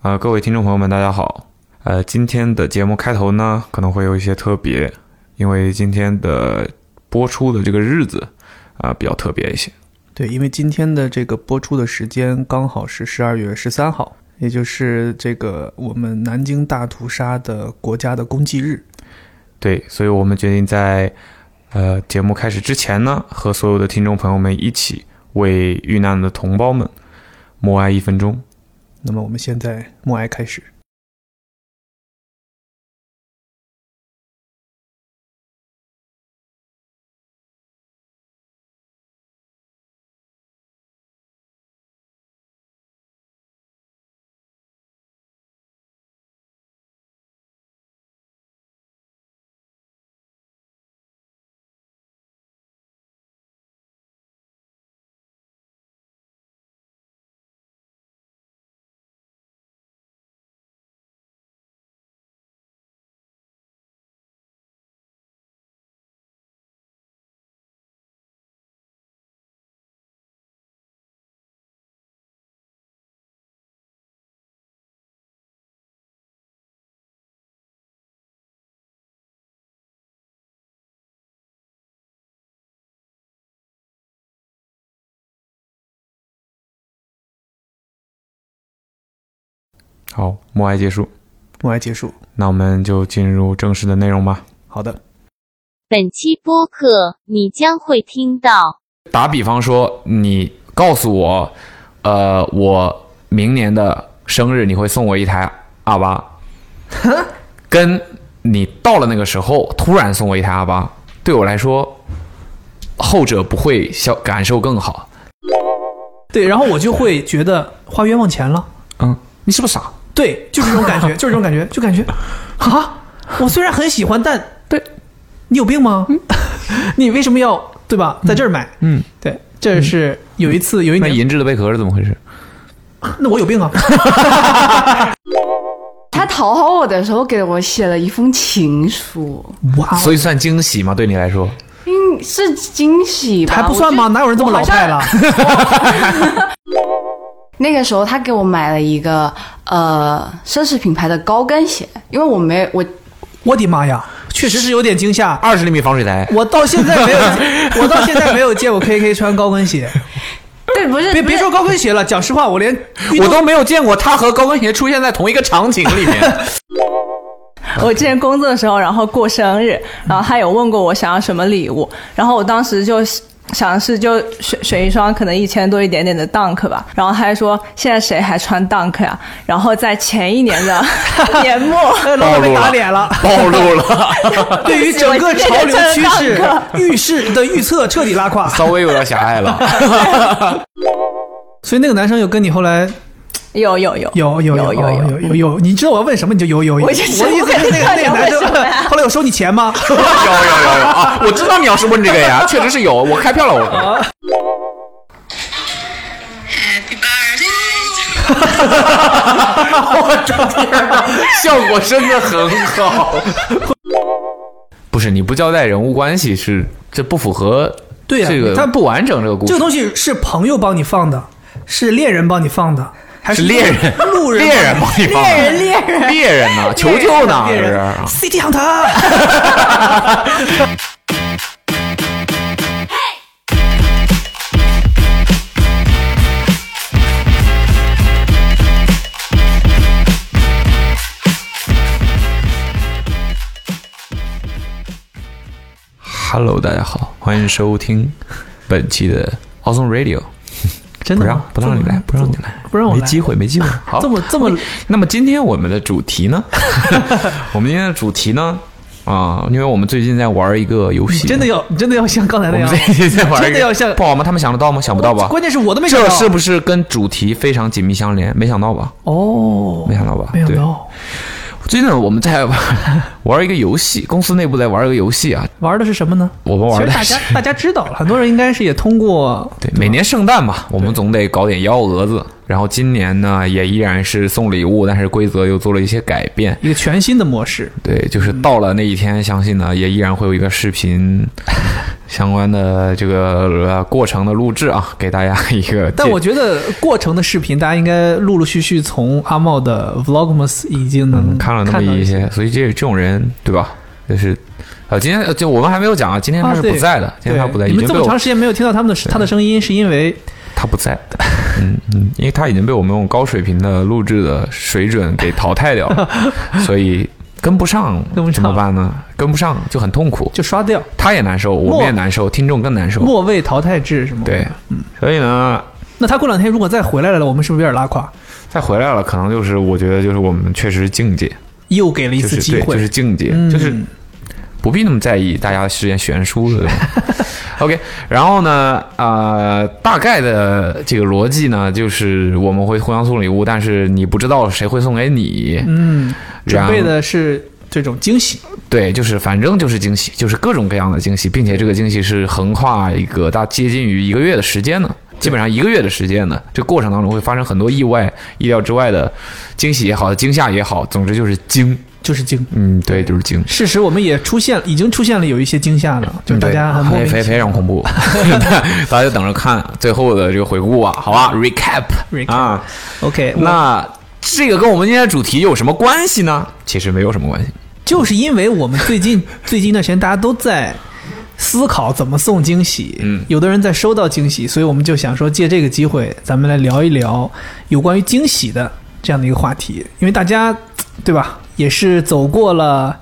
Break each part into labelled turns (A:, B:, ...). A: 啊、各位听众朋友们，大家好。呃，今天的节目开头呢，可能会有一些特别，因为今天的播出的这个日子啊、比较特别一些。
B: 对，因为今天的这个播出的时间刚好是十二月十三号，也就是这个我们南京大屠杀的国家的公祭日。
A: 对，所以我们决定在呃节目开始之前呢，和所有的听众朋友们一起为遇难的同胞们默哀一分钟。
B: 那么我们现在默哀开始。
A: 好，默哀结束，
B: 默哀结束。
A: 那我们就进入正式的内容吧。
B: 好的，
C: 本期播客你将会听到
D: 打比方说，你告诉我，呃，我明年的生日你会送我一台 R 八，跟你到了那个时候突然送我一台 R 八，对我来说，后者不会消感受更好。
B: 对，然后我就会觉得花冤枉钱了。
D: 嗯，你是不是傻？
B: 对，就是这种感觉，就是这种感觉，就感觉啊，我虽然很喜欢，但
D: 对
B: 你有病吗？ 你为什么要对吧，在这儿买？
D: 嗯，
B: 对，这是有一次有一
D: 那
B: 年，
D: 银质的贝壳是怎么回事？嗯
B: 那我有病啊！
E: 他讨好我的时候，给我写了一封情书，
B: 哇，哦
D: 所以算惊喜吗？对你来说，
E: 嗯，是惊喜吧？
B: 还不算吗？
E: 我就
B: 哪有人这么老派了？？
E: 那个时候他给我买了一个呃奢侈品牌的高跟鞋，因为我没我
B: 我的妈呀，确实是有点惊吓。
D: 二十厘米防水台，
B: 我到现在没有，我到现在没有见过 KK 穿高跟鞋。
E: 对不是
B: 别
E: 不
B: 别
E: 是
B: 说高跟鞋了，讲实话，我连运
D: 我
B: 动
D: 都没有见过它和高跟鞋出现在同一个场景里面。
F: 我之前工作的时候，然后过生日，然后他有问过我想要什么礼物，然后我当时就想的是就选选一双可能一千多一点点的 Dunk 吧，然后他还说现在谁还穿 Dunk 呀、然后在前一年的年末，
B: 老板被打脸 了。
D: 暴露了，
B: 对于整个潮流趋势预示的预测彻底拉胯，
D: 稍微有点狭 隘了。
B: 所以那个男生有跟你后来
F: 有有 有
B: 有有
F: 有
B: 有
F: 有
B: 有有有，你知道我要问什么你就有有有。
F: 我
B: 我
F: 就知
B: 的意
F: 我
B: 思是那个
F: 肯定知道
B: 那
F: 你
B: 个
F: 要
B: 男
F: 问什么呀
B: 生后来有收你钱吗？
D: 有有有有啊！我知道你要是问这个呀，确实是有，我开票了我。
G: Happy birthday！
D: 我的天哪，效果真的很好。不是你不交代人物关系是这不符合
B: 对呀
D: 这个
B: 他
D: 不完整这个故
B: 这个。
D: 事
B: 东西是朋友帮你放的，是恋人帮你放的，还
D: 是猎人，
B: 路人
D: 猎人帮你放的，猎人，猎人，猎人呢？求救呢？
B: 猎
D: 这是
B: 人 City Hunter。
D: Hello，大家好，欢迎收听本期的 Awesome Radio。
B: 真
D: 不
B: 的
D: 让
B: 吗
D: 不让你来，不让你来，
B: 不让我
D: 没
B: 来
D: 机会，没 机会。好，
B: 这么这么
D: 那么今天我们的主 题呢？我们今天的主题呢？啊、因为我们最近在玩一个游戏，
B: 你真的
D: 有，
B: 要你真的要像刚才那
D: 我们
B: 样，
D: 最近在玩一个，
B: 真的要像
D: 不好吗？他们想得到吗？想不到吧？
B: 关键是我都没想
D: 这
B: 到
D: 是不是跟主题非常紧密相连？没想到吧？
B: 哦，
D: 没想到吧？
B: 没想
D: 对。
B: 到
D: 最近我们在玩 玩一个游戏，公司内部在玩一个游戏啊，
B: 玩的是什么呢？
D: 我们
B: 其
D: 玩
B: 实
D: 的
B: 大
D: 是
B: 家大家知道了，很多人应该是也通过
D: 对，每年圣诞嘛，我们总得搞点幺蛾子。然后今年呢，也依然是送礼物，但是规则又做了一些改变。
B: 一个全新的模式。
D: 对，就是到了那一天，相信呢，也依然会有一个视频相关的这个、呃、过程的录制啊，给大家一个。
B: 但我觉得过程的视频，大家应该陆陆续续从阿茂的 Vlogmas 已经能
D: 看了那么
B: 到
D: 一
B: 一
D: 些，所以这这种人对吧？就是呃，今天呃就我们还没有讲啊，今天他
B: 啊
D: 是
B: 对
D: 不在的，今天他不在，
B: 对
D: 已
B: 你们
D: 经
B: 这
D: 被
B: 么
D: 我
B: 长时间没有听到他们的他的声音，是因为
D: 他不在，嗯嗯，因为他已经被我们用高水平的录制的水准给淘汰掉了， 所以跟不上，
B: 跟不上
D: 怎么办呢？跟不上就很痛苦，
B: 就刷掉
D: 他也难受，我们也难受，听众更难受。
B: 末位淘汰制是吗？
D: 对，所以呢，
B: 嗯那他过两天如果再回来了，我们是不是有点拉垮？
D: 再回来了，可能就是我觉得就是我们确实是境界，
B: 又给了一
D: 就
B: 次
D: 是
B: 机
D: 对，
B: 会，
D: 就是境界，
B: 嗯
D: 就是不必那么在意大家之间悬殊 的。OK，然后呢，呃，大概的这个逻辑呢，就是我们会互相送礼物，但是你不知道谁会送给你。
B: 嗯，准备
D: 然后
B: 的是这种惊喜，
D: 对，就是反正就是惊喜，就是各种各样的惊喜，并且这个惊喜是横跨一个大接近于一个月的时间呢，基本上一个月的时间呢，这过程当中会发生很多意外、意料之外的惊喜也好、惊吓也好，总之就是惊。
B: 就是惊。
D: 嗯，对，就是惊。
B: 事实我们也出现，已经出现了有一些惊吓了，就是大家很莫
D: 非
B: 名
D: 嗯非
B: 其
D: 非
B: 妙。
D: 常恐怖， 大家就等着看最后的这个回顾吧，啊好吧，recap
B: 嗯 Recap
D: 啊，
B: OK，我
D: 那。这个跟我们今天的主题有什么关系呢？其实没有什么关系。
B: 就是因为我们最近最近一段时间大家都在思考怎么送惊喜，
D: 嗯
B: 有的人在收到惊喜，所以我们就想说借这个机会，咱们来聊一聊有关于惊喜的这样的一个话题，因为大家对吧，也是走过了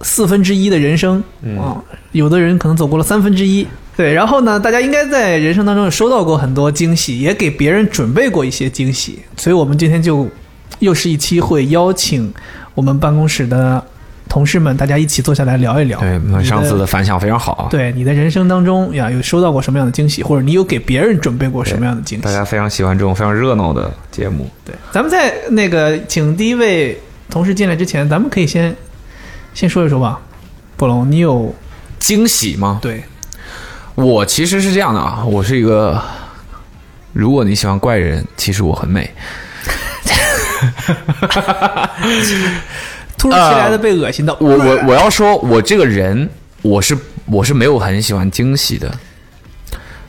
B: 四分之一的人生啊、有的人可能走过了三分之一。对，然后呢，大家应该在人生当中有收到过很多惊喜，也给别人准备过一些惊喜，所以我们今天就又是一期会邀请我们办公室的同事们，大家一起坐下来聊一聊。
D: 对，那
B: 你
D: 上次的反响非常好啊，
B: 对你的人生当中呀，有收到过什么样的惊喜，或者你有给别人准备过什么样的惊喜
D: 大？家非常喜欢这种非常热闹的节目。
B: 对，咱们在那个请第一位同事进来之前，咱们可以先先说一说吧。波龙，你有
D: 惊喜吗？
B: 对
D: 我其实是这样的啊，我是一个，如果你喜欢怪人，其实我很美。
B: 突如其来的被恶心到，
D: 呃我我我要说，我这个人，我是我是没有很喜欢惊喜的，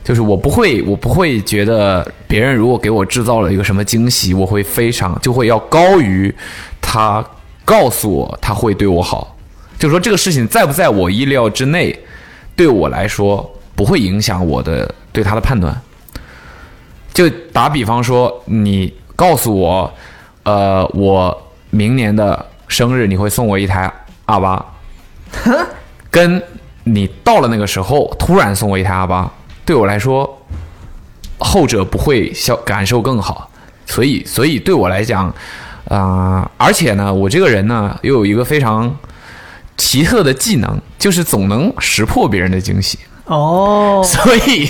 D: 就是我不会我不会觉得别人如果给我制造了一个什么惊喜，我会非常就会要高于他告诉我他会对我好，就是说这个事情在不在我意料之内，对我来说不会影响我的对他的判断。就打比方说，你告诉我，呃，我明年的生日你会送我一台阿巴，跟你到了那个时候突然送我一台阿巴，对我来说，后者不会效感受更好，所以所以对我来讲，啊、而且呢，我这个人呢又有一个非常奇特的技能，就是总能识破别人的惊喜，
B: 哦
D: 所以。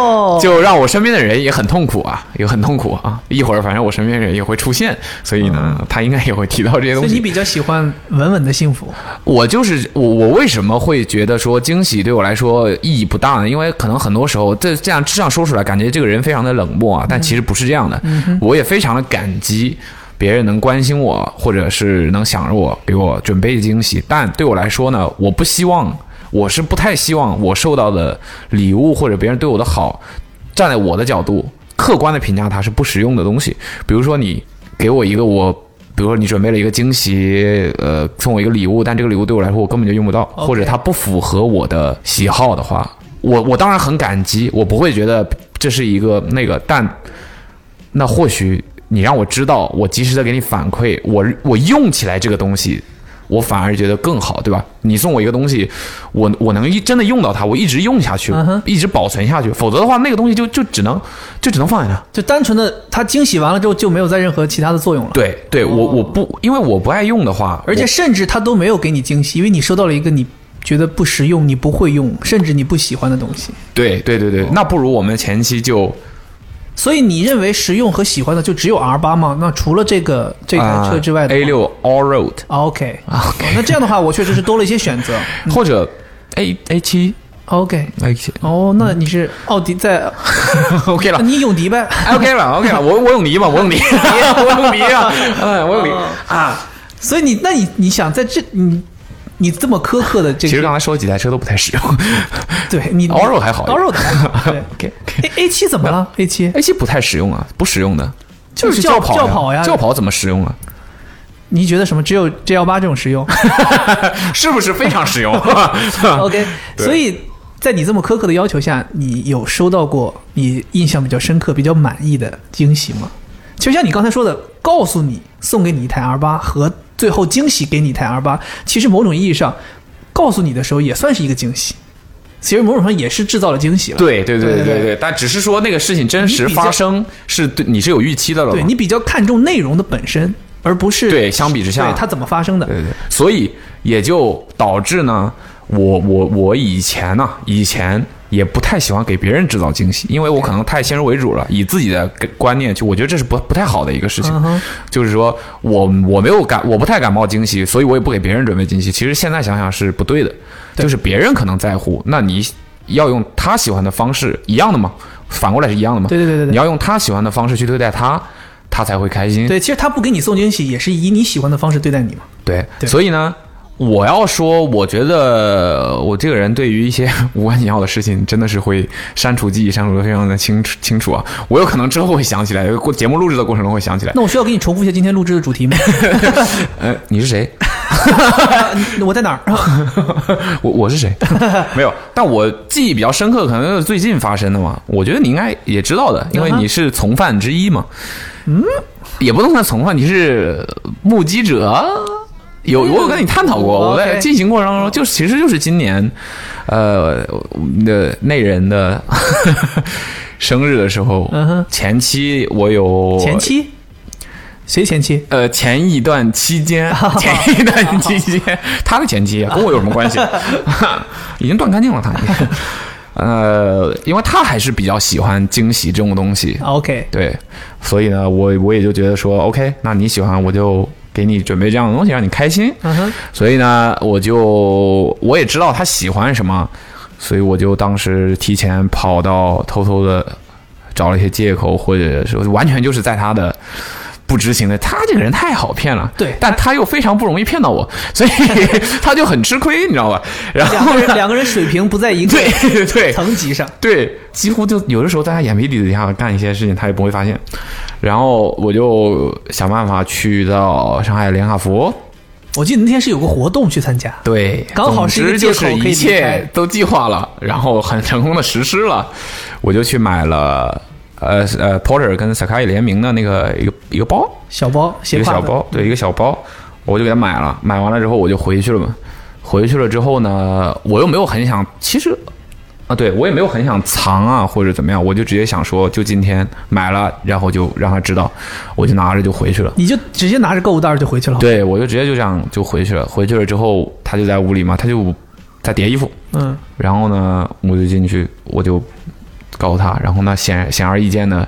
B: 哦，
D: 就让我身边的人也很痛苦啊，也很痛苦啊。一会儿反正我身边人也会出现，所以呢，他应该也会提到这些
B: 所
D: 东
B: 以你
D: 西。
B: 比较喜欢稳稳的幸福，
D: 我就是我，我为什么会觉得说惊喜对我来说意义不大呢？因为可能很多时候这这样这样说出来，感觉这个人非常的冷漠啊，但其实不是这样的。
B: 嗯
D: 嗯我也非常的感激别人能关心我，或者是能想着我，给我准备惊喜。但对我来说呢，我不希望，我是不太希望我受到的礼物或者别人对我的好，站在我的角度客观的评价它是不实用的东西。比如说你给我一个我，比如说你准备了一个惊喜，呃，送我一个礼物，但这个礼物对我来说我根本就用不到，
B: OK
D: 或者它不符合我的喜好的话，我我当然很感激，我不会觉得这是一个那个，但那或许你让我知道，我及时的给你反馈，我我用起来这个东西。我反而觉得更好，对吧？你送我一个东西，我我能一真的用到它，我一直用下去
B: 嗯哼
D: 一直保存下去，否则的话，那个东西就就只能就只能放在那。
B: 就单纯的它惊喜完了之后就没有再任何其他的作用了。，哦
D: 对对，我我不因为我不爱用的话，
B: 而且甚至它都没有给你惊喜，因为你收到了一个你觉得不实用、你不会用，甚至你不喜欢的东西。
D: 对对对对，
B: 哦
D: 那不如我们前期就
B: 所以你认为实用和喜欢的就只有 R 八吗？那除了这个这台车之外的、
D: 啊 A 六 All Road
B: ，OK，OK，、哦那这样的话，我确实是多了一些选择。嗯
D: 或者 A A 七
B: OK，
D: A 七
B: 哦，那你是奥迪在，
D: OK 了
B: 那。你永迪呗？
D: OK 了，OK 啊了，我我用泥嘛， 我用泥， 哎
B: 哦
D: 我用泥啊，嗯，我用泥啊，
B: 所以你，那你你想在这你你这么苛刻的这
D: 其
B: 个，
D: 实刚才说了几台车都不太实用
B: 对你
D: ，Auro 还好
B: 高肉的还好， 对
D: ，OK
B: A A 七怎么了？A 七
D: ，A 七不太实用啊，不实用的，
B: 就是
D: 轿
B: 轿
D: 跑
B: 轿跑呀
D: 轿跑怎么 实用啊？
B: 你觉得什么？只有 G 幺八这种实用
D: 是不是非常实用？
B: ？OK，
D: 对
B: 所以在你这么苛刻的要求下，你有收到过你印象比较深刻、比较满意的惊喜吗？就像你刚才说的，告诉你送给你一台 R 八和最后惊喜给你一台 R 八，其实某种意义上，告诉你的时候也算是一个惊喜，其实某种上也是制造了惊喜了。
D: 对对对对
B: 对
D: 对
B: 对
D: 对，但只是说那个事情真实
B: 你比较
D: 发生是对你是有预期的了嘛，
B: 对你比较看重内容的本身，而不是
D: 对相比之下
B: 对它怎么发生的。
D: 对对，所以也就导致呢，我我我以前呢、以前也不太喜欢给别人制造惊喜，因为我可能太先入为主了，以自己的观念去，我觉得这是不不太好的一个事情。
B: 嗯哼
D: 就是说我我没有感，我不太感冒惊喜，所以我也不给别人准备惊喜。其实现在想想是不对的，就是别人可能在乎，那你要用他喜欢的方式，一样的嘛，反过来是一样的嘛。
B: 对对对对对
D: 你要用他喜欢的方式去对待他，他才会开心。
B: 对，其实他不给你送惊喜，也是以你喜欢的方式对待你嘛。
D: 对，
B: 对
D: 所以呢，我要说，我觉得我这个人对于一些无关紧要的事情，真的是会删除记忆，删除的非常的清楚清楚啊。我有可能之后会想起来，过节目录制的过程中会想起来。
B: 那我需要给你重复一下今天录制的主题吗？
D: 呃，你是谁？
B: 你我在哪儿？
D: 我我 是谁？没有，但我记忆比较深刻，可能就是最近发生的嘛。我觉得你应该也知道的，因为
B: 啊哈
D: 你是从犯之一嘛。嗯，也不能算从犯，你是目击者。有我有跟你探讨过，
B: 嗯
D: 我在
B: OK
D: 进行过程当中，就是其实就是今年，呃，我们的内人的 生日的时候
B: 嗯哼，
D: 前期我有
B: 前妻？谁前妻？
D: 呃，前一段 期间，前一段期间，他的前妻啊跟我有什么 关系？已经断干净了，他已 经。呃，因为他还是比较喜欢惊喜这种东西，
B: 啊 OK，
D: 对，所以呢，我我也就觉得说，OK，那你喜欢我就给你准备这样的东西，让你开心。
B: 嗯哼，
D: 所以呢，我就我也知道他喜欢什么，所以我就当时提前跑到偷偷的找了一些借口，或者说完全就是在他的不知情的，他这个人太好骗了，
B: 对
D: 但他又非常不容易骗到我， 所以他就很吃亏，你知道吧？然
B: 两
D: 后
B: 个人
D: 呢，
B: 两个人水平不在一个
D: 对对，
B: 层级上。
D: 对，几乎就有的时候在他眼皮底下干一些事情，他也不会发现。然后我就想办法去到上海联卡佛，
B: 我记得那天是有个活动去参加，
D: 对，
B: 刚好是一个
D: 总之
B: 借
D: 就
B: 口
D: 是
B: 可以
D: 一
B: 离
D: 切
B: 开
D: 都计划了，然后很成功的实施了，我就去买了。呃呃，Porter 跟 Sakai 联名的那个一个一个包，
B: 小包
D: 一
B: 斜
D: 个
B: 挎
D: 小
B: 的
D: 包，对，一个小包，我就给他买了。买完了之后我就回去了嘛。回去了之后呢，我又没有很想，其实啊，对我也没有很想藏啊或者怎么样，我就直接想说，就今天买了，然后就让他知道，我就拿着就回去了。
B: 你就直接拿着购物袋就回去了。，
D: 对，我就直接就这样就回去了。回去了之后，他就在屋里嘛，他就在叠衣服。
B: 嗯，
D: 然后呢，我就进去，我就告诉他。然后呢，显显而易见的，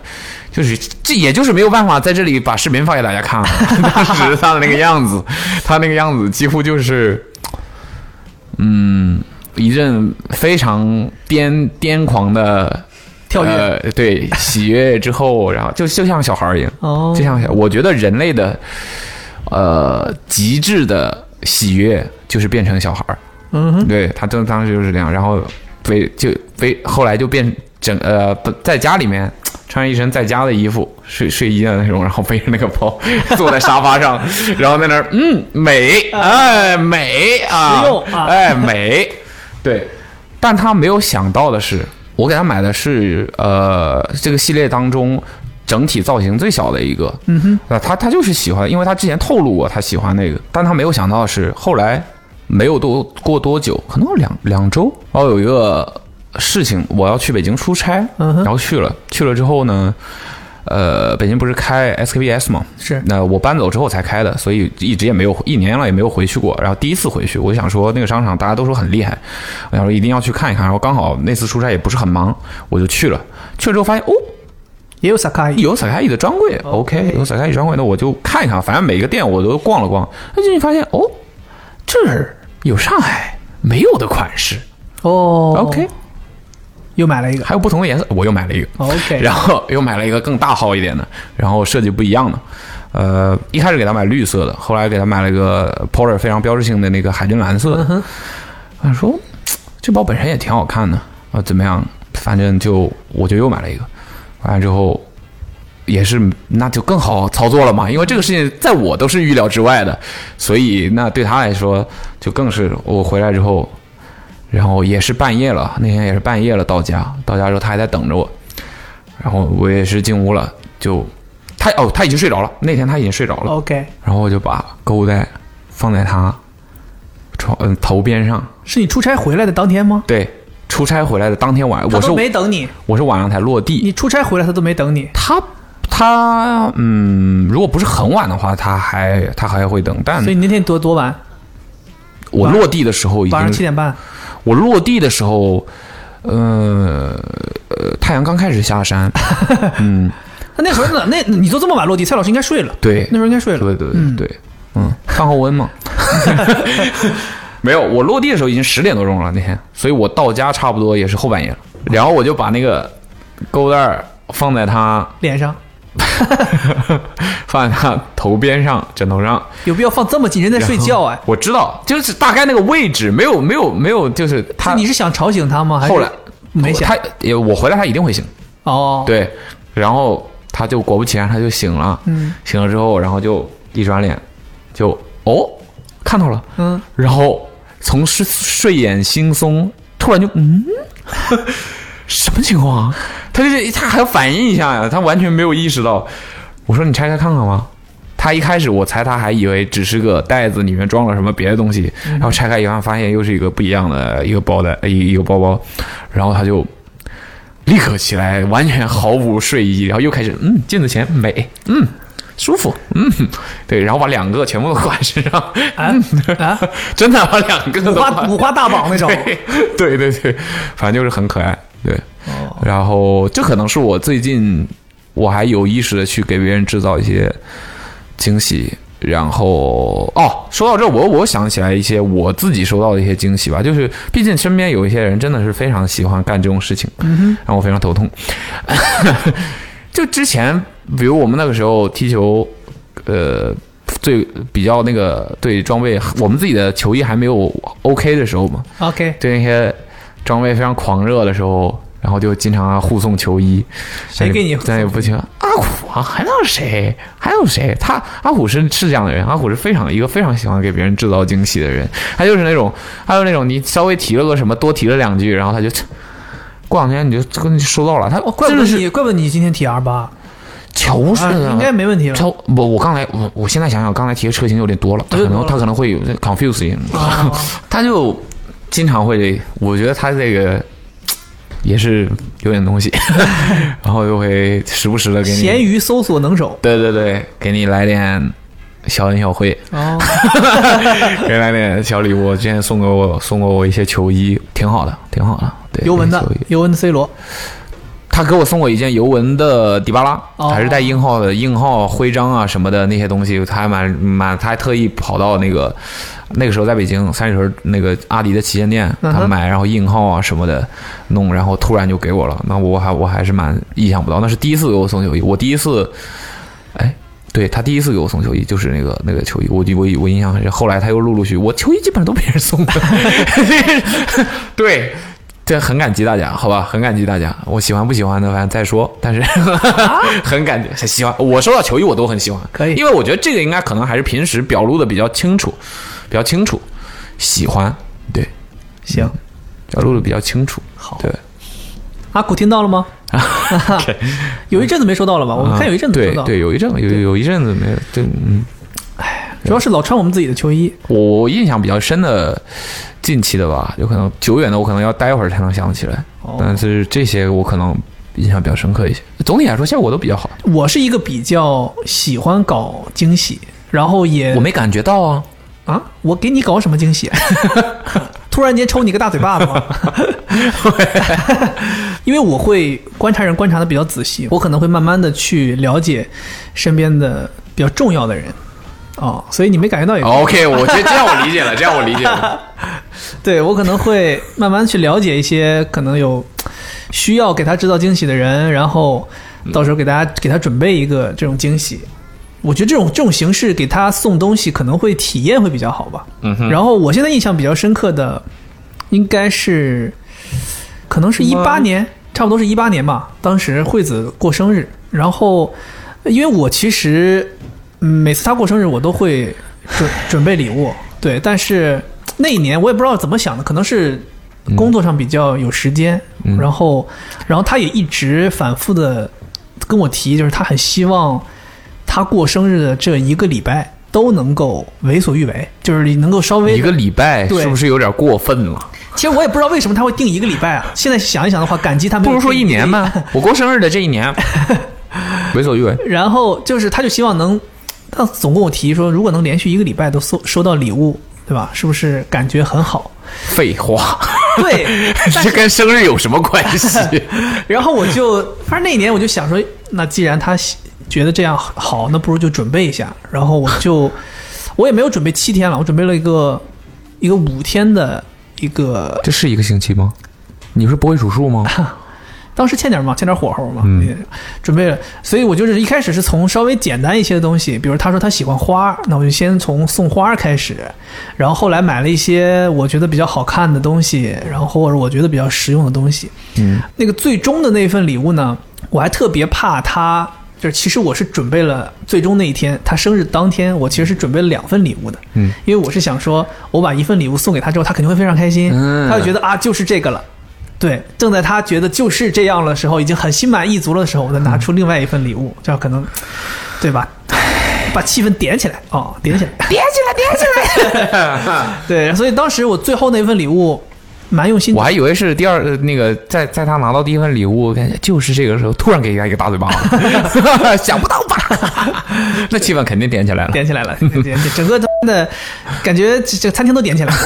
D: 就是这也就是没有办法在这里把视频发给大家看了。 当时他的那个样子， 他那个样子几乎就是，嗯，一阵非常癫癫狂的
B: 跳跃
D: 呃，对，喜悦之后，然后就就像小孩儿一样，
B: 哦
D: 就像小我觉得人类的呃极致的喜悦就是变成小孩儿，
B: 嗯哼，
D: 对他当当时就是这样，然后非就非后来就变整呃不在家里面穿一身在家的衣服睡睡衣的那种，然后背着那个包 坐在沙发上，然后在那儿嗯美哎美啊
B: 啊实用啊
D: 哎美，对，但他没有想到的是，我给他买的是呃这个系列当中。整体造型最小的一个，嗯哼，啊，他他就是喜欢，因为他之前透露过他喜欢那个，但他没有想到的是后来没有多过多久，可能两两周，哦，有一个事情，我要去北京出差，
B: 嗯哼
D: 然后去了，去了之后呢，呃，北京不是开 SKPS 嘛，
B: 是
D: 那我搬走之后才开的，所以一直也没有一年了也没有回去过。然后第一次回去，我就想说那个商场大家都说很厉害，我想说一定要去看一看。然后刚好那次出差也不是很忙，我就去了。去了之后发现哦，
B: 也有 Sakai，哦
D: 有 Sakai 的专柜
B: OK
D: ，OK，有 Sakai 专柜，那我就看一看，反正每个店我都逛了逛。那进去发现哦，这儿有上海没有的款式
B: 哦
D: ，OK，
B: 又买了一个
D: 还有不同的颜色，我又买了一个。
B: ，OK，
D: 然后又买了一个更大号一点的，然后设计不一样的，呃，一开始给他买绿色的，后来给他买了一个 Porter 非常标志性的那个海军蓝色的。他说嘖这包本身也挺好看的啊，怎么样？反正就我就又买了一个，完了之后也是那就更好操作了嘛，因为这个事情在我都是预料之外的，所以那对他来说就更是我回来之后，然后也是半夜了，那天也是半夜了到家，到家之后他还在等着我，然后我也是进屋了，就他哦他已经睡着了，那天他已经睡着了，
B: OK，
D: 然后我就把购物袋放在他床嗯头边上，
B: 是你出差回来的当天吗？
D: 对，出差回来的当天晚上，
B: 他
D: 我是
B: 都没等你，
D: 我是晚上才落地，
B: 你出差回来他都没等你，
D: 他他嗯，如果不是很晚的话，他还他还会等。但
B: 所以你那天多多晚？
D: 我落地的时候已
B: 晚上七
D: 经，
B: 点半。
D: 我落地的时候，呃呃，太阳刚开始下 山。嗯
B: 那那会儿那那你都这么晚落地，蔡老师应该睡了。
D: 对
B: 那时候应该睡了。
D: 对对对对，嗯，饭后温嘛。没有，我落地的时候已经十点多钟了那天，所以我到家差不多也是后半夜了。然后我就把那个购物袋儿放在他
B: 脸上
D: 放在他头边上枕头上，
B: 有必要放这么近？人在睡觉哎。
D: 我知道，就是大概那个位置，没有没有没有，就是他
B: 是你是想吵醒他吗？还是
D: 后来
B: 没想
D: 他也我回来他一定会醒，
B: 哦。，
D: 对，然后他就果不其然他就醒了，
B: 嗯
D: 醒了之后，然后就一转脸就哦看到了，
B: 嗯，
D: 然后从睡睡眼惺忪，突然就 嗯，什么情况啊？他就是他还要反应一下呀，他完全没有意识到。我说你拆开看看吧。他一开始我猜他还以为只是个袋子里面装了什么别的东西，然后拆开一看，发现又是一个不一样的一个包袋，一一个包包，然后他就立刻起来，完全毫无睡意，然后又开始嗯，镜子前美，嗯，舒服，嗯，对，然后把两个全部都挂身上，嗯
B: 啊啊，
D: 真的把两个都
B: 五花五花大绑那种。
D: 对 对对对，反正就是很可爱。对，
B: 哦
D: 然后这可能是我最近我还有意识的去给别人制造一些惊喜。然后哦，说到这，我我想起来一些我自己收到的一些惊喜吧，就是毕竟身边有一些人真的是非常喜欢干这种事情，让我非常头痛。 就之前，比如我们那个时候踢球，呃，最比较那个对装备，我们自己的球衣还没有 OK 的时候嘛，
B: OK，
D: 对那些装备非常狂热的时候，然后就经常护送球衣。
B: 谁给你
D: 咱也不清阿虎啊，还有谁？还有谁？他阿虎是是这样的人，阿虎是非常一个非常喜欢给别人制造惊喜的人。他就是那种，他就是那种你稍微提了个什么，多提了两句，然后他就。过两天你就这个你就收到了，他
B: 哦，怪不
D: 真
B: 得
D: 的是
B: 你，怪不得你今天提 R 八，
D: 球是、
B: 啊应该没问题
D: 他
B: 了。
D: 我我刚才我我现在想想，刚才提的车型有点多了，他
B: 有
D: 可
B: 点多
D: 能
B: 了
D: 他可能会有 confuse 一点，
B: 哦
D: 他就经常会，我觉得他这个也是有点东西， 然后就会时不时的给你，
B: 闲鱼搜索能手。
D: 对对对，给你来点小恩小惠，
B: 哦，
D: 给你来点小礼物。之前送给我送过我一些球衣，挺好的，挺好的。对，
B: 尤文
D: 那
B: 的
D: 些球衣
B: 尤文的 C 罗，
D: 他给我送过一件尤文的迪巴拉，
B: 哦
D: 还是带印号的，印号徽章啊什么的那些东西，他还蛮蛮，他还特意跑到那个那个时候在北京三里屯那个阿迪的旗舰店，
B: 嗯哼
D: 他买，然后印号啊什么的弄，然后突然就给我了，那我还我还是蛮意想不到，那是第一次给我送球衣，我第一次，哎。对他第一次给我送球衣，就是那个那个球衣，我我我印象很深。后来他又陆陆续，我球衣基本上都别人送的， 对，这很感激大家，好吧，很感激大家。我喜欢不喜欢的，反正再说。但是、 很感激，很喜欢。我收到球衣，我都很喜欢，
B: 啊可以
D: 因为我觉得这个应该可能还是平时表露的比较清楚，比较清楚，喜欢，对，嗯
B: 行，
D: 表露的比较清楚。好，对，
B: 阿苦听到了 吗？有一阵子没收到了啊吧？我们看有一阵子没
D: 对
B: 收到，
D: 啊对，有一阵有有一阵子没有，对，嗯，
B: 主要是老穿我们自己的球衣。
D: 我印象比较深的近期的吧，有可能久远的我可能要待会儿才能想起来，
B: 哦
D: 但是这些我可能印象比较深刻一些。总体来说效果都比较好，
B: 我是一个比较喜欢搞惊喜，然后也
D: 我没感觉到啊。
B: 啊，我给你搞什么惊喜？ 突然间抽你个大嘴巴子 吗？因为我会观察人观察的比较仔细，我可能会慢慢的去了解身边的比较重要的人。哦，所以你没感觉到也、
D: OK，我这这样我理解了，这样我理解了。
B: 对我可能会慢慢去了解一些可能有需要给他制造惊喜的人，然后到时候给大家给他准备一个这种惊喜。我觉得这种这种形式给他送东西可能会体验会比较好吧。
D: 嗯哼，
B: 然后我现在印象比较深刻的，应该是，可能是一八年，差不多是一八年吧。当时惠子过生日，然后因为我其实、嗯每次她过生日，我都会 准准备礼物，对。但是那一年我也不知道怎么想的，可能是
D: 嗯
B: 工作上比较有时间，然后然后她也一直反复的跟我提，就是她很希望。她过生日的这一个礼拜都能够为所欲为，就是你能够稍微
D: 一个礼拜
B: 对
D: 是不是有点过分了？
B: 其实我也不知道为什么他会定一个礼拜啊。现在想一想的话，感激他没有
D: 不如说
B: 定
D: 一年吧。我过生日的这一年， 为所 欲为。
B: 然后就是，他就希望能，他总跟我提说，如果能连续一个礼拜都收收到礼物，对吧？是不是感觉很好？
D: 废话，
B: 对。
D: 这跟生日有什么关系？
B: 然后我就，反正那一年我就想说，那既然他喜觉得这样好，那不如就准备一下。然后我就， 我也没有准备七天了，我准备了一个一个五天的一个，
D: 这是一个星期吗？你不是不会数数 吗？
B: 当时欠点嘛，欠点火候嘛，也准备了，所以我就是一开始是从稍微简单一些的东西，比如他说他喜欢花，那我就先从送花开始，然后后来买了一些我觉得比较好看的东西，然后或者我觉得比较实用的东西。嗯，那个最终的那份礼物呢，我还特别怕他，就是其实我是准备了最终那一天，他生日当天，我其实是准备了两份礼物的。嗯，因为我是想说，我把一份礼物送给他之后，他肯定会非常开心，
D: 嗯
B: 他就觉得啊，就是这个了。对，正在他觉得就是这样的时候，已经很心满意足了的时候，我再拿出另外一份礼物，这样可能，对吧？把气氛点起来哦，点起来，点起来，点 起来。对，所以当时我最后那份礼物蛮用心
D: 我还以为是第二呃那个，在在他拿到第一份礼物，感觉就是这个时候，突然给他一个大 嘴巴子，想不到吧？ 那气氛肯定点起来了。
B: 点起 来了，点点整个真的感觉这这餐厅都点起来了。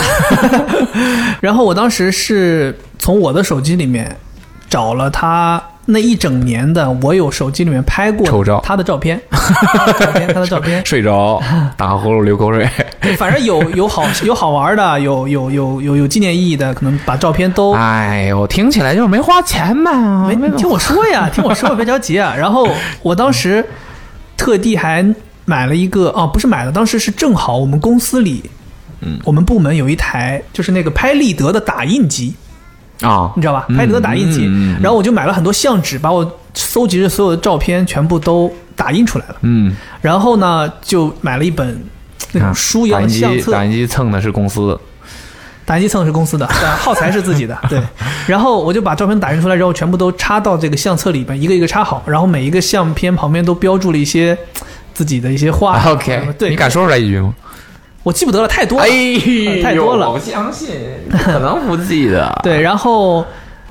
B: 然后我当时是从我的手机里面找了他那一整年的，我有手机里面拍过的
D: 丑照
B: 他的照片，照片他的照片，
D: 睡着，打个呼噜，流口水，
B: 反正有有好有好玩的，有有有有有纪念意义的，可能把照片都
D: 哎呦，听起来就是没花钱嘛，
B: 没，你听我说呀，听我说，别着急啊。然后我当时特地还买了一个啊，不是买的，当时是正好我们公司里，嗯，我们部门有一台就是那个拍立得的打印机，
D: 啊，
B: 你知道吧？拍立得打印机，
D: 嗯嗯嗯
B: 然后我就买了很多相纸，把我搜集的所有的照片全部都打印出来了。
D: 嗯，
B: 然后呢，就买了一本那种书一样
D: 打
B: 的
D: 印
B: 相
D: 机，
B: 册，
D: 打印机蹭的是公司的，
B: 打印机蹭是公司 的，对耗材是自己的，对。然后我就把照片打印出来，然后全部都插到这个相册里边，一个一个插好，然后每一个相片旁边都标注了一些自己的一些话。
D: 啊 OK，
B: 对，
D: 你敢说出来一句吗？
B: 我记不得了，太多了，
D: 哎
B: 呃，太多了
D: 我不相信，可能不记得。
B: 对，然后，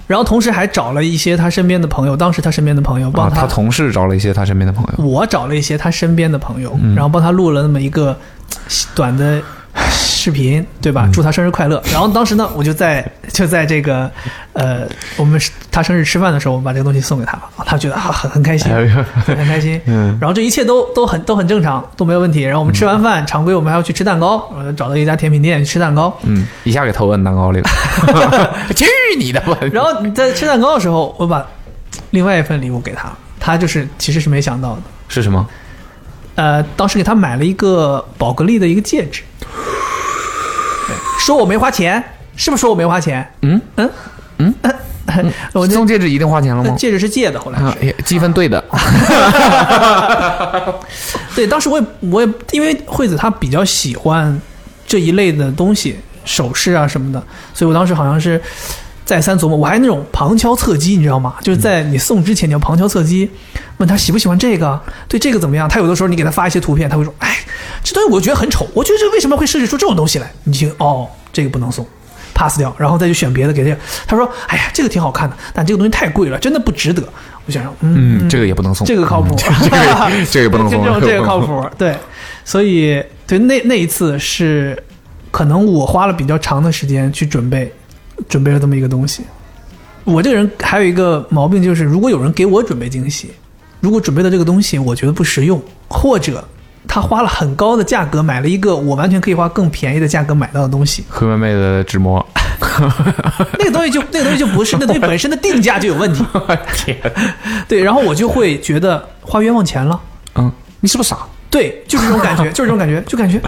B: 然后同时还找了一些他身边的朋友，当时他身边的朋友
D: 啊，
B: 帮
D: 他同事找了一些他身边的朋友，
B: 我找了一些他身边的朋友，
D: 嗯
B: 然后帮他录了那么一个短的视频，对吧？
D: 嗯
B: 祝他生日快乐。然后当时呢，我就在就在这个呃，我们他生日吃饭的时候，我们把这个东西送给他了，他觉得啊很很开心，
D: 哎呦
B: 很开心。
D: 嗯
B: 然后这一切都都很都很正常，都没有问题。然后我们吃完饭，常规我们还要去吃蛋糕，呃，找到一家甜品店去吃蛋糕。
D: 嗯，一下给投奔蛋糕里了， 去你的吧！
B: 然后你在吃蛋糕的时候，我把另外一份礼物给他了，他就是其实是没想到的。
D: 是什么？
B: 呃，当时给他买了一个宝格丽的一个戒指，对说我没花钱，是不是说我没花钱？
D: 嗯
B: 嗯嗯， 我那
D: 送戒指一定花钱了吗？
B: 戒指是借的，后来
D: 啊
B: 是，
D: 也积分对的，
B: 对，当时我也我也因为惠子她比较喜欢这一类的东西，首饰啊什么的，所以我当时好像是再三琢磨，我还那种旁敲侧击，你知道吗？就是在你送之前，你要旁敲侧击，问他喜不喜欢这个，对这个怎么样？他有的时候你给他发一些图片，他会说：“哎，这东西我觉得很丑，我觉得这为什么会设计出这种东西来？”你听，哦，这个不能送。pass 掉，然后再去选别的给这个。他说：“哎呀，这个挺好看的，但这个东西太贵了，真的不值得。”我想说，嗯，
D: 嗯，这个也不能送，
B: 这个靠谱，
D: 这个这个不能
B: 就
D: 送
B: 这，种这个靠
D: 不能送。，
B: 谱，对，所以对那那一次是，可能我花了比较长的时间去准备，准备了这么一个东西。我这个人还有一个毛病就是，如果有人给我准备惊喜，如果准备的这个东西我觉得不实用，或者他花了很高的价格买了一个我完全可以花更便宜的价格买到的东西
D: 黑妹妹的纸模，
B: 那个东西就那个东西就不是，那东西本身的定价就有问题。
D: 天，啊
B: 对，然后我就会觉得花冤枉钱了。
D: 嗯，你是不是傻？
B: 对，就是这种感觉，就是这种感觉，就感 觉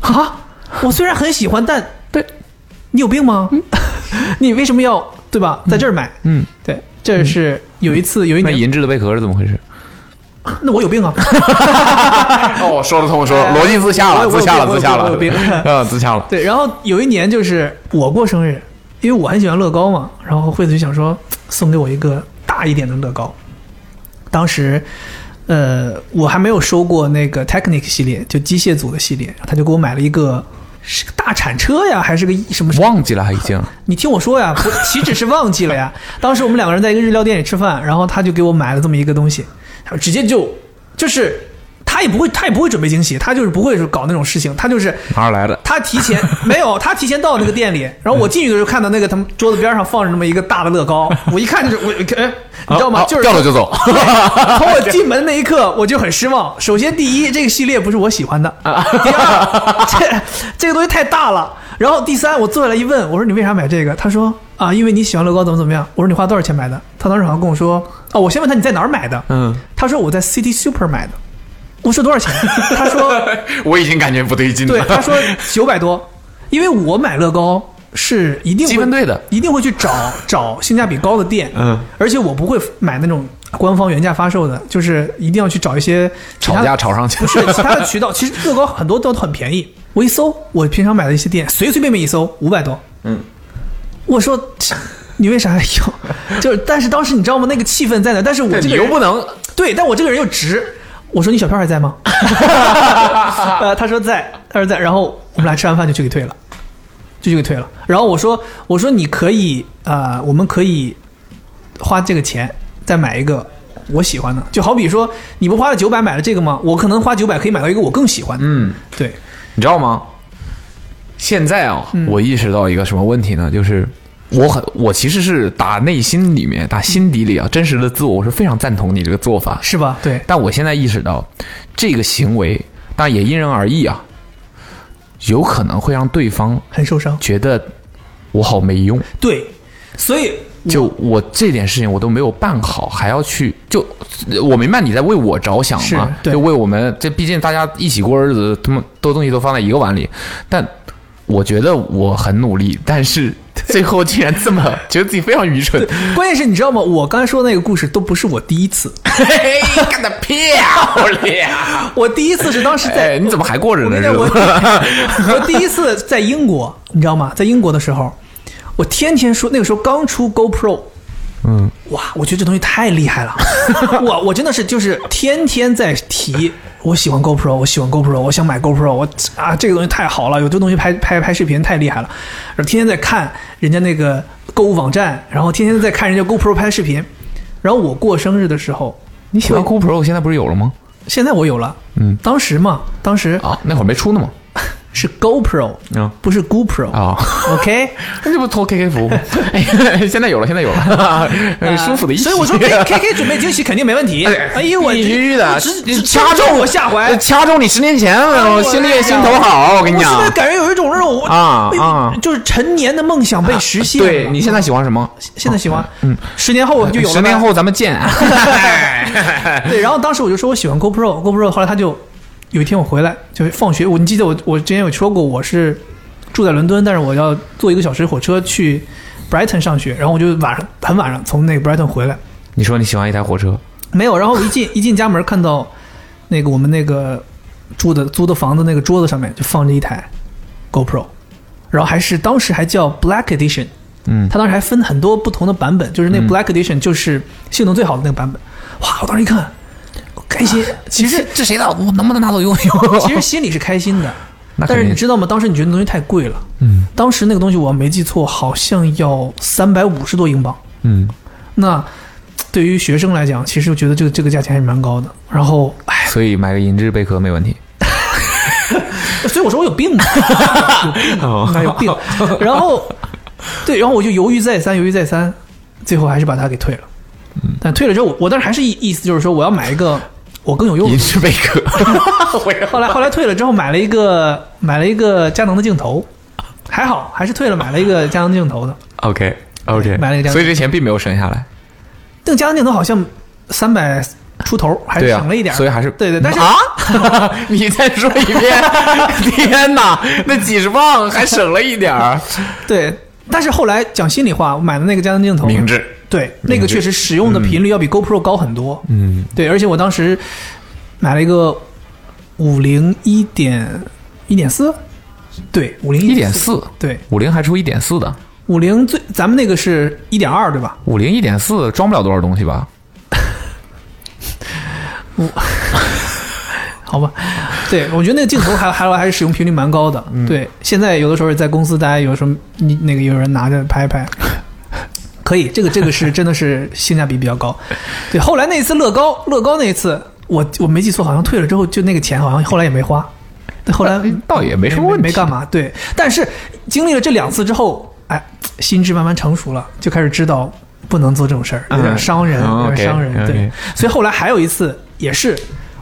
B: 啊，我虽然很喜欢，但对你有病吗？
D: 嗯
B: 你为什么要对吧，在这儿买？
A: 嗯，
B: 对，这是有一次有一
A: 那
B: 年，
A: 银质的贝壳是怎么回事？
B: 那我有病啊！
D: 哦，说得通，说逻辑自洽
B: 我
D: 了，
B: 有病
D: 自洽
B: 我
D: 了，
B: 有
D: 自洽
B: 病我有病
D: 了，呃，自洽了。
B: 对，然后有一年就是我过生日，因为我很喜欢乐高嘛，然后惠子就想说送给我一个大一点的乐高。当时，呃，我还没有收过那个 Technic 系列，就机械组的系列，他就给我买了一个是个大铲车呀，还是个什么？
A: 忘记了已经。
B: 你听我说呀，我岂止是忘记了呀？当时我们两个人在一个日料店里吃饭，然后他就给我买了这么一个东西，他直接就就是他也不会他也不会准备惊喜，他就是不会搞那种事情，他就是
A: 哪儿来的？
B: 他提 前没有，他提前到那个店里，然后我进去的时候看到那个他们桌子边上放着那么一个大的乐高，我一看 就是我，哎，你知道吗？
D: 嗯好
B: 就是
D: 掉头就走。
B: 从我进门那一 刻我就很失望。首先，第一，这个系列不是我喜欢的；
D: 啊
B: 第二，这这个东西太大了。然后第三，我坐下来一问，我说你为啥买这个？他说啊，因为你喜欢乐高，怎么怎么样。我说你花多少钱买的？他当时好像跟我说，哦，我先问他你在哪儿买的，
A: 嗯，
B: 他说我在 City Super 买的。我说多少钱？他说
D: 我已经感觉不对劲
B: 对，他
D: 了。
B: 说九百多，因为我买乐高是一定会
D: 积分队的，
B: 一定会去 找找性价比高的店，嗯，而且我不会买那种官方原价发售的，就是一定要去找一些其他
D: 吵架吵上去
B: 不是其他的渠道，其实乐高很多都很便宜，我一搜，我平常买的一些店，随随便便一搜五百多，嗯，我说你为啥要？ 就是但是当时你知道吗？那个气氛在那，但是我这
D: 你
B: 个
D: 又
B: 人
D: 不能，
B: 对，但我这个人又直。我说你小票还在 吗？呃，他说在，他说在。然后我们俩吃完饭就去给退了，就去给退了。然后我说我说你可以呃，我们可以花这个钱再买一个我喜欢的，就好比说你不花了九百买了这个吗？我可能花九百可以买到一个我更喜欢的。
D: 嗯，
B: 对，
D: 你知道吗？现在啊，我意识到一个什么问题呢？就是我很，我其实是打内心里面，打心底里啊，真实的自我，我是非常赞同你这个做法。
B: 是吧？对，
D: 但我现在意识到，这个行为，但也因人而异啊，有可能会让对方
B: 很受伤。
D: 觉得我好没用，
B: 对，所以
D: 就我这点事情我都没有办好，还要去就我明白你在为我着想
B: 是
D: 嘛，
B: 对
D: 就为我们这毕竟大家一起过日子，他们多东西都放在一个碗里，但我觉得我很努力，但是最后竟然 这么觉得自己非常愚蠢，
B: 关键是你知道吗？我刚才说的那个故事都不是我第一次，
D: 嘿，干得漂亮！
B: 我第一次是当时在
D: 哎，你怎么还过着
B: 我
D: 呢？
B: 跟你
D: 日
B: 讲，我
D: 子
B: 我第一次在英国，你知道吗？在英国的时候，我天天说那个时候刚出 GoPro，嗯，哇，我觉得这东西太厉 害了，我我真的是就是天天在提，我喜欢 GoPro，我喜欢 GoPro，我想买 GoPro，我啊这个东西太好了，有这东西拍拍拍视频太厉害了，然后天天在看人家那个购物网站，然后天天在看人家 GoPro 拍视频，然后我过生日的时候，
D: 你喜欢 GoPro 现在不是有了吗？
B: 现在我有了，嗯，当时嘛，当时
D: 啊，那会儿没出呢嘛。
B: 是 GoPro，、
D: 嗯
B: 不是 GoPro
D: 啊，
B: OK，
D: 那这不托 KK 服务吗？哎，现在有了，现在有了， 哎舒服的一起。
B: 所以我说给 KK 准备惊喜肯定没问题。哎呦我
D: 必须的，
B: 只
D: 你
B: 只
D: 掐中呃
B: 我哎下怀。
D: 掐中你十年前，我心里心头好，我跟你
B: 啊我现在
D: 讲。
B: 感觉有一种那种
D: 啊啊
B: 就是陈年的梦想被实现了。
D: 对你现在喜欢什么？
B: 现在喜欢，嗯，十年后我就有了。
D: 十年，后咱们见。啊
B: 对，然后当时我就说我喜欢 GoPro，GoPro，后来他就有一天我回来，就是放学，我你记得我我之前有说过我是住在伦敦，但是我要坐一个小时火车去 Brighton 上学，然后我就晚上很晚上从那个 Brighton 回来，
D: 你说你喜欢一台火车，
B: 没有，然后我一进一进家门，看到那个我们那个住的租的房子那个桌子上面就放着一台 GoPro，然后还是当时还叫 Black Edition，嗯，它当时还分很多不同的版本，
D: 嗯
B: 就是那个 Black Edition 就是性能最好的那个版本。哇，我当时一看，我开心，其实
D: 这谁的？我能不能拿走用一用？
B: 其实心里是开心的，
D: 那肯定
B: 但是你知道吗？当时你觉得东西太贵了，嗯，当时那个东西我没记错，好像要三百五十多英镑，
D: 嗯，
B: 那对于学生来讲，其实我觉得这个这个价钱还是蛮高的。然后，哎，
D: 所以买个银质贝壳没问题。
B: 所以我说我有 病吧，有病，有病。然后，对，然后我就犹豫再三，犹豫再三，最后还是把它给退了。
D: 嗯
B: 但退了之后，我我当时还是意意思就是说，我要买一个我更有用的
D: 银。质贝壳，
B: 后来后来退了之后，买了一个买了一个佳能的镜头，还好还是退了，买了一个佳能镜头的。
D: OK OK，
B: 买了一张
D: 所以这钱并没有省下来。
B: 那个佳能镜头好像三百出头，还是
A: 对啊
B: 省了一点儿，
A: 所以还是
B: 对对，但是
D: 啊， 你再说一遍！ 天哪，那几十磅还省了一点儿，
B: 对，但是后来讲心里话，我买的那个家庭镜头
D: 明智。
B: 对，那个
D: 明智
B: 确实使用
A: 嗯
B: 的频率要比 GoPro 高很多。嗯，对，而且我当时买了一个五零一点一点四，对，五零
A: 一点，四，
B: 对，
A: 五零还出一点四的，
B: 五零最咱们那个是一点二对吧？
A: 五零一点四装不了多少东西吧？
B: 好吧，对我觉得那个镜头还还还是使用频率蛮高的。
A: 嗯
B: 对，现在有的时候在公司，大家有时候你那个有人拿着拍 一拍，可以，这个这个是真的是性价比比较高。对，后来那一次乐高，乐高那一次，我我没记错，好像退了之后就那个钱好像后来也没花，对后来
A: 倒也没什么问题
B: 没没干嘛。对，但是经历了这两次之后，哎，心智慢慢成熟了，就开始知道不能做这种事儿，有点伤人，
A: 嗯
B: 有点伤人。
A: OK，
B: 对
A: OK，
B: 所以后来还有一次也是。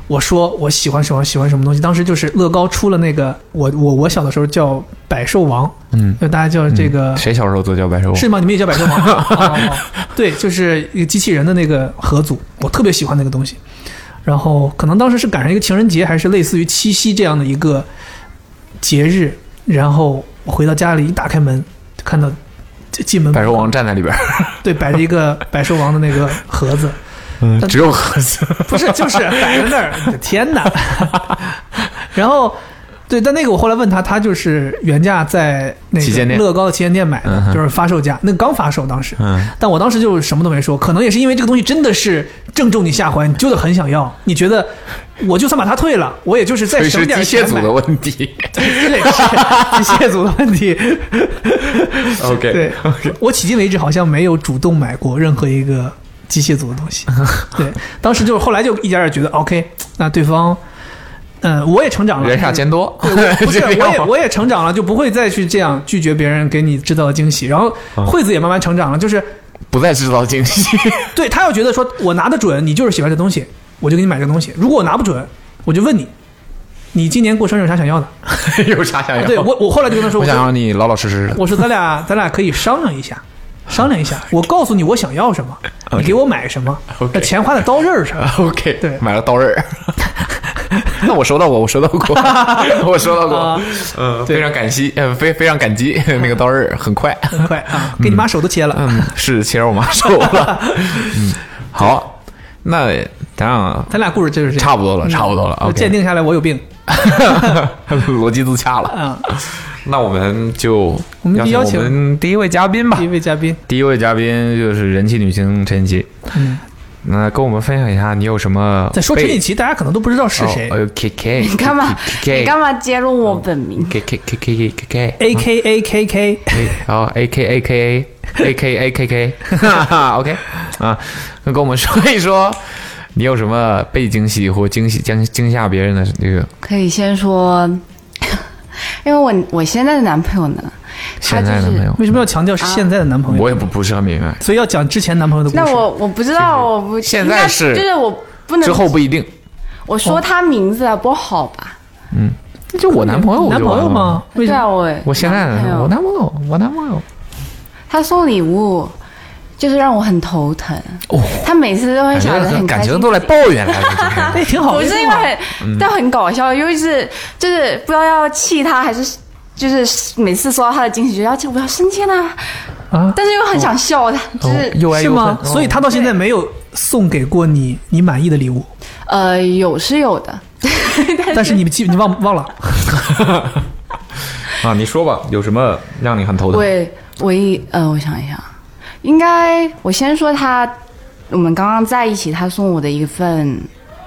B: 我说我喜欢什么喜欢什么东西，当时就是乐高出了那个我我我小的时候叫百兽王，嗯，就大家叫这个、
A: 谁小时候做茭白手？
B: 是吗？你们也叫百兽王？哦对，就是一个机器人的那个合组，我特别喜欢那个东西。然后可能当时是赶上一个情人节，还是类似于七夕这样的一个节日。然后我回到家里，一打开门，就看到进进门
D: 百兽王站在里边儿，
B: 对摆着一个百兽王的那个盒子，嗯
D: 只有盒子。
B: 不是，就是摆在那儿，我的天哪！然后，对，但那个我后来问他，他就是原价在那
A: 旗舰
B: 个
A: 店
B: 乐高的旗舰店买
D: 嗯
B: 的，就是发售价，那个刚发售当时。
A: 嗯
B: 但我当时就什么都没说，可能也是因为这个东西真的是正中你下怀，你就是很想要，你觉得我就算把它退了，我也就是再
D: 所以
B: 省
D: 是机
B: 点
D: 械
B: 钱
D: 组
B: 买
D: 的。问题。
B: 对，是机械组的问题。
D: OK，
B: 对，我迄今为止好像没有主动买过任何一个机械组的 东西。对，当时就是后来就一点点觉得 OK，那对方，嗯、我也成长了，
D: 人傻钱多，
B: 不是，
D: 这
B: 我
D: 样
B: 也我也成长了，就不会再去这样拒绝别人给你制造的惊喜。然后惠子也慢慢成长了，就是
D: 啊不再制造惊喜。
B: 对他要觉得说我拿得准，你就是喜欢这东西，我就给你买这东西；如果我拿不准，我就问你，你今年过生日有啥想要的？ 啊
D: 有啥想要？
B: 对我，我后来就跟他说，
A: 我
B: 我
A: 想
B: 说
A: 让你老老实实的。
B: 我说咱俩咱俩可以商量一下，商量一下，我告诉你我想要什么，你给我买什么，那钱花在刀刃 上。
D: OK，
B: 对
D: 买了 刀刃儿。 那我收到过，我收到过， 我收到过
B: 啊，
D: 嗯，非常感激，呃，非非常 感激那个刀刃儿很快，
B: 很快 啊，给你妈手都切了。
D: 嗯，是切肉麻手 了，嗯，好，那咱俩
B: 咱俩故事就是这样嗯
D: 差不多了，差不多了
B: 就鉴
D: ，OK，
B: 定下来我有病
D: 逻辑自洽了，
B: 啊！
D: 那我们就
B: 我们
D: 邀
B: 邀请
D: 我们第一位嘉宾吧
B: 第一，位嘉宾，
A: 第一位嘉宾就是人气女星陈绮，
B: 嗯，
A: 那跟我们分享一下你有什么
B: 在说陈
A: 被
B: 绮琪，大家可能都不知道是谁
A: 哦、？K K，
E: 你干嘛？你
A: ？K
E: 干嘛揭露我本名？
A: K K K K K K
B: ，A K A K K，
A: 然后 A K A K A A K A K K，哈 哈 OK 啊，那跟我们说一说，你有什么被惊喜或惊喜惊惊吓别人的这个？
E: 可以先说， 因为我我现在的男朋友呢，他
A: 现
E: 就
A: 在的
E: 是啊
A: 没有，
B: 为什么要强调是现在的男朋友？
A: 我也不不是很明白。
B: 所以要讲之前男朋友的故事。
E: 那我我不知道，我不
D: 现
E: 应该
D: 在是
E: 就是我不能
D: 之后不一定，
E: 我说他名字啊不好吧？
A: 就我男朋友，
B: 男朋友？吗？为
E: 对
B: 什
E: 啊，
B: 么？
E: 我
A: 我现在
E: 男朋友
A: 我男朋友，我男朋友，
E: 他送礼物，就是让我很头疼。
A: 哦
E: 他每次都会
D: 感
E: 想哎的
D: 觉
E: 很
D: 感
E: 开
D: 觉
E: 心，
D: 都来抱怨 来了，
B: 那 挺好
E: 不
B: 的，
E: 是因为
A: 嗯
E: 很，但很搞笑，因为是就是不知道要气他还是。就是每次收到他的惊喜，就要我要升天啊！
B: 啊，
E: 但是又很想笑他，就是、
A: 哦又爱
B: 是
A: 又恨哦
B: 吗？。所以他到现在没有送给过你你满意的 礼物，
E: 呃有是有的，
B: 但是你记你忘忘了。
A: 啊，你说吧，有什么让你很头
E: 我？也我一呃，我想一想，应该我先说他，我们刚刚在一起，他送我的一份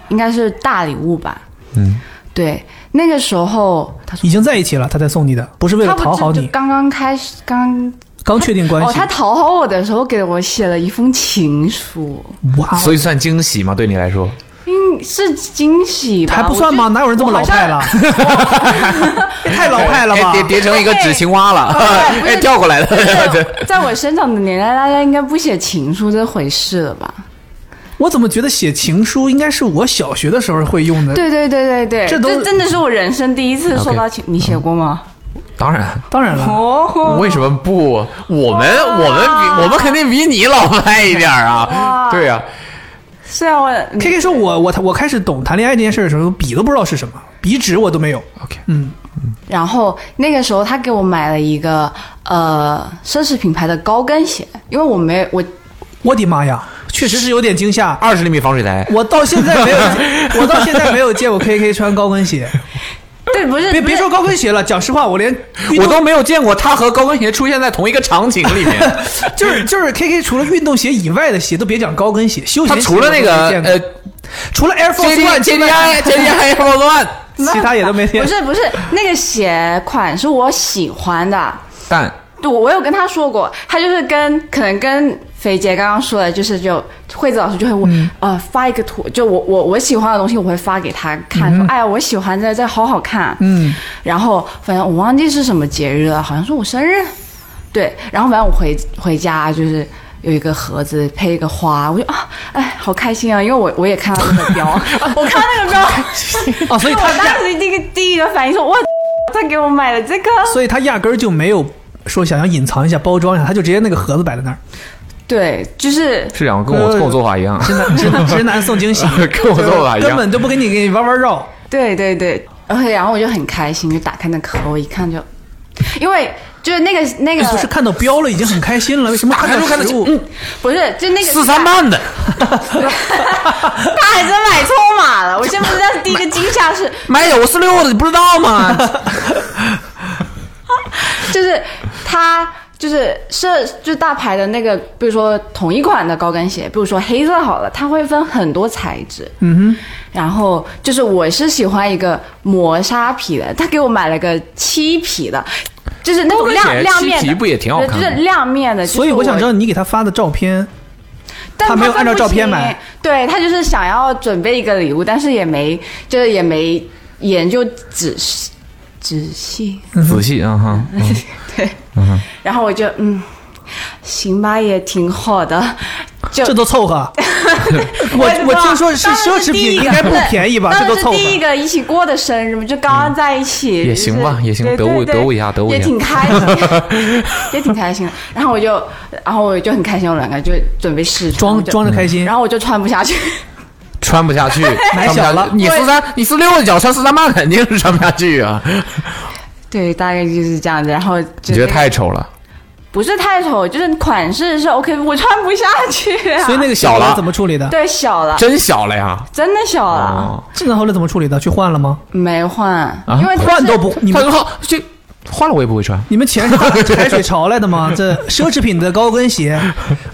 E: 应该是大礼物吧。嗯，对，那个时候他
B: 已经在一起了，他才送你的，不是为了
E: 他不
B: 讨好
E: 就
B: 你
E: 就。刚刚开始，刚
B: 刚确定关
E: 哦，
B: 系
E: 他，讨好我的时候给我写了一封情书，
B: 哇，
D: 所以算惊喜吗？对你来说，
E: 嗯，是惊喜吧？
B: 还不算吗？
E: 我就
B: 哪有人这么老派了？？这太老派了吧
D: 哎？叠叠成一个纸青蛙了，
E: 不 是
D: 哎，调过来
E: 我好 像
D: 的，
E: 在在我生长的年代，大家应该不写情书这回事了吧？
B: 我怎么觉得写情书应该是我小学的时候会用的？，
E: 对对对对对，
B: 呃这都
E: 真的是我人生第一次收到情，你写过吗？
D: 当然，
B: 当然了，
E: 哦，
D: 为什么不？
E: 哦
D: 我们我们比我们肯定比你老派一点儿啊！对呀、
F: 是啊，我
B: K K 说我我我开始懂谈恋爱这件事儿的时候，笔都不知道是什么，笔纸我都没有。
A: OK，
B: 嗯，
E: 然后那个时候他给我买了一个呃奢侈品牌的高跟鞋，因为我没我
B: 我的妈呀，确实是有点惊吓。
D: 二十厘米防水台，
B: 我到现在 没有，我到现在没有见过 K K 穿高跟鞋。
E: 对不是
B: 别
E: 不
B: 别
E: 是
B: 说高跟鞋了，讲实话，我连运
D: 我
B: 动
D: 都没有见过它和高跟鞋出现 在同一个场景里面。
B: 就是就是 K K 除了运动鞋以外的鞋都别讲高跟鞋，休闲
D: 它
B: 鞋
D: 除了那个
B: 我都没见过
D: 呃
B: 除了 Air Force
D: J D
B: One
D: J
B: 之
D: D
B: 外
D: I J D I Air Force One，
B: 其他也都没见
E: 不。是不是那个鞋款是我喜欢的，
D: 但
E: 对，我我有跟他说过，他就是跟可能跟肥姐刚刚说的，就是就惠子老师就会我、
B: 嗯
E: 呃发一个图，就我我我喜欢的东西，我会发给他看，
B: 嗯
E: 说哎呀我喜欢这这好好看，嗯，然后反正我忘记是什么节日了，好像是我生日，对，然后反正我回回家就是。有一个盒子配一个花，我就啊，哎，好开心啊！因为我我也看到那 个标， 我看到那个标，
B: 哦所以他
E: 我当时第一个第一个反应说，哇，他给我买了这个，
B: 所以他压根儿就没有说想要隐藏一下、包装一下，他就直接那个盒子摆在那儿。
E: 对，就是
D: 是两个跟
B: 呃
D: 我跟我做法一样，
B: 直男直 男直男送惊喜，
D: 跟我做法一
B: 根
D: 样。
B: 本都不给你给你弯弯绕。
E: 对对对，然后然后我就很开心，就打开那壳，我一看就，因为就是那个那个
B: 不是看到标了已经很开心了，为什么看到
D: 看到嗯
B: 实物？
E: 不是就那个
D: 四三，半的，
E: 他还真买错码了。我先不知道第一个惊 吓是
D: 买有四六的你不知道吗？
E: 就是他。就是是就是大牌的那个，比如说同一款的高跟鞋，比如说黑色好了，它会分很多材质。嗯哼。然后就是我是喜欢一个磨砂皮的，他给我买了个漆皮的，就是那种
D: 高跟
E: 亮
D: 鞋
E: 亮面
D: 漆
E: 的，
D: 皮不也挺好看
E: 对
D: 的
E: 就是亮面的。就是
B: 所以我想知道你给他发的照片，
E: 但
B: 他没有
E: 分
B: 按照
E: 不
B: 照片
E: 清
B: 买，
E: 对他就是想要准备一个礼物，但是也没就是也没研究仔细仔细，
D: 仔细啊哈，嗯
E: 对，然后我就嗯，行吧，也挺好的，就
B: 这都凑合。我我听说是奢侈品，应该不便宜吧？这
E: 这
B: 都凑合。嗯
E: 第一个一起过的生日嘛，就刚刚在一起，
D: 也
E: 就是
D: 行吧也行
E: 对
D: 得
E: 对
D: 物
E: 对
D: 得物一下得物一
E: 也
D: 下
E: 挺开心， 也挺开心的。然后我就，然后我就很开心，我两个就准备试穿
B: 装
E: 我就
B: 装着开心
E: 然后我就穿不下去。
D: 穿不 下去，穿不
B: 小
D: 下
B: 了
D: 去。你四三，你四六的脚穿四三半肯定是穿不下去啊！
E: 对，大概就是这样子。然后
D: 你
E: 就
D: 觉得
E: 那个
D: 太丑了，
E: 不是太丑，就是款式是 OK，我穿不下去、啊。
B: 哎所以那个
D: 小了
B: 盒子怎么处理的？
E: 对小了，真
D: 真小了呀！
E: 的小了，
D: 哦，
B: 智能后来怎么处理的？去换了吗？啊
E: 没换，因为它
B: 换
E: 是
B: 都不，你
D: 他
B: 们
D: 说好这换了我也不会穿，
B: 你们钱 是大海水潮来的吗？这奢侈品的高跟鞋，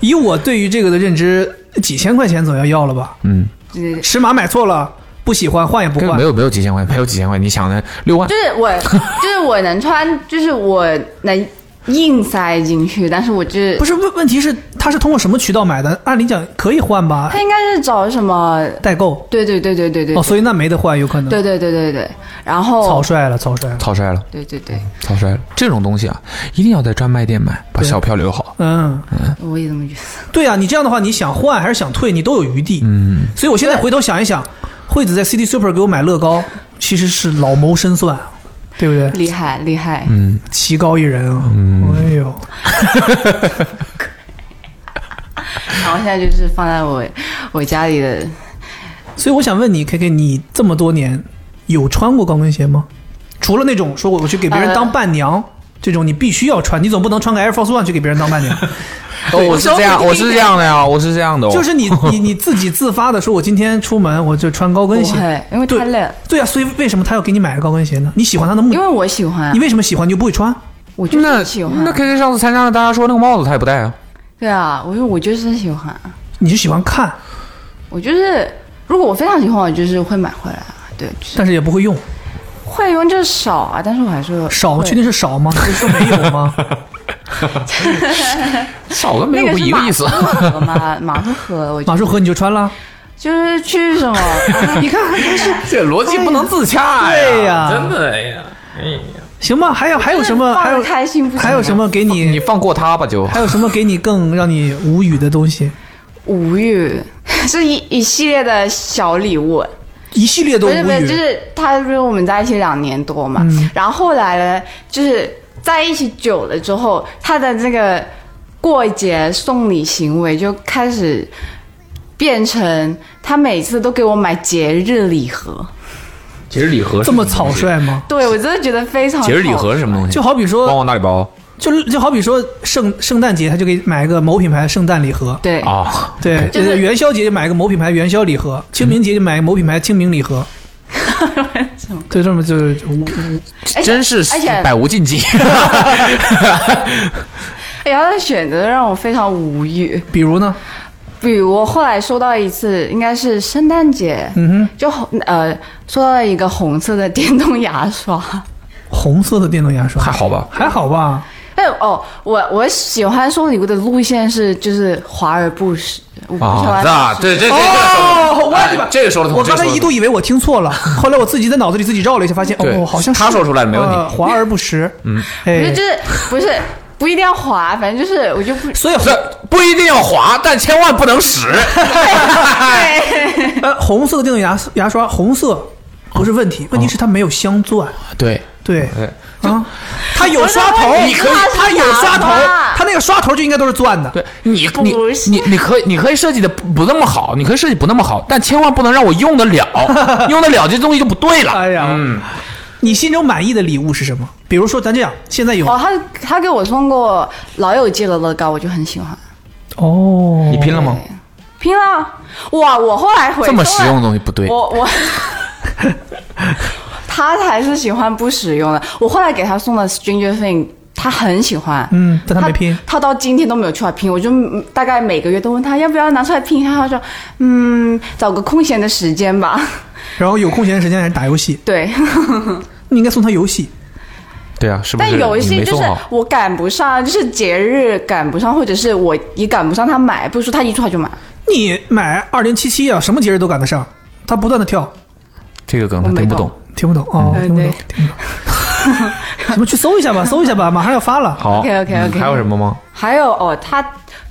B: 以我对于这个的认知，几千块钱总要要了吧？
D: 嗯，
E: 就是
B: 尺码买错了，不喜欢换也不
D: 根本
B: 换
D: 没。有没有几千块，没有几千块，你想的六万
E: 就，是我 就是我能穿，就是我能硬塞进去，但是我就是
B: 不是问问题是他是通过什么渠道买的？按理讲可以换吧
E: 他？应该是找什么？
B: 代购
E: 对对对对对对，
B: 哦，所以那没得换，有可能。
E: 对哦对对对对，然
B: 草
E: 后
B: 率了，草率了。
D: 草率了，
E: 对对对，
D: 草率了。这种东西啊，一定要在专卖店买，把
B: 对
D: 小票留好。
B: 嗯，
E: 我也这么觉得。
B: 对啊，你这样的话，你想换还是想退，你都有余地。嗯，所以我现在回头想一想，惠子在 City Super 给我买乐高，其实是老谋深算，对不对？
E: 厉害厉害，
B: 嗯
D: 嗯
B: 棋高一人啊！哎呦，
E: 然后现在就是放在我我家里的
B: 所以我想问你，K K，你这么多年有穿过高跟鞋吗？除了那种说我我去给别
E: 呃
B: 人当伴娘、这种，你必须要穿，你总不能穿个 Air Force One 去给别人当伴娘。
D: 哦，我是这 样，我是这样的呀，我是这样的哦。
B: 就是你你你自己自发的说，我今天出门我就穿高跟
E: 不
B: 鞋
E: 会，因为
B: 对
E: 太累了。
B: 对啊，所以为什么他要给你买个高跟鞋呢？你喜欢他的目
E: 因为我喜欢啊
B: 你，为什么喜欢你就不会穿？
E: 我就
D: 那
E: 是喜欢。啊
D: 那 K K 上次参加了大家说那个帽子他也不戴啊，
E: 对啊，我说我就是喜欢，
B: 你是喜欢看，
E: 我就是如果我非常喜欢，我就是会买回来啊。对，就是
B: 但是也不会用，
E: 会用就是少啊，但是我还是
B: 少
E: 会
B: 确定是少吗？你说没有 吗？
F: 哦
D: 少跟没
E: 那
D: 有
E: 个
D: 不
E: 是
D: 一个意思。
E: 马术盒嘛， 马术盒，我就
B: 马术和你就穿了，
E: 就是去什么， 你看就是
D: 这逻辑不能自洽
B: 对呀真
D: 的哎呀，
B: 行吧？还有还有什么？
E: 放
B: 还
E: 得
B: 有
E: 开心不行吗啊
B: 还有什么给
D: 你
B: 你？
D: 放过他吧就。
B: 还有什么给你更让你无语的东西？
E: 无语， 是一一系列的小礼物。
B: 一系列都
E: 不
B: 无
E: 是不是，就
B: 语。嗯
E: 是他不是我们在一起两年多嘛，然后后来呢，就是在一起久了之后，他的这个过节送礼行为就开始变成他每次都给我买节日礼盒，
D: 节日礼盒
B: 这么草率吗？
E: 对我真的觉得非常
D: 节日礼
E: 好
D: 盒是什么东西？
B: 就好比
D: 旺
B: 说，
D: 旺大礼包
B: 就就好比说圣圣诞节，他就给你买一个某品牌的圣诞礼盒，
E: 对
D: 啊，
B: 对，
E: 就是
B: 呃元宵节就买一个某品牌元宵礼盒，清明节就买一个某品牌清明礼盒，
E: 嗯
B: 就这么就是无哎
E: 而且
D: 真是
E: 而且
D: 百无禁忌。
E: 哎呀，他的选择让我非常无语。
B: 比如呢，
E: 比如我后来收到一次，应该是圣诞节，
B: 嗯
E: 就红呃收到了一个红色的电动牙刷。
B: 哼，红色的电动牙刷
D: 还好吧
B: 还好吧，
E: 但哦，我我喜欢送礼物的路线是就是华而不实，我不啊喜欢
D: 那
E: 实
D: 啊对这这
B: 哦我
D: 哎
B: 问你吧
D: 这个说的通，
B: 我刚才
D: 这个说得通
B: 一度以为我听错 了，后来我自己在脑子里自己绕了一下，发现
D: 对
B: 哦，好像是
D: 他说出来了没问题
B: 呃华而不实，嗯，
E: 不
B: 哎
E: 是就，是不是不一定要滑，反正就是我就不
B: 所以红
D: 这不一定要滑，但千万不能使。
B: 呃红色的电动牙牙刷红色不是问
D: 哦
B: 题，问题是它没有镶钻，
D: 对，
B: 对
D: 对
B: 啊，它有刷头，
E: 你可以
B: 它哦有刷头
E: 哦它
B: 它
E: 是牙刷，
B: 那个刷头就应该都是钻的，
D: 对你你
E: 不是
D: 你你可以你可以设计的不不那么好，你可以设计不那么好，但千万不能让我用 得了，用得了这东西就不对了。嗯
B: 哎呀，你心中满意的礼物是什么？比如说，咱这样，现在有
E: 哦，他他给我送过老友记的乐高，我就很喜欢。
B: 哦
D: 你拼了吗？
E: 拼了哇！我后哎来回
D: 这么
E: 收了啊
D: 实用的东西不对，
E: 我 我，他才是喜欢不实用的。我后来给他送了 Stranger Thing，他很喜欢。
B: 嗯但他没拼
E: 他到今天都没有出来拼。我就嗯大概每个月都问他要不要拿出来拼一下，他说嗯，找个空闲的时间吧。
B: 然后有空闲的时间还是打游戏，
E: 对，
B: 你应该送他游戏。
D: 对啊，是不
E: 但
D: 是？
E: 有一
D: 你
E: 些
D: 没
E: 就是
D: 送好，
E: 我赶不上，就是节日赶不上，或者是我也赶不上他买，不是说他一出来就买，
B: 你买二零七七啊，什么节日都赶得上，他不断的跳，
D: 这个梗他
E: 我没
D: 听不
E: 懂
D: 懂。
B: 听不懂哦，
E: 嗯
B: 听不懂
E: 对，
B: 听不 懂。什么去搜一下吧，搜一下吧，马上要发了。
D: 好
E: OK，OK，OK
D: 嗯还有什么吗？
E: 还有哦，他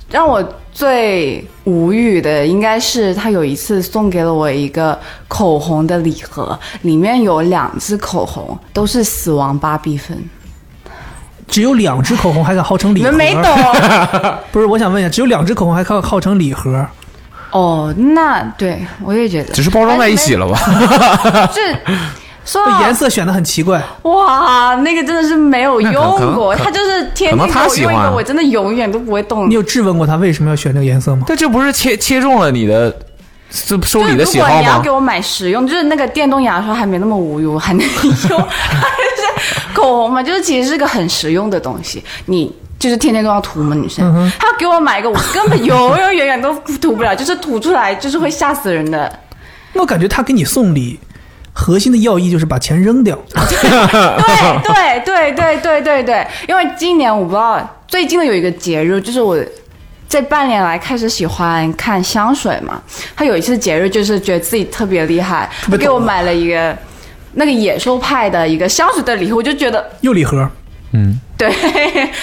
E: 让我最无语的应该是他有一次送给了我一个口红的礼盒，里面有两支口红，都是死亡芭比粉。
B: 只有两支口红还敢号称礼
E: 你
B: 盒？
E: 们没懂
B: 不是，我想问一下，只有两支口红还靠号称礼盒？
E: 哦？那对我也觉得，
D: 只是包装在一起了吧？
E: 哎，这 说啊
B: 这
E: 到
B: 颜色选的很奇怪。
E: 哇，那个真的是没有
D: 那可
E: 用过，
D: 可
E: 他就是
D: 可
E: 天天
D: 能
E: 给
D: 他
E: 我
D: 喜
E: 用一
D: 欢
E: 个，我真的永远都不会动
B: 你。有质问过他为什么要选这个颜色吗？
D: 但这不是切切中了你的这收
E: 就是
D: 礼的喜
E: 如果
D: 好
E: 你要
D: 吗
E: 给？我买实用，就是那个电动牙刷还没那么无用，还能用，就是口红嘛，就是其实是个很实用的东西，你。就是天天都要涂嘛，女生。
D: 嗯
E: 他给我买一个，我根本永永远远都涂不了，就是涂出来就是会吓死人的。
B: 那我感觉他给你送礼，核心的要义就是把钱扔掉。
E: 对对对对对对对，因为今年我不知道最近的有一个节日，就是我这半年来开始喜欢看香水嘛。他有一次节日就是觉得自己特别厉害，
B: 别
E: 给我买了一个那个野兽派的一个香水的礼盒，我就觉得
B: 又礼盒，
E: 对，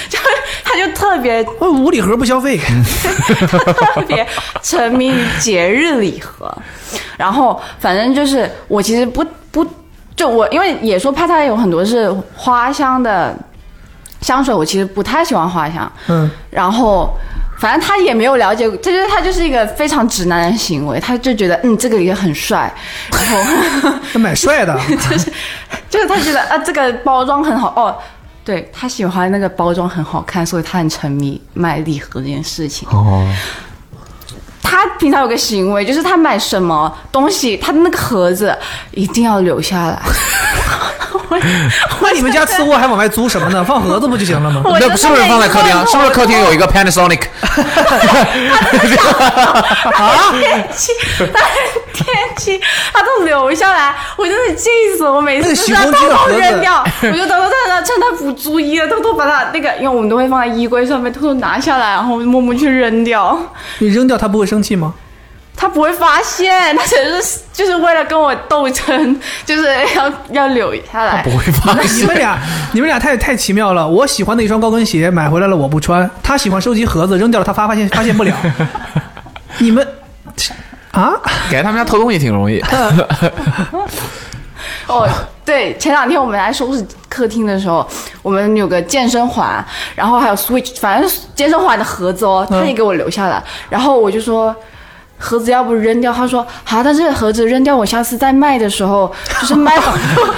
E: 就他就特别
B: 我无礼盒不消费。
E: 特别沉迷于节日礼盒，然后反正就是我其实不不就我因为也说怕它有很多是花香的香水，我其实不太喜欢花香，
B: 嗯，
E: 然后。反正他也没有了解，他就是他就是一个非常直男的行为，他就觉得嗯这个也很帅，然后
B: 那买帅的，
E: 哦 就是就是他觉得啊这个包装很好哦，对他喜欢那个包装很好看，所以他很沉迷买礼盒这件事情。
D: 哦，
E: 他平常有个行为，就是他买什么东西，他的那个盒子一定要留下来。
B: 那你们家次卧还往外租什么呢？放盒子不就行了吗？
E: 我
D: 那
E: 就是
D: 不是放在客厅啊
E: 每？次
D: 是不是客厅有一个 Panasonic？
E: 天气，他天气，啊他都留下来，我真的气死我！每次
B: 那
E: 都
B: 个
E: 是
B: 洗
E: 要
B: 风机
E: 偷
B: 的盒
E: 偷
B: 子
E: 扔掉，我就偷偷趁他趁他不注意了，偷偷把他那个，因为我们都会放在衣柜上面，偷偷拿下来，然后默默去扔掉。
B: 你扔掉他不会生气吗？
E: 他不会发现，他只 是就是为了跟我斗争，就是要要留下来。
D: 不会放。
B: 你们俩，你们俩太太奇妙了。我喜欢的一双高跟鞋买回来了，我不穿。他喜欢收集盒子，扔掉了他发发现发现不 了。你们
E: 哎
B: 啊，
D: 给他们家偷东西挺容易。
E: 嗯哦，对，前两天我们来收拾客厅的时候，我们有个健身环，然后还有 Switch，反正健身环的盒子哦，他也给我留下了。然后我就说，盒子要不扔掉？他说好，但这个盒子扔掉，我下次再卖的时候就是卖回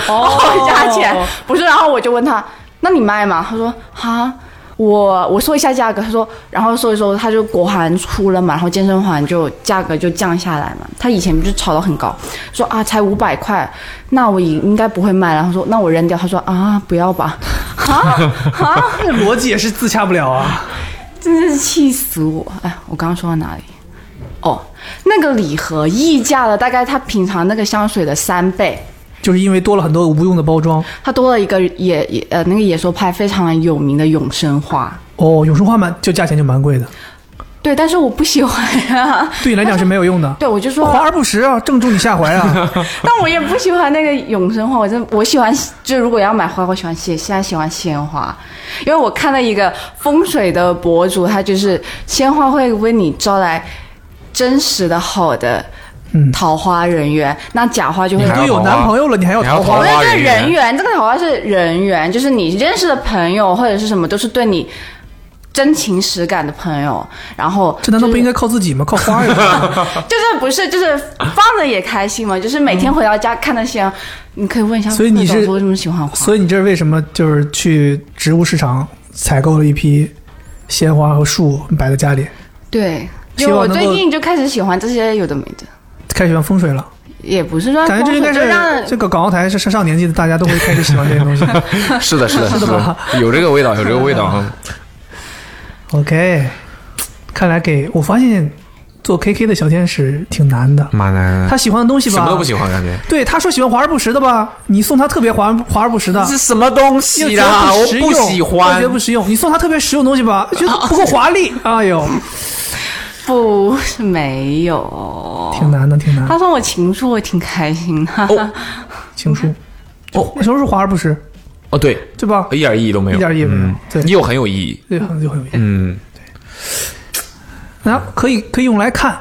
E: 回价钱，不是？然后我就问他，那你卖吗？他说哈。我我说一下价格，他说，然后说一说，他就国环出了嘛，然后健身环就价格就降下来嘛。他以前不是炒到很高，说啊才五百块，那我应应该不会卖了。然后说那我扔掉，他说啊不要吧， 啊啊，
B: 这逻辑也是自洽不了啊。
E: 真是气死我！哎，我刚刚说到哪里？哦，那个礼盒溢价了大概它平常那个香水的三倍，
B: 就是因为多了很多无用的包装
E: 它多了一个野野呃那个野兽派非常有名的永生花。
B: 哦，永生花蛮就价钱就蛮贵的，
E: 对，但是我不喜欢啊。
B: 对你来讲是没有用的。
E: 对，我就说，
B: 华而不实啊，正中你下怀啊。
E: 但我也不喜欢那个永生花，我真我喜欢，就如果要买花，我喜欢鲜，现在喜欢鲜花，因为我看了一个风水的博主，他就是鲜花会为你招来真实的好的
B: 嗯
E: 桃花人缘，那假花就会
D: 你还
B: 都
D: 要
B: 有男朋友了，你还要
D: 你还要
B: 桃花
E: 我
D: 桃？
E: 觉
D: 花
E: 得这
D: 人
E: 个
D: 缘
E: 人缘，这个桃花是人缘，就是你认识的朋友或者是什么，都是对你真情实感的朋友。然后
B: 这难道不应该靠自己吗？靠花呀！
E: 就是不是就是放着也开心嘛？就是每天回到家看那些，你可以问一下，
B: 所以你是
E: 为什么喜欢花？
B: 所以你这是为什么就是去植物市场采购了一批鲜花和树摆在家里，
E: 对，
B: 希
E: 就
B: 望
E: 我
B: 能
E: 最
B: 够
E: 近就开始喜欢这些有的没的，
B: 开始喜欢风水了？
E: 也不是说
B: 感觉这应该
E: 光就让
B: 是这个港澳台是上上年纪的大家都会开始喜欢这些东西。
D: 是的，是的，是
B: 是的吧
D: 的，有这个味道，有这个味道。嗯
B: OK，看来给我发现做 KK 的小天使挺难的，
D: 妈的，
B: 他喜欢的东西吧，
D: 什么都不喜。欢，感觉。
B: 对，他说喜欢华而不实的吧，你送他特别华而华而不实的，
D: 这是什么东
B: 又
D: 西
B: 觉
D: 啦？
B: 得
D: 我
B: 实
D: 不
B: 用
D: 喜
B: 又
D: 欢
B: 觉得。不实用。你送他特别实用的东西吧，觉 得不够华 丽。哎呦，
E: 不是没有。
B: 挺难的，挺难
E: 他
B: 的。
E: 送我情书，我挺开心的。
B: 哦情书，
D: 哦
B: 那时候是华而不实，
D: 哦，对，
B: 对吧？
D: 一点意义都没有，
B: 一点意义没有
D: 嗯
B: 对
D: 又很有意义。
B: 这很就很有意思。
D: 嗯
B: 然后可以可以用来看，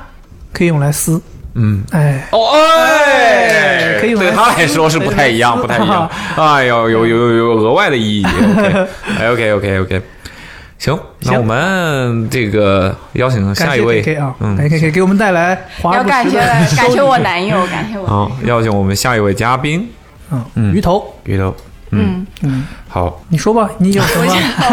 B: 可以用来撕。
D: 嗯，
B: 哎，
D: 哦哎，
B: 可以吗
D: 对他来说是不太一 样，不太一样。哎呦，有有有有额外的意义。OK OK OK，行，那
B: 行
D: 我们这个邀请
B: 感
D: 下一
B: 谢
D: 位
B: K K 啊，
D: 嗯
B: 感，谢 K K 给我们带来华而
E: 要
B: 不
E: 感
B: 实
E: 谢
B: 的
E: 感谢我男友，感谢我男
D: 好
E: 友。，
D: 邀请我们下一位嘉宾
B: 嗯鱼头。
D: 鱼头。嗯嗯，好，
B: 你说吧，你有什么？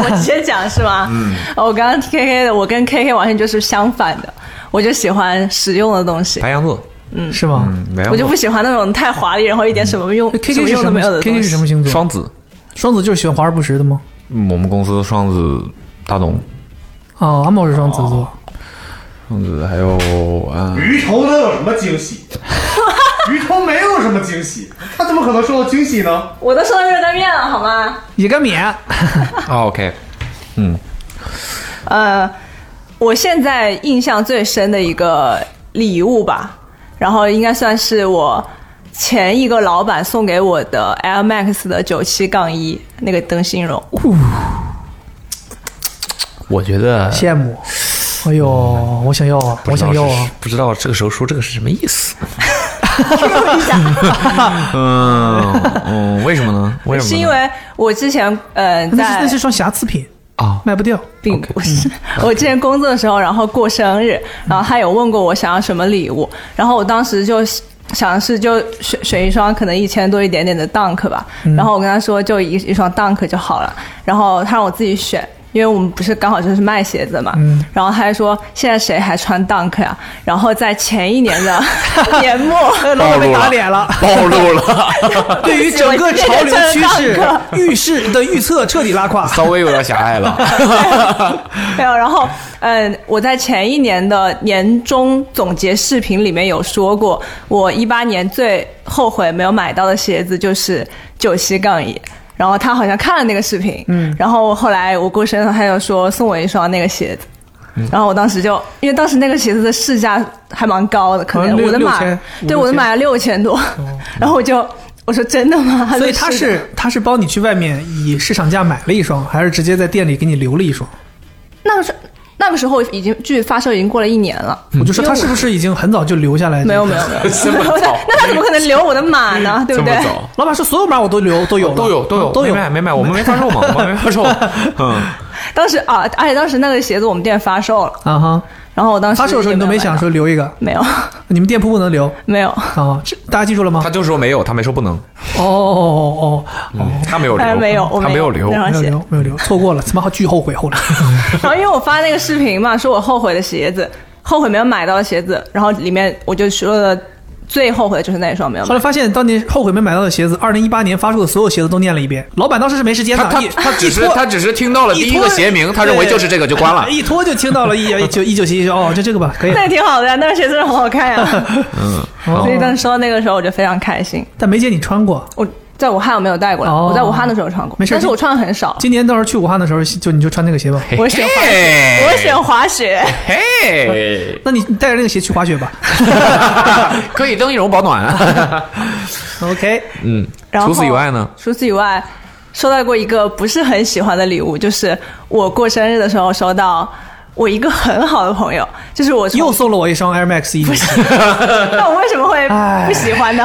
F: 我直接讲是吗？嗯，我刚刚 K K 的，我跟 K K 完全就是相反的，我就喜欢实用的东
B: 哎
F: 西，
D: 白羊座，
B: 是吗？
D: 嗯，白
F: 我
D: 羊
F: 就
D: 座，
F: 不喜欢那种太华丽，然后一点什么用、
B: 哎嗯 K
F: 什
B: K
F: 么
B: 是
F: 用
B: 什
F: 都
B: 么
F: 没有的
B: ？K
F: 东
B: K
F: 西。
B: 是什么星座？
D: 双子。
B: 双子就是喜欢华而不实的吗？
D: 嗯我们公司双子大董，
B: 哦，阿茂是双子座，
D: 双子还有啊，
H: 鱼头能有什么惊喜？ 鱼头没有什么惊喜，他怎么可能受到惊喜呢？
F: 我都说到热干面了，好吗？
B: 也该免。
D: 啊 OK，嗯，
F: 呃，我现在印象最深的一个礼物吧，然后应该算是我前一个老板送给我的 Air Max 的九七杠一那个灯芯绒，
D: 我觉得
B: 羡慕。哎呦，我想要啊，我想要啊！
D: 不知道这个时候说这个是什么意思。 嗯嗯，为什 么呢？为什么呢？
F: 是因为我之前呃
B: 那是
F: 在
B: 那是双瑕疵品，
D: 啊，
B: 卖不掉。
F: 并不是。
D: 嗯
F: 我之前工作的时候，然后过生日，然后他有问过我想要什么礼物，然后我当时就想的是就选选一双可能一千多一点点的 Dunk 吧，
B: 嗯
F: 然后我跟他说就一一双 Dunk 就好了，然后他让我自己选。因为我们不是刚好就是卖鞋子嘛，
B: 嗯
F: 然后他还说现在谁还穿 Dunk 呀、然后在前一年的 年 末，
B: 哎老板被打脸了。
D: 暴露了，
B: 对于整个潮流趋势预示的预测彻底拉胯。
D: 稍微有点狭隘了。
F: 没 有，然后嗯，我在前一年的年终总结视频里面有说过，我一八年最后悔没有买到的鞋子就是九七杠一。然后他好像看了那个视频，嗯，然后后来我过生日，他就说送我一双那个鞋子。
B: 嗯
F: 然后我当时就，因为当时那个鞋子的市价还蛮高的，可
B: 好像
F: 能
B: 六
F: 我的
B: 六千
F: 买，对
B: 五六千哦
F: 我的买了六千多， 然后我就我说真的吗？
B: 所以
F: 说
B: 他
F: 的
B: 是他是帮你去外面以市场价买了一双，还是直接在店里给你留了一双？
D: 嗯
F: 那个时候那个时候已经距发售已经过了一年了，
B: 嗯我就说他是不是已经很早就留下来？
F: 没有 没有。 没有，那那他怎么可能留我的码 呢？对
D: 这
F: 不对
D: 么？早
B: 老板说所有码我都留，都有了，
D: 都有都有
B: 都有
D: 没。买没买，我们没发售 嘛，我们没发售。嗯，
F: 当时啊，而且当时那个鞋子我们店发售了，
B: 啊哈，
F: 然后我当时
B: 发售的时候你都没想说留一个，
F: 没有
B: 你们店铺不能留
F: 没有，
B: 啊？这大家记住了吗
D: 他？就说没有，他没说不能，
B: 哦
D: 嗯
B: 哦哦哦哦，
D: 他没有
F: 哎
D: 留，
F: 没有我
D: 他没有
F: 有
D: 留
F: 没。有
B: 没有
F: 写。
B: 留，没 有留，错过了，他妈巨后悔，后来
F: 然后因为我发那个视频嘛，说我后悔的鞋子，后悔没有买到的鞋子，然后里面我就说了最后悔的就是那一双没有
B: 后
F: 买
B: 来。发现当年后悔没买到的鞋子，二零一八年发售的所有鞋子都念了一遍。老板当时是没时间的，
D: 他他
B: 一
D: 他只
B: 一
D: 是
B: 拖
D: 他只是听到了第一
B: 拖
D: 个鞋名，他认为就是这个就关了
F: 哎
B: 对。哎一拖就听到了一一九一九七一九哦，就这个吧，可以。
F: 那个挺好的呀，那个鞋真的很好看呀。
B: 哦
D: 嗯
F: 所以当时说那个时候我就非常开心。
B: 但没见你穿过。
F: 我在武汉我没有带过来，
B: 哦
F: 我在武汉的时候穿过，
B: 没事
F: 但是
B: 今
F: 我穿的很少。
B: 今年到时候去武汉的时候，就你就穿那个鞋吧。
F: 我选滑雪，我选滑雪。
D: 嘿，
B: 那你你带着那个鞋去滑雪吧。
D: 可以增羽绒 保暖。
B: OK，
D: 嗯，
F: 然后
D: 除此以外呢？
F: 除此以外，收到过一个不是很喜欢的礼物，就是我过生日的时候收到我一个很好的朋友，就是我从
B: 又送了我一双 Air Max 一，
F: 那我为什么会不喜欢 呢？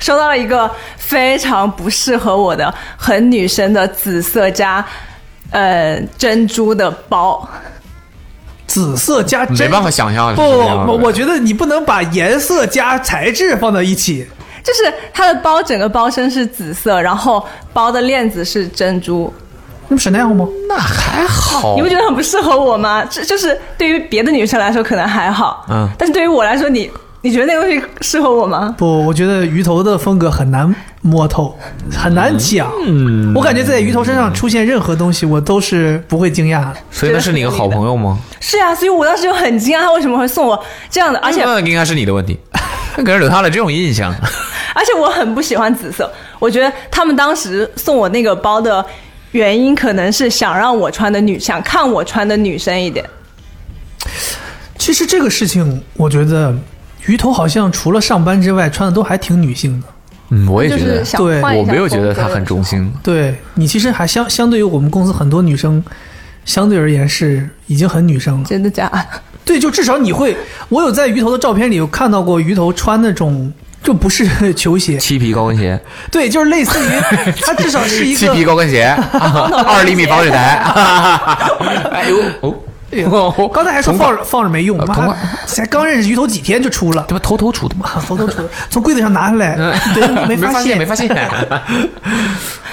F: 收到了一个非常不适合我的、很女生的紫色加呃珍珠的包，
B: 紫色加真。
D: 没办法想象。
B: 不，
D: 是这样的
B: 我我觉得你不能把颜色加材质放在一起。
F: 就是它的包整个包身是紫色，然后包的链子是珍珠。
B: 那不 Chanel 吗？
D: 那还好
F: 你不觉得很不适合我吗？这就是对于别的女生来说可能还好，
D: 嗯
F: 但是对于我来说，你你觉得那个东西适合我吗？
B: 不，我觉得鱼头的风格很难摸透，很难讲。嗯，我感觉在鱼头身上出现任何东西，我都是不会惊讶的。
D: 所以那是你的好朋友吗？
F: 是啊，所以我当时就很惊讶，他为什么会送我这样的，而且
D: 那应该是你的问题， 那给人留下了这种印象。
F: 而且我很不喜欢紫色，我觉得他们当时送我那个包的原因，可能是想让我穿的女，想看我穿的女生一点。
B: 其实这个事情，我觉得鱼头好像除了上班之外，穿的都还挺女性的。
D: 嗯，我也
F: 就
D: 觉
F: 是
D: 得，
F: 想
B: 对
F: 换一
D: 我
F: 下
D: 没有觉得
F: 风
D: 他
F: 格
D: 很中性。
B: 对你其实还相相对于我们公司很多女生，相对而言是已经很女生了。
F: 真的假的？
B: 对，就至少你会，我有在鱼头的照片里有看到过鱼头穿那种。就不是球鞋，
D: 漆皮高跟鞋，
B: 对，就是类 似于它至少是一
D: 漆皮
B: 个，
D: 高 跟鞋，二厘米防水台。哎呦哦，
B: 哎
D: 呃
B: 呦刚才还说放着放着没用，妈，才刚认识鱼头几天就出了，
D: 这不偷偷出的吗？
B: 啊头都出了，从柜子上拿下来，对，
D: 没
B: 发
D: 现，没发嗯现。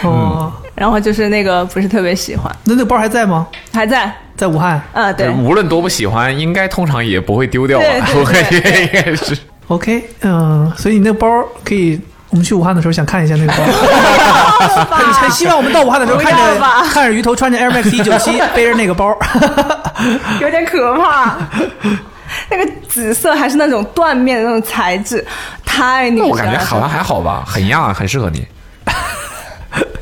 B: 哦，
F: 然后就是那个不是特别喜欢，
B: 那那包还在吗？
F: 还在
B: 在武汉
F: 啊，对，
D: 无论多不喜欢，应该通常也不会丢掉吧
F: 对？对
D: 我感觉应 该是。
B: ，OK，嗯、所以你那包可以，我们去武汉的时候想看一下那个 包。你才希望我们到武汉的时候看
F: 不
B: 着
F: 要吧
B: 看着鱼头穿着 Air Max 一九 七，背着那个包。
F: 有点可 怕。那个紫色还是那种缎面的那种材质，太女
D: 那
F: 生了。
D: 我感觉好像还好吧，很样，很适合你。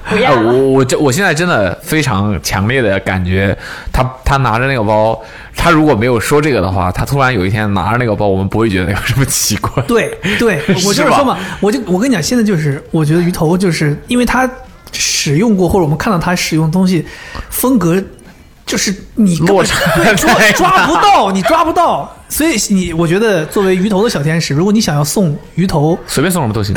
F: 不
D: 哎
F: 要了
D: 我我这我现在真的非常强烈的感觉，他他拿着那个包，他如果没有说这个的话，他突然有一天拿着那个包，我们不会觉得有什么奇怪。
B: 对对，我就是
D: 吧
B: 说嘛，我就我跟你讲，现在就是我觉得鱼头就是因为他使用过，或者我们看到他使用东西风格，就是你根本
D: 落差
B: 对抓
D: 太大
B: 抓不到，你抓不到。所以你我觉得作为鱼头的小天使，如果你想要送鱼头，
D: 随便送什么 都行。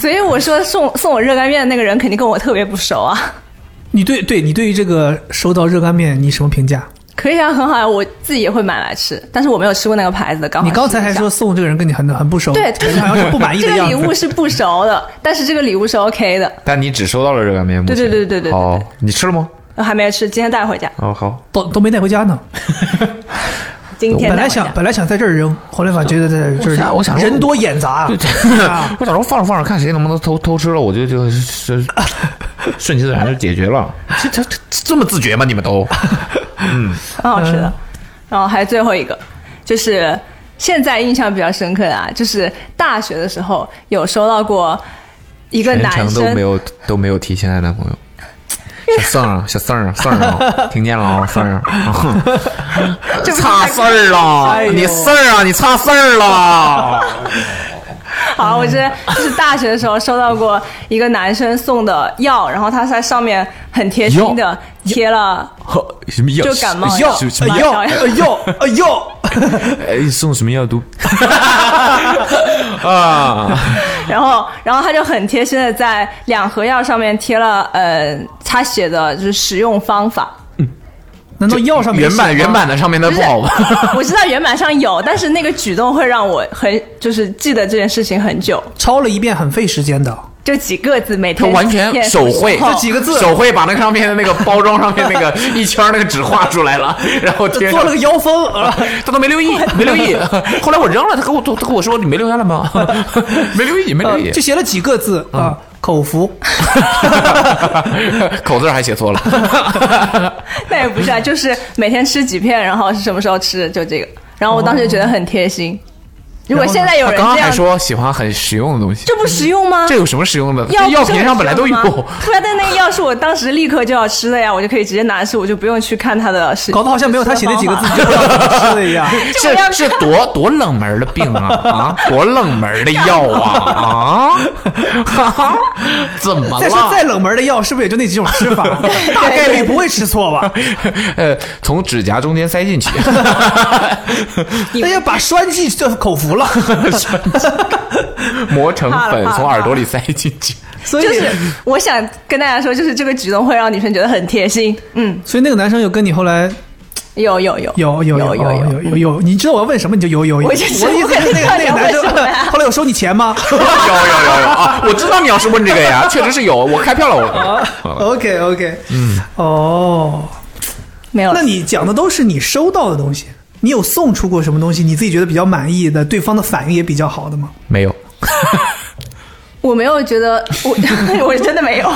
F: 所以我说送送我热干面的那个人肯定跟我特别不熟啊。
B: 你对对你对于这个收到热干面你什么评价？
F: 可以啊，很好啊，我自己也会买来吃，但是我没有吃过那个牌子的。刚好
B: 你刚才
F: 试
B: 还
F: 一下
B: 说送这个人跟你很很不熟，
F: 对，就是
B: 好像是不 满意
F: 这
B: 的
F: 个
B: 样
F: 礼物
B: 子。
F: 是不熟的，但是这个礼物是 OK 的，
D: 但你只收到了热干面，目前
F: 对对对对对对
D: 好，你吃了吗？
F: 我还没吃，今天带回家，
D: 哦，好。
B: 都都没带回家呢，
F: 今天
B: 本
F: 带回
B: 来
F: 家
B: 想。本来想在这儿扔，后来反正觉得在这
D: 我
B: 儿
D: 想我想说
B: 人多眼杂，啊
D: 我想说放着放着看谁能不能偷偷吃了，我就就是顺其自然就解决了。这这这这么自觉吗？你们都？
F: 很好吃
D: 嗯
F: 的。然后还有最后一个，就是现在印象比较深刻的啊，就是大学的时候有收到过一个
D: 全
F: 男
D: 程都
F: 生
D: 没，有都没有提现在男朋友。小四儿，小四儿，四儿啊，听见了啊，四儿啊，差事儿
B: 哎
D: 了，
B: 呦
D: 你事儿啊，你差事儿了，
F: 好，我觉得就是大学的时候收到过一个男生送的药，然后他在上面很贴心的贴了，
D: 呵什么药
F: 就感冒
D: 药
F: 药
D: 什
B: 哎
D: 么
B: 呦
D: 药？
B: 哎呦哎呦，
D: 哎，送什么药都？啊，
F: 然后然后他就很贴心的在两盒药上面贴了呃他写的就是使用方法，
B: 难道药上面
D: 原版
B: 写吗
D: 原版的上面的不 好吧？
F: 我知道原版上有，但是那个举动会让我很就是记得这件事情很久，
B: 抄了一遍很费时间的，
F: 就几个字每
D: 他
F: 天
D: 完全
F: 练
D: 手绘
F: 的时候
B: 几个字
D: 手绘把那个上面的那个包装上面那个一圈儿那个纸画出 来了，然后贴上
B: 做了个腰 封，啊
D: 他都没留意， 没留意。 后来我扔了，他跟我他跟我说你没留下 来吗？没留意，没 留意。
B: 呃
D: 嗯
B: 就写了几个字啊，口服。
D: 口字儿还写错了，
F: 那也不是啊，就是每天吃几片，然后是什么时候吃，就这个。然后我当时觉得很贴心。如果现在有
D: 他
F: 人
D: 刚刚
F: 这
D: 还
F: 样，
D: 说喜欢很实用的东西，
F: 这不实用吗？
D: 这有什么实用的？
F: 药
D: 这药瓶上本来都有。
F: 对啊，但那个药是我当时立刻就要吃的呀，我就可以直接拿吃，我就不用去看它的是。
B: 搞得好像没有他写那几个字，你就 不知道怎么吃的一样。
F: 这我要
D: 是是多多冷门的病啊啊，多冷门的药啊啊！ 怎么
B: 再说再
D: 了？
B: 冷门的药，是不是也就那几种 吃法？大概率不会吃错吧？
D: 呃，从指甲中间塞 进去，
B: 那要哎把栓剂就口服 了，
D: 磨成
F: 怕了
D: 粉
F: 怕了
D: 从耳朵里塞进去。
B: 所以
F: 就是我想跟大家说，就是这个举动会让女生觉得很贴心。嗯，
B: 所以那个男生有跟你后来
F: 有有有
B: 有有
F: 有
B: 有有
F: 有。
B: 有有，你知道我要问什么你就有有有。
F: 我
B: 我
F: 就
B: 意
F: 知
B: 思
F: 道
B: 是那个那个男
F: 我就问什么呀
B: 生后来有收你钱吗
D: 有有有有啊！我知道你要是问这个呀，确实是有，我开票了，
F: 哦
D: 我。
B: ？OK OK，嗯，哦，
F: 没有了
B: 那你讲的都是你收到的东西，你有送出过什么东西？你自己觉得比较满意的，对方的反应也比较好的吗？
D: 没有，
F: 我没有觉得我 我 真的 没有。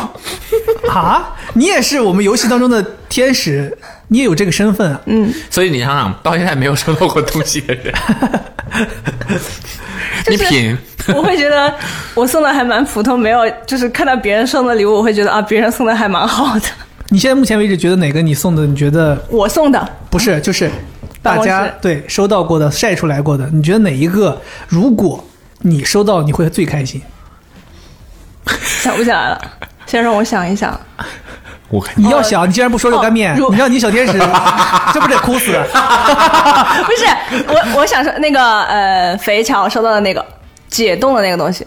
B: 啊，你也是我们游戏当中的天使，你也有这个身份啊。
F: 嗯
D: 所以你想想，到现在没有收到过东西的 人，
F: 就
D: 你
F: 是
D: 品，
F: 我会觉得我送的还蛮普通，没有就是看到别人送的礼物，我会觉得啊，别人送的还蛮好的，
B: 你现在目前为止觉得哪个你送的，你觉得
F: 我送的
B: 不是就是
F: 哦办
B: 大
F: 公室
B: 家对收到过的晒出来过的，你觉得哪一个？如果你收到，你会最开心？
F: 想不起来 了。先让我想一想，
D: 我看
B: 你要想，你竟然不说热干面
F: 哦，如
B: 你让你小 天使，这不得哭死？啊
F: 不是我，我想说那个呃，肥乔收到的那个解冻的那个东西，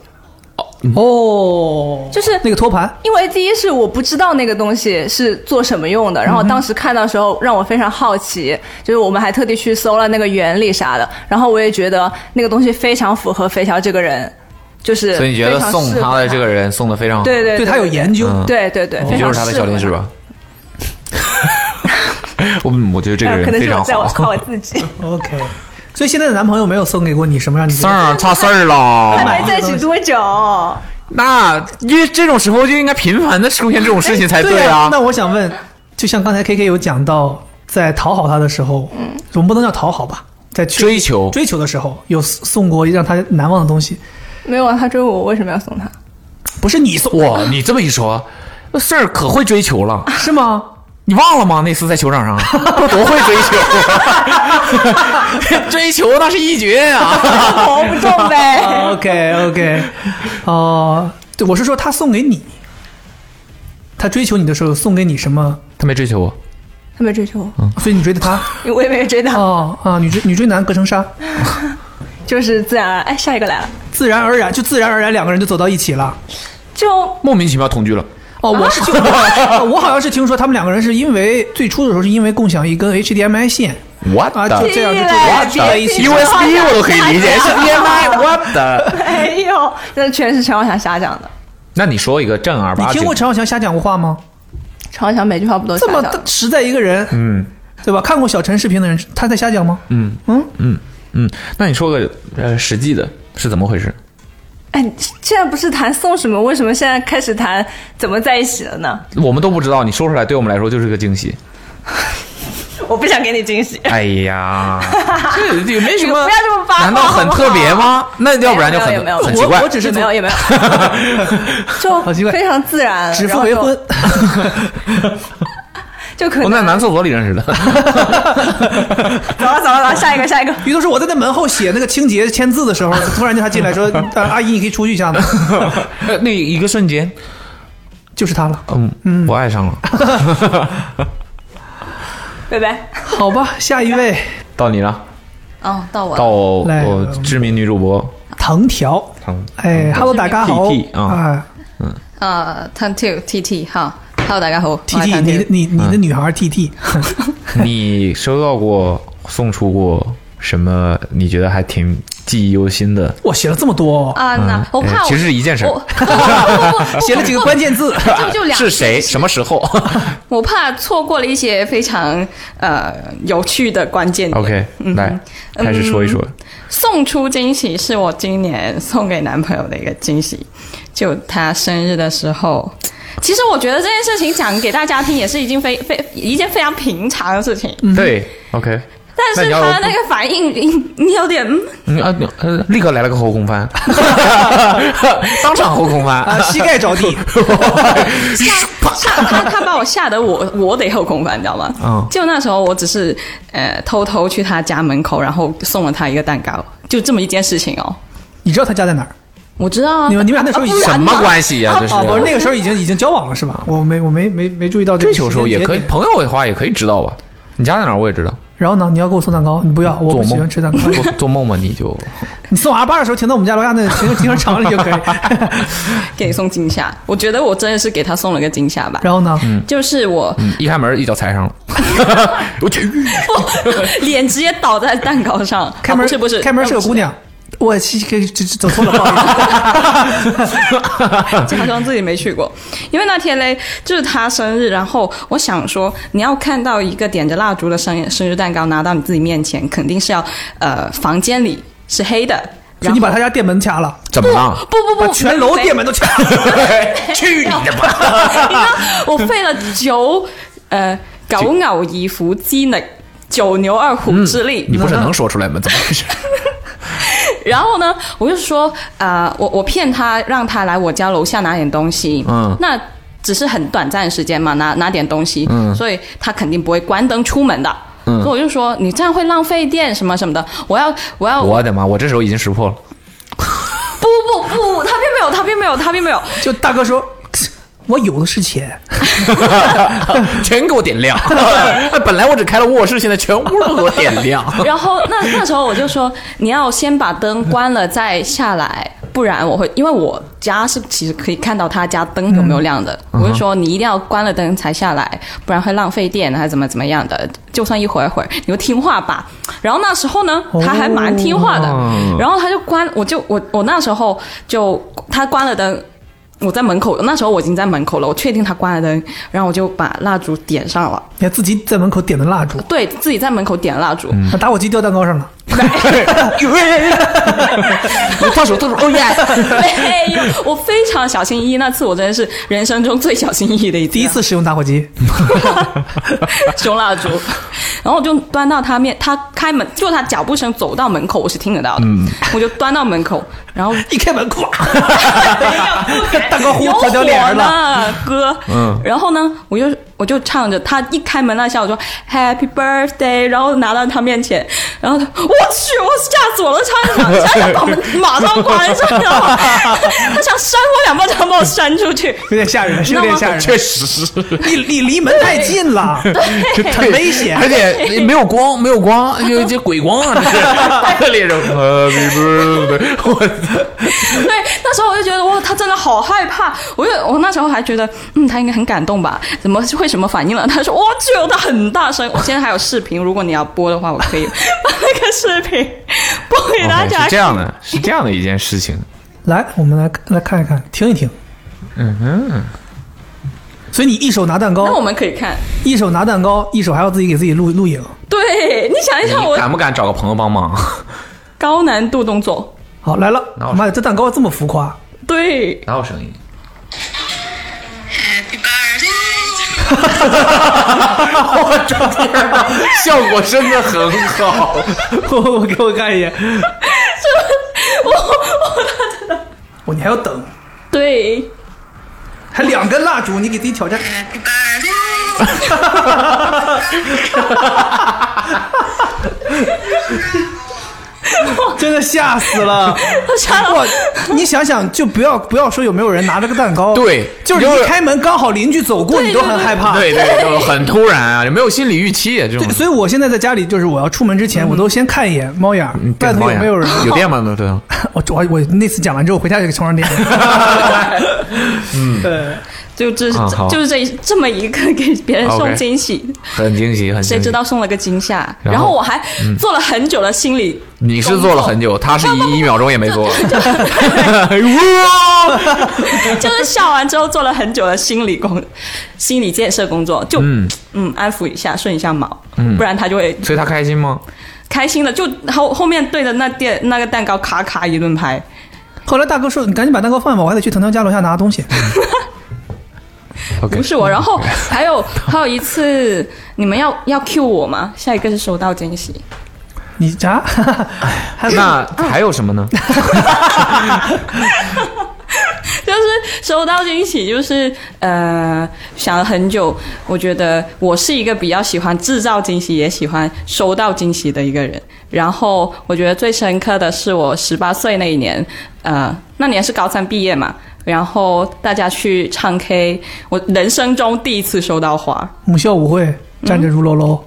I: 嗯
B: 哦，
F: 就是
B: 那个托盘，
F: 因为第一是我不知道那个东西是做什么用的，然后当时看到的时候让我非常好奇，就是我们还特地去搜了那个原理啥的，然后我也觉得那个东西非常符合肥乔这个人，就是
D: 所以你觉得送他的这
F: 个
D: 个人送的非常好，
F: 对对嗯
B: 对他有研究，
F: 对对对，
D: 嗯你
F: 非
D: 就
F: 常
D: 是他的
F: 适
D: 小
F: 合
D: 天使吧？ 我我觉得这个
F: 他？啊可
D: 人
F: 能
D: 非
F: 是
D: 常
F: 我 在我靠
D: 好
F: 我。自 己，
B: OK，所以现在的男朋友没有送给过你什么让你觉
D: 事
B: 得
D: 儿啊差事儿了，
F: 还没在一起多久？
D: 那因为这种时候就应该频繁的出现这种事情才
B: 哎对
D: 啊。
B: 那我想问，就像刚才 K K 有讲到，在讨好他的时候，嗯，总不能叫讨好吧？在去
D: 追求
B: 追求的时候，有送过让他难忘的东西，
F: 没有啊，他追我，我为什么要送他？
B: 不是你送
D: 哇，你这么一说，那事儿可会追求了。
B: 是吗？
D: 你忘了吗？那次在球场上， 多会追求，追求那是一绝 啊！
F: 我不中呗。
B: OK OK，哦、对，我是说他送给你，他追求你的时候送给你什么？
D: 他没追求我，
F: 他没追求我，
B: 所以你追的他？
F: 我也没追到，
B: 哦啊，女追女追男隔层纱，
F: 就是自然而然。哎，下一个 来了，
B: 自然而然就自然而然两个人就走到一起了。
F: 就啊
D: 莫名其妙同居了。
B: 哦，我是听， 哦我好像是听说他们两个人是因为最初的时候是因因为共享一根 HDMI 线，
D: What
B: 啊，就
D: the
B: 这样就
F: 屁嘞
B: 就
F: 别
B: 聚在一起
F: 别
B: 了。
D: USB 我都可以理解，HDMI What the？
F: 没有，这哎全是陈浩翔瞎讲的。
D: 那你说一个正儿
B: 你
D: 八经
B: 听过陈浩翔瞎讲过话吗？
F: 陈浩翔每句话不都是
B: 这
F: 瞎
B: 么
F: 讲的？
B: 实在一个人，嗯，对吧？看过小陈视频的人，他在瞎讲吗？嗯嗯，
D: 嗯，那你说个呃实际的是怎么回事？
F: 哎，你现在不是谈送什么，为什么现在开始谈怎么在一起了呢？
D: 我们都不知道，你说出来对我们来说就是个惊喜。
F: 我不想给你惊喜。
D: 哎呀， 这也没什么，
F: 不要 这么八卦
D: 难道很特别吗？那要不然就
F: 没
D: 很
F: 有没有没有
D: 很奇怪
B: 我。只是
F: 也没有
B: 从
F: 也 没有，
B: 好奇
F: 就
B: 怪
F: 非常自然，
B: 指
F: 然
B: 腹
F: 后
B: 为
F: 就
B: 婚，
F: 就可
D: 我们在
F: 能
D: 男厕所里认识的。
F: 走了走了走了，下一个下一 个，
B: 于都是我在那门后写那个清洁签字的时候，突然间他进来说：“啊阿姨，你可以出去一下吗
D: 呃那一个瞬间，？”
B: 就是他了。
D: 嗯，我爱上了。
F: 拜拜。嗯
B: 好吧，下一位
D: 到你了，
E: 哦，到我
D: 到我
B: 来
D: 我知名女主播
B: 藤条。
D: 唐
B: 哎哈喽，大家好
D: TT 啊
B: 啊！
E: 呃 t u n t o TT 哈，
I: Hello，大家好，
B: T
I: 我
B: T，
I: 是
B: 你的
I: Tantin
B: 你你的
D: 嗯
B: 女孩 T T，
D: 你收到过送出过什么？你觉得还挺记忆犹新的？
B: 哇，写了这么多哦，
I: 啊，那我
D: 哎
I: 怕我
D: 其实是一件事
I: 我不不不不
B: 写了几个关键字，
I: 就就两
D: 是谁？什么时候
I: 我怕错过了一些非常呃有趣的关键点。
D: ？OK，
I: 嗯哼
D: 来 开始说一说。
I: 送出惊喜是我今年送给男朋友的一个惊喜，就他生日的时候。其实我觉得这件事情讲给大家听也是一件非非一件非常平常的事情，
B: 嗯
D: 对，OK，
I: 但
D: 那
I: 是
D: 你要
I: 他那个反应，你你有点嗯
D: 嗯啊，呃，立刻来了个后空翻，当场后空翻。
B: 啊，膝盖着地，
I: 吓吓他，他把我吓得我我得后空翻，你知道吗？
D: 嗯
I: 就那时候我只是呃偷偷去他家门口，然后送了他一个蛋糕，就这么一件事情 哦。
B: 你知道他家在哪儿？
I: 我知道啊，
B: 你们你们俩那时候已经
D: 什么关系
F: 啊
D: 呀、这是
B: 哦，不是那个时候已经已经交往了是吧？我没我没没没注意到这
D: 追
B: 个
D: 求时候
B: 时间
D: 也
B: 节
D: 可以，
B: 点
D: 朋友的话也可以知道吧？你家在哪儿我也知道。
B: 然后呢，你要给我送蛋糕，你不要，我
D: 做
B: 不
D: 梦
B: 喜欢吃 蛋糕。
D: 做做梦吧，你就
B: 你送阿巴的时候停到我们家楼下那停停车场里哦就可以。
I: 给你送惊吓，我觉得我真的是给他送了个惊吓吧。
B: 然后呢，
I: 就 是我
D: 嗯一开门一脚踩上了。我 去，
I: 脸直接倒在蛋糕上，
B: 开门
I: 啊不是不是
B: 开门是个姑，娘，我去去去走错了，不好意思。
I: 啊不假装自己没去过。因为那天嘞，就是他生日，然后我想说，你要看到一个点着蜡烛的生日生日蛋糕拿到你自己面前，肯定是要呃房间里是黑的，
B: 所
I: 然
B: 以
I: 后
B: 你把他家店门掐了，
D: 怎么了？
I: 不不
B: 把
I: 不，
B: 全楼
I: 没
B: 店门都掐了。
D: 去你的吧！
I: 你知道我费了九呃九牛二虎之力，九牛二虎之力。
D: 嗯你不是能说出来吗？ 怎么回事？
I: 然后呢，我就说啊、呃我我骗他，让他来我家楼下拿点东西。
D: 嗯
I: 那。只是很短暂的时间嘛，拿拿点东西，
D: 嗯
I: 所以他肯定不会关灯出门的。
D: 嗯
I: 所以我就说你这样会浪费电什么什么的。我要我
B: 哦
I: 要
D: 我的妈！我这时候已经识 破了。
I: 不不不，他并没有，他并没有，他并没有。
B: 就大哥说，我有的是 钱，
D: 全给我点亮！ 本来我只开了卧室，现在全屋都给我点亮。
I: 然后那那时候我就说，你要先把灯关了再下来，不然我会，因为我家是其实可以看到他家灯有没有亮的，我就说你一定要关了灯才下来，不然会浪费电啊还是怎么怎么样的。就算一会儿一会儿，你就听话吧。然后那时候呢，他还蛮听话的，
B: 哦
I: 然后他就关，我就我我那时候就他关了灯。我在门口，那时候我已经在门口了，我确定他关了灯，然后我就把蜡烛点上了，
B: 你还自己在门口点的蜡烛，
I: 对自己在门口点蜡烛，
B: 把打火机掉蛋糕上 了。
D: 他说：“他说，哦
I: Oh
D: 耶
I: 没有，我非常小心翼翼。那次我真的是人生中最小心翼翼的一次，啊
B: 第一次使用打火 机，
I: 熊蜡烛。然后我就端到他面，他开门，就他脚步声走到门口，我是听得到的。
D: 嗯
I: 我就端到门口，然后
B: 嗯 一开门， 咵，
I: 大
B: 蛋糕糊着掉脸儿了
I: 呢，哥。
D: 嗯
I: 然后呢，我就我就唱着，他一开门那一下，我说 Happy Birthday，然后拿到他面前，然后他，我去，我吓死我了，差点差点把门马上关上，你知 道吗？他想扇我两巴掌，把我扇出去。
B: 有点吓人，是有点吓！”人。
D: 确实是，
B: 你你 离门太近了， 很危险
D: 而。且没有光，没有光，就就鬼光啊！ 这是脸上，呃，不是不是我
I: 对，那时候我就觉得哇，他真的好害怕。我就我那时候还觉得，嗯，他应该很感动吧？怎么会什么反应了？他说我去，我的很大声。我现在还有视频，如果你要播的话，我 可以把那个视频播给大
D: OK，
I: 家。
D: 哦是这样的，是这样的一件事情。
B: 来，我们来来看一看，听一听。嗯所以你一手拿蛋
I: 那我
B: 糕，
I: 们可以看。
B: 一手拿蛋糕，一手还要自己给自己录录影。
I: 对你
B: 哎
I: 想一想，我
D: 敢不敢找个朋友 帮忙？
I: 高难度动作，
B: 好，来了，
D: 拿我手
B: 妈呀，这蛋糕这么浮 夸，
I: 对，
D: 哪有声音？
G: Happy birthday，
D: 效果真的很好。
B: 我 我给我看一眼。
I: 我我
B: 我你还要等，
I: 对，
B: 还两根蜡烛，你给自己挑战。
G: Happy birthday。
B: 真的吓死了！
I: 我吓了
B: 哇，你想想，就不要不要说有没有人拿着个蛋糕，
D: 对
B: 就是
D: 就是
B: 一开门刚好邻居走过，你都很害怕。
D: 对对，就很突然 啊，没有心理预期啊，这种
B: 对，。所以我现在在家里，就是我要出门之
D: 嗯
B: 前，我都先看一眼猫眼儿，外头有没有人。
D: 有电吗？ 对，
B: 我我我那次讲完之后，回家就给充上电。嗯，对，
I: 就这、
D: 啊好
I: 就是这一这么一个给别人送
D: OK
I: 惊喜，
D: 很惊喜，很惊喜
I: 谁知道送了个惊吓，
D: 然
I: 然
D: 后嗯
I: 后我还做了很久的心理
D: 你是做了很久，他是一一秒钟也没做。哇！
I: 就是笑完之后做了很久的心理工、心理建设工作，就嗯安抚一下、顺一下毛，不然他就会
D: 嗯所以他开心吗？
I: 开心的，就后后面对着那店那个蛋糕咔咔一顿拍。
B: 后来大哥说：“你赶紧把蛋糕放吧，我还得去藤条家楼下拿东西。
I: 嗯不是我，然后
D: 嗯
I: 还有还有一次，你们要要 Q 我吗？下一个是收到惊喜，”
B: 你啥？
D: 那还有什么呢？
I: 就是收到惊喜， 就是呃想了很久，我觉得我是一个比较喜欢制造惊喜，也喜欢收到惊喜的一个人。然后我觉得最深刻的是我十八岁那一年，呃，那年是高三毕业嘛，然后大家去唱 K，我人生中第一次收到花
B: 母校舞会站着如楼楼，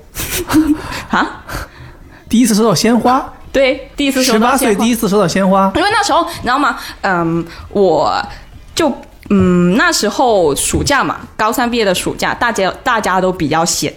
I: 嗯 啊，
B: 第一次收到鲜花，
I: 对，第一次收
B: 十
I: 到
B: 八
I: 鲜
B: 岁
I: 花
B: 第一次收到鲜花，
I: 因为那时候你知道吗？嗯，我就嗯那时候暑假嘛，高三毕业的暑假，大家大家都比较闲，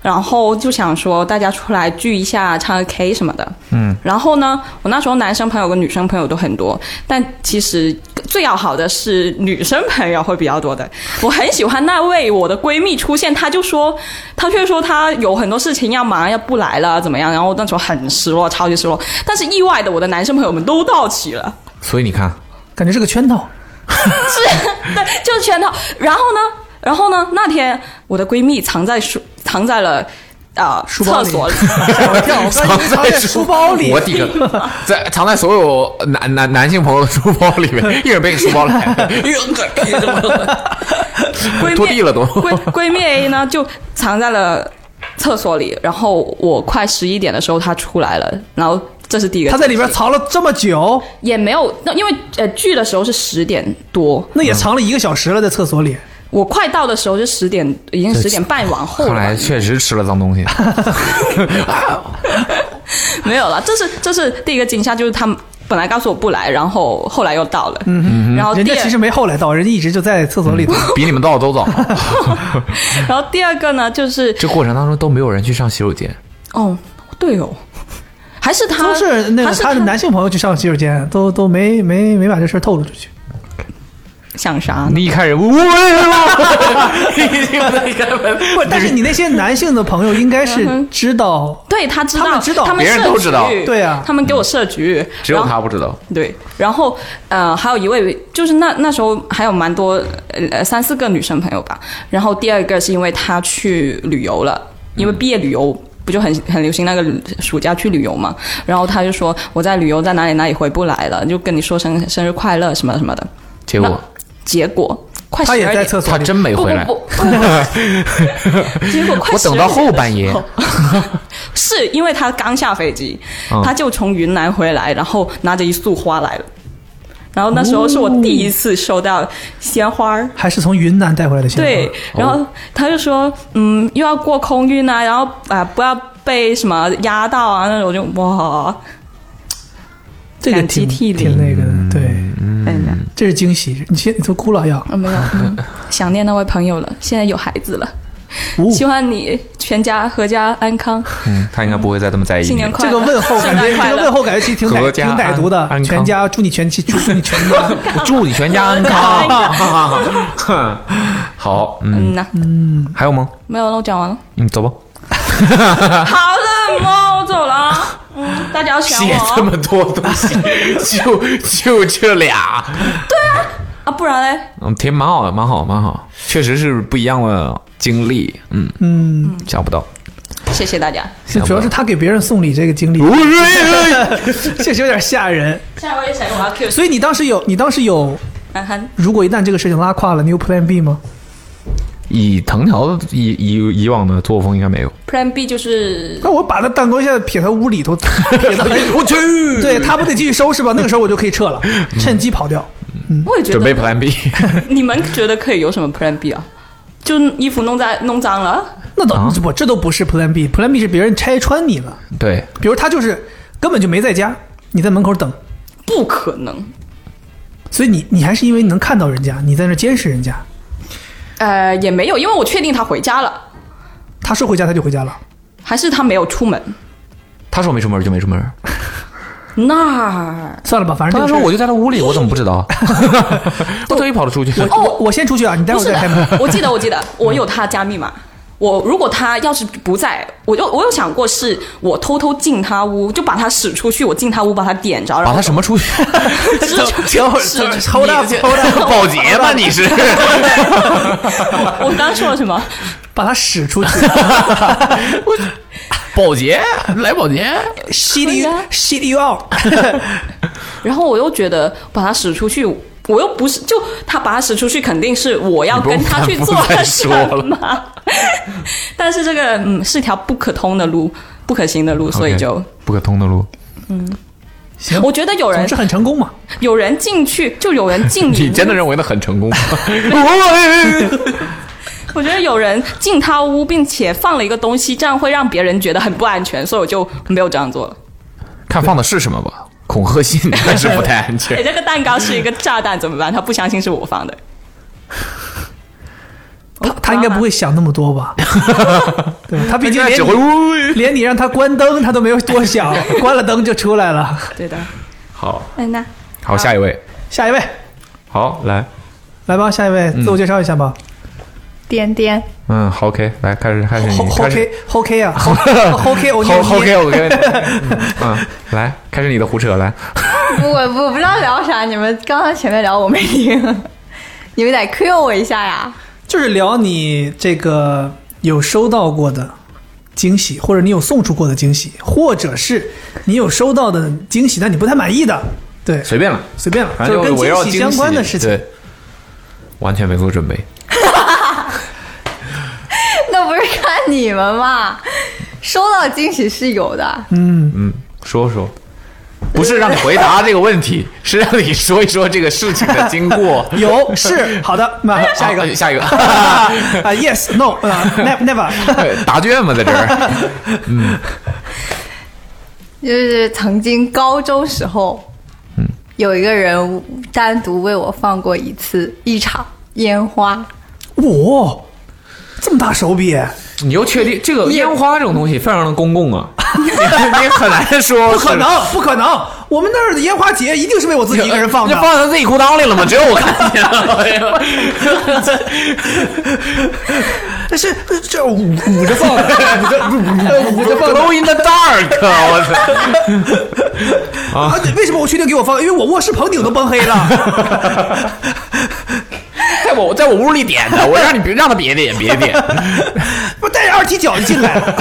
I: 然后就想说大家出来聚一下，唱个 K 什么的。嗯，然后呢，我那时候男生朋友跟女生朋友都很多，但其实最要好的是女生朋友会比较多的。我很喜欢那位我的闺蜜出现，她就说，她却说她有很多事情要忙，要不来了怎么样？然后那时候很失落，超级失落。但是意外的，我的男生朋友们都到齐了。
D: 所以你看，
B: 感觉 是个圈套。
I: 对，就是圈套。然后呢，然后呢，那天我的闺蜜藏在书，藏在了啊、呃、
B: 包
I: 厕
B: 里
I: 所里。
B: 藏在书包里
D: 我的个，在藏在所有男男男性朋友的书包里 面，一人背个书包来，
I: 闺
D: 拖地
I: 蜜
D: 了都。
I: 闺 闺蜜 A 呢就藏在了厕所里，然后我快十一点的时候她出来了，然后这是第一个。
B: 他在里边藏了这么久，
I: 也没有，那因为呃聚的时候是十点多，
B: 那也
D: 嗯
B: 藏了一个小时了，在厕所里。
I: 我快到的时候就十点，已经十点半往后了
D: 看
I: 吧。
D: 来确实吃了脏东西。
I: 没有了，这是这是第一个惊吓，就是他们本来告诉我不来，然后后来又到 了，嗯然后
B: 人
I: 第
B: 家
I: 二
B: 其实没后来到，人家一直就在厕所里头。
D: 嗯比你们到的都早。
I: 然后第二个呢就是
D: 这过程当中都没有人去上洗手间，
I: 哦 对哦，还是他
B: 都是那
I: 还
B: 个
I: 是
B: 他的男性朋友去上洗手间，都都没没没把这事儿透露出去。
I: 想啥呢？
D: 你一开始，呜，
B: 不 是，但是你那些男性的朋友应该是知道，
I: 嗯对他知道，
B: 他们知道
I: 他们
D: 别人
I: 设
D: 都知道
I: 局
B: 对啊
I: 他们给我设局，
D: 只有
I: 然后
D: 他不知道。
I: 对，然后呃，还有一位就是那那时候还有蛮多呃三四个女生朋友吧。然后第二个是因为她去旅游了，因为毕业旅游
B: 嗯
I: 不就很很流行那个暑假去旅游嘛。然后她就说我在旅游，在哪里哪里回不来了，就跟你说声生日快乐什么什么的。
D: 结果
I: 结果快十
B: 他
I: 二
B: 也在
I: 点，
B: 厕所
D: 他
B: 里。嗯
D: 真没
I: 不
D: 回
I: 不
D: 来。
I: 不，
H: 嗯
I: 不结果快
D: 我等到
I: 12
D: 后半夜
I: 点的时候， 是因为他刚下飞机，他就从云南回来，然后拿着一束花来了。然后那时候是我第一次收到鲜花儿，
B: 还是从云南带回来的鲜花。哦
I: 对，然后他就说，嗯，又要过空运啊，然后啊、不要被什么压到啊那种，就哇，
B: 这个
I: 感激
B: 挺
I: 涕零
B: 挺那个的，对，
I: 嗯，
B: 这是惊喜。你先你都哭了要，
I: 啊没有、嗯想念那位朋友了，现在有孩子了，
B: 哦
I: 希望你全家阖家安康，
D: 嗯，他应该不会再这么在意
I: 新
D: 你
I: 年。快
B: 这
I: 乐，
B: 个问候感
I: 圣诞
B: 觉，这
I: 快乐
B: 个问候感觉其实挺
D: 阖
B: 歹挺
D: 家安
B: 歹毒的
D: 安。康
B: 全家祝你全家，祝你全家。
D: 我祝你全家安 康。好，嗯，
I: 嗯呐，
D: 还有吗？
I: 没有了，我讲完了。
D: 嗯，走吧。
I: 好了，妈，我走了 啊。嗯，大家要想
D: 写
I: 我
D: 这
I: 哦
D: 么多东西，就就这俩，
I: 啊，不然嘞，
D: 嗯，挺蛮好的，蛮好，蛮好，确实是不一样的经历，嗯 嗯，想不到，
I: 谢谢大家。
B: 主要是他给别人送礼这个经历， 确实有点吓人。
I: 下一位谁？我要 Q
B: 所以你当时有，你当时有，
I: 韩寒。
B: 如果一旦这个事情拉胯了，你有 Plan B 吗？
D: 以藤条的以以以往的作风应该没有，
I: Plan B 就是
B: 那我把他蛋糕一下撇到屋里头， 撇到我去，对他不得继续收拾吧？那个时候我就可以撤了，趁机跑掉。
I: 我也觉
D: 准备
I: 得
D: Plan B，
I: 你们觉得可以有什么 Plan B 啊？就衣服弄在弄脏了，
B: 那倒
D: 啊
B: 不，这都不是 Plan B，Plan B 是别人拆穿你了。
D: 对，
B: 比如他就是根本就没在家，你在门口等，
I: 不可能。
B: 所以你你还是因为你能看到人家，你在那监视人家。
I: 呃，也没有，因为我确定他回家了，
B: 他说回家他就回家了，
I: 还是他没有出门。
D: 他说没出门就没出门，
I: 那
B: 算了吧，反正
D: 他
B: 这个
D: 说
B: 事儿
D: 我就在他屋里，我怎么不 知道？ 我特意跑了出去。
B: 我我我先出去啊，你待会儿
I: 不是
B: 再开
I: 的
B: 门。，
I: 我记得，我记得，
D: 嗯
I: 我有他加密码。我如果他要是不在，我就我有想过，是我偷偷进他屋，就把他使出去，我进他屋把他点着，然
D: 把
I: 后
D: 他什么 出去？
I: 直接
D: 等会
I: 是
D: 儿
B: 抽大抽 大，
D: 保洁吧你是？
I: 我我刚说了 什么？
B: 把他使 出去，
D: 保
I: 啊
D: 洁来保洁，
B: 吸你
I: 对呀
B: 吸你 out。
I: 然后我又觉得把他使出去，我又不是就他把他使出去，肯定是我要跟他去做
D: 你
I: 什
D: 不用
I: 么。 但是这个嗯是条不可通的路，不可行的路，所以就
D: OK，不可通的路。
B: 行，
I: 我觉得有人
B: 总是很成功嘛。
I: 有人进去，就有 人 进
D: 你
I: 你
D: 真的认为那很成 功吗？
I: 我觉得有人进他屋，并且放了一个东西，这样会让别人觉得很不安全，所以我就没有这样 做了。
D: 看放的是什么吧，恐吓 信还是不太安
I: 哎，
D: 全。
I: 这个蛋糕是一个炸弹，怎么办？他不相信是我放的。
B: 他他应该不会想那么多 吧？对他毕竟
D: 那
B: 连
D: 只会
B: 你
D: 呜。
B: 连你让他关灯，他都没有多 想，关了灯就出来了。
I: 对的。
D: 好，
J: 哎
I: 嗯，那
D: 好，下一位，
B: 下一位，
D: 好来，
B: 来吧，下一位自我介绍一下 吧。
J: 点点，
D: 嗯，好，OK，来开始，开始
B: 后
D: 哎你，
B: 后
D: 开始
B: K，后 K 啊，后 后 K 我
D: 好好
B: 牛逼
D: ，OK，OK，嗯，来开始你的胡扯，来，
J: 我我不知道聊啥，你们刚刚前面聊我没听，你们得 Q 我一下呀。
B: 就是聊你这个有收到过的惊喜，或者你有送出过的惊喜，或者是你有收到的惊喜，但你不太满意的，对，
D: 随便了，
B: 随便了，
D: 反
B: 就
D: 正
B: 是
D: 是
B: 跟
D: 围绕
B: 惊喜相关的事情。
D: 对，完全没做准备。
J: 那不是看你们嘛？收到惊喜是有的，
D: 嗯，说说，不是让你回答这个 问题，是让你说一说这个事情的经过。
B: 有是好的，那下一个
D: 啊下一个
B: 啊，yes no 啊，never never，
D: 答卷嘛，在这儿。
J: 就是曾经高中时候，
D: 嗯
J: 有一个人单独为我放过一次一场烟花，
B: 哇、 这么大手笔，啊
D: 你又确定这个烟花这种东西非常的公 共啊？你你很难说，
B: 不可能不可能，我们那儿的烟花节一定是为我自己一个人放
D: 就
B: 的，
D: 放在自己裤裆里了吗？只有我看 见了
B: 嗯
D: 哎呀。
B: 这是这捂捂着放的，捂着捂捂着放的。
D: Glow in the dark，我
B: 啊，对为什么我确定给我放？因为我卧室棚顶都崩黑了。
D: 操！在我在我屋里点的，我让你别让他别点，别点。
B: 我带着二踢脚就进来了。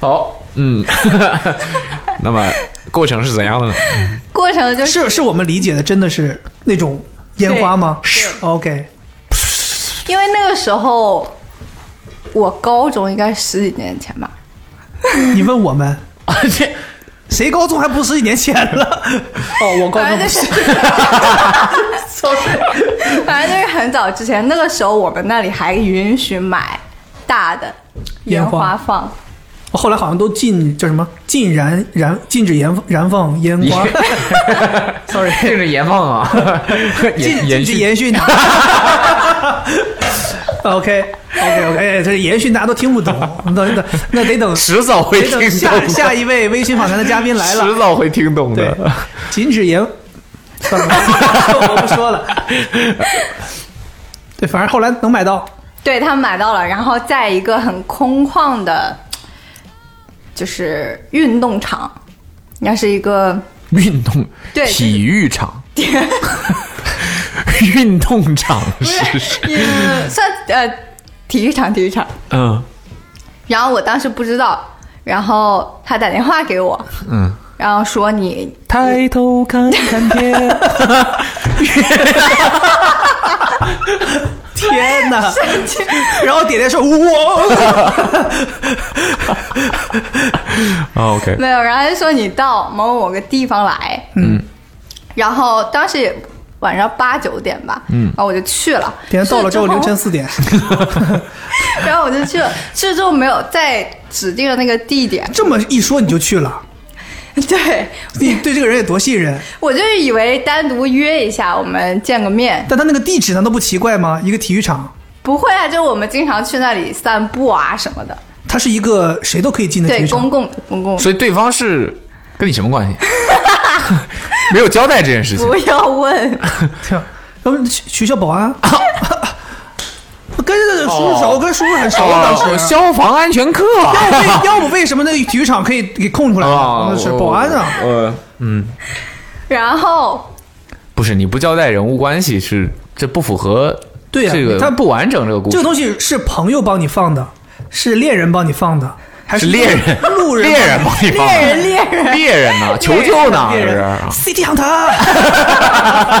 D: 好，嗯， 那么过程是怎样的呢？
J: 过程就是
B: 是是我们理解的，真的是那种烟花吗？OK，
J: 因为那个时候我高中应该十几年前吧，
B: 你问我们，
D: 这
B: 谁高中还不是十几年前了？哦，我高
J: 反
B: 中
J: 正
B: 不。
J: 就是 是，反正就是很早之前，那个时候我们那里还允许买大的
B: 烟
J: 烟
B: 花
J: 花放。
B: 我后来好像都禁叫什么禁燃燃禁止燃燃放烟 花，
D: sorry，这是盐放 啊，
B: 禁禁止延 续。OK OK OK，这是哎延续大家都听不懂，那那那得等
D: 迟早会
B: 得
D: 听懂
B: 等下
D: 的，
B: 下一位微醺访谈的嘉宾来了
D: 迟，早会听懂
B: 对
D: 的。，
B: 禁止言，算了 吧，我不说了。对，反正后来能买到，
J: 对他买到了，然后在一个很空旷的，就是运动场，应该是一 个
D: 运动
J: 对就是
D: 体育场，运动场是
J: 嗯 算呃体育场，体育场。
D: 嗯
J: 然后我当时不知道，然后他打电话给我，
D: 嗯，
J: 然后说你
D: 抬头看 看天，
B: 天哪！然后点点说：“哇，
D: 啊 OK，
J: 没有，然后他就说你到某某个地方来，
D: 嗯，
J: 然后当时也晚上八九点吧，嗯，然后我就去了，
B: 点到了之后
J: 去
B: 凌
J: 之
B: 晨四点，
J: 然后我就去了，去了之后没有在指定的那个地点，
B: 这么一说你就去了，
J: 对，
B: 你对这个人有多信任？
J: 我就是以为单独约一下，我们见个面，
B: 但他那个地址难道不奇怪吗？一个体育场，
J: 不会啊，就我们经常去那里散步啊什么的，
B: 它是一个谁都可以进的体
J: 对
B: 育，场。
J: 公共的公共的。
D: 所以对方是跟你什么关系？ 没有交代这件事情
J: 不要问，
B: 对啊，要不学学校保安。我跟那个叔叔熟，跟叔叔很熟啊当
D: 哦
B: 时。
D: 消防安全课啊
B: 要不为要不为什么那个体育场可以给空出来呢？
D: 哦
B: 那是保安啊，
D: 呃，
J: 然后
D: 不是你不交代人物关系是这不符合
B: 对呀
D: 这个
B: 他
D: 不完整这个故
B: 这
D: 事
B: 个东西是朋友帮你放的，是恋人帮你放的，还
D: 是
B: 是
D: 猎人
B: 路人啊
D: 猎人帮你放的
J: 猎人猎人
D: 猎人呢求救呢这是啊
B: CT 阳 台，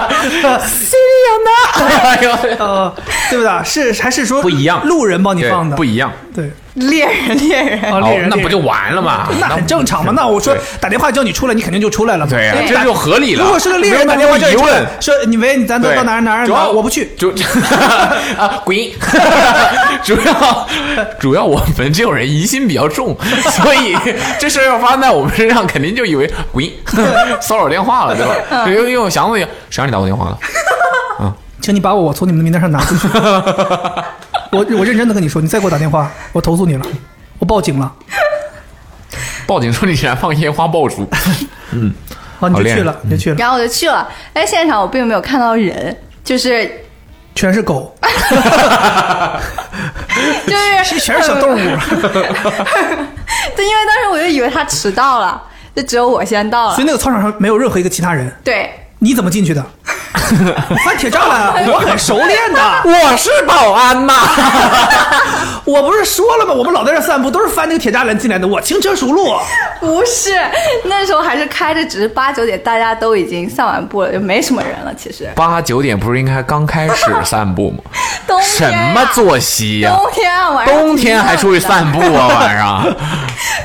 D: 哎呦
B: 呃，对不对？是还是说
D: 不一样
B: 路人帮你放的
D: 对不一样
B: 对
J: 猎人猎人，
B: 啊，
D: 哦
B: 猎人
D: 那
B: 猎
D: 不
B: 人
D: 就完了吗？
B: 那很正常嘛？那我说
D: 对
B: 打电话叫你出来，你肯定就出来了嘛。
D: 对呀啊
J: 对，
D: 这就合理了。
B: 如果是个猎人打电话叫
D: 没
B: 你
D: 有疑
B: 出来
D: 问，
B: 说你喂，你咱都
D: 对，
B: 到哪儿哪儿
D: 主
B: 哪
D: 要
B: 儿，我不去。
D: 主 啊滚！主要主要我们这种人疑心比较重， 所以这事儿要发生在我们身上，肯定就以为滚 骚扰电话了，对吧？
J: 嗯
D: 因为因为我想问一下，谁让你打我电话了？
B: 请你把我从你们的名单上拿出 去。我我认真的跟你说，你再给我打电话，我投诉你了，我报警了。
D: 报警说你竟然放烟花爆竹，嗯
B: 啊，你
D: 好
B: 就
D: 恋
B: 去
D: 人
B: 了，你就去了，
J: 然后我就去了，但现场我并没有看到人，就是
B: 全是狗，
J: 就
B: 这
J: 是
B: 全是小动物。
J: 对，因为当时我就以为他迟到了，就只有我先到了
B: 所以。那个操场上没有任何一个其他人。
J: 对，
B: 你怎么进去 的？翻铁栅栏啊，我很熟练的。
D: 我是保安嘛，
B: 我不是说了吗？我们老在这儿散步，都是翻那个铁栅栏进来的。我轻车熟路，
J: 不是那时候还是开着，只是八九点大家都已经散完步了，就没什么人了。其实
D: 八九点不是应该刚开始散 步吗？
J: 冬
D: 什
J: 天、啊、
D: 么作息呀、
J: 冬天啊，晚上
D: 冬天还出去
J: 挺热的，
D: 散步啊？晚上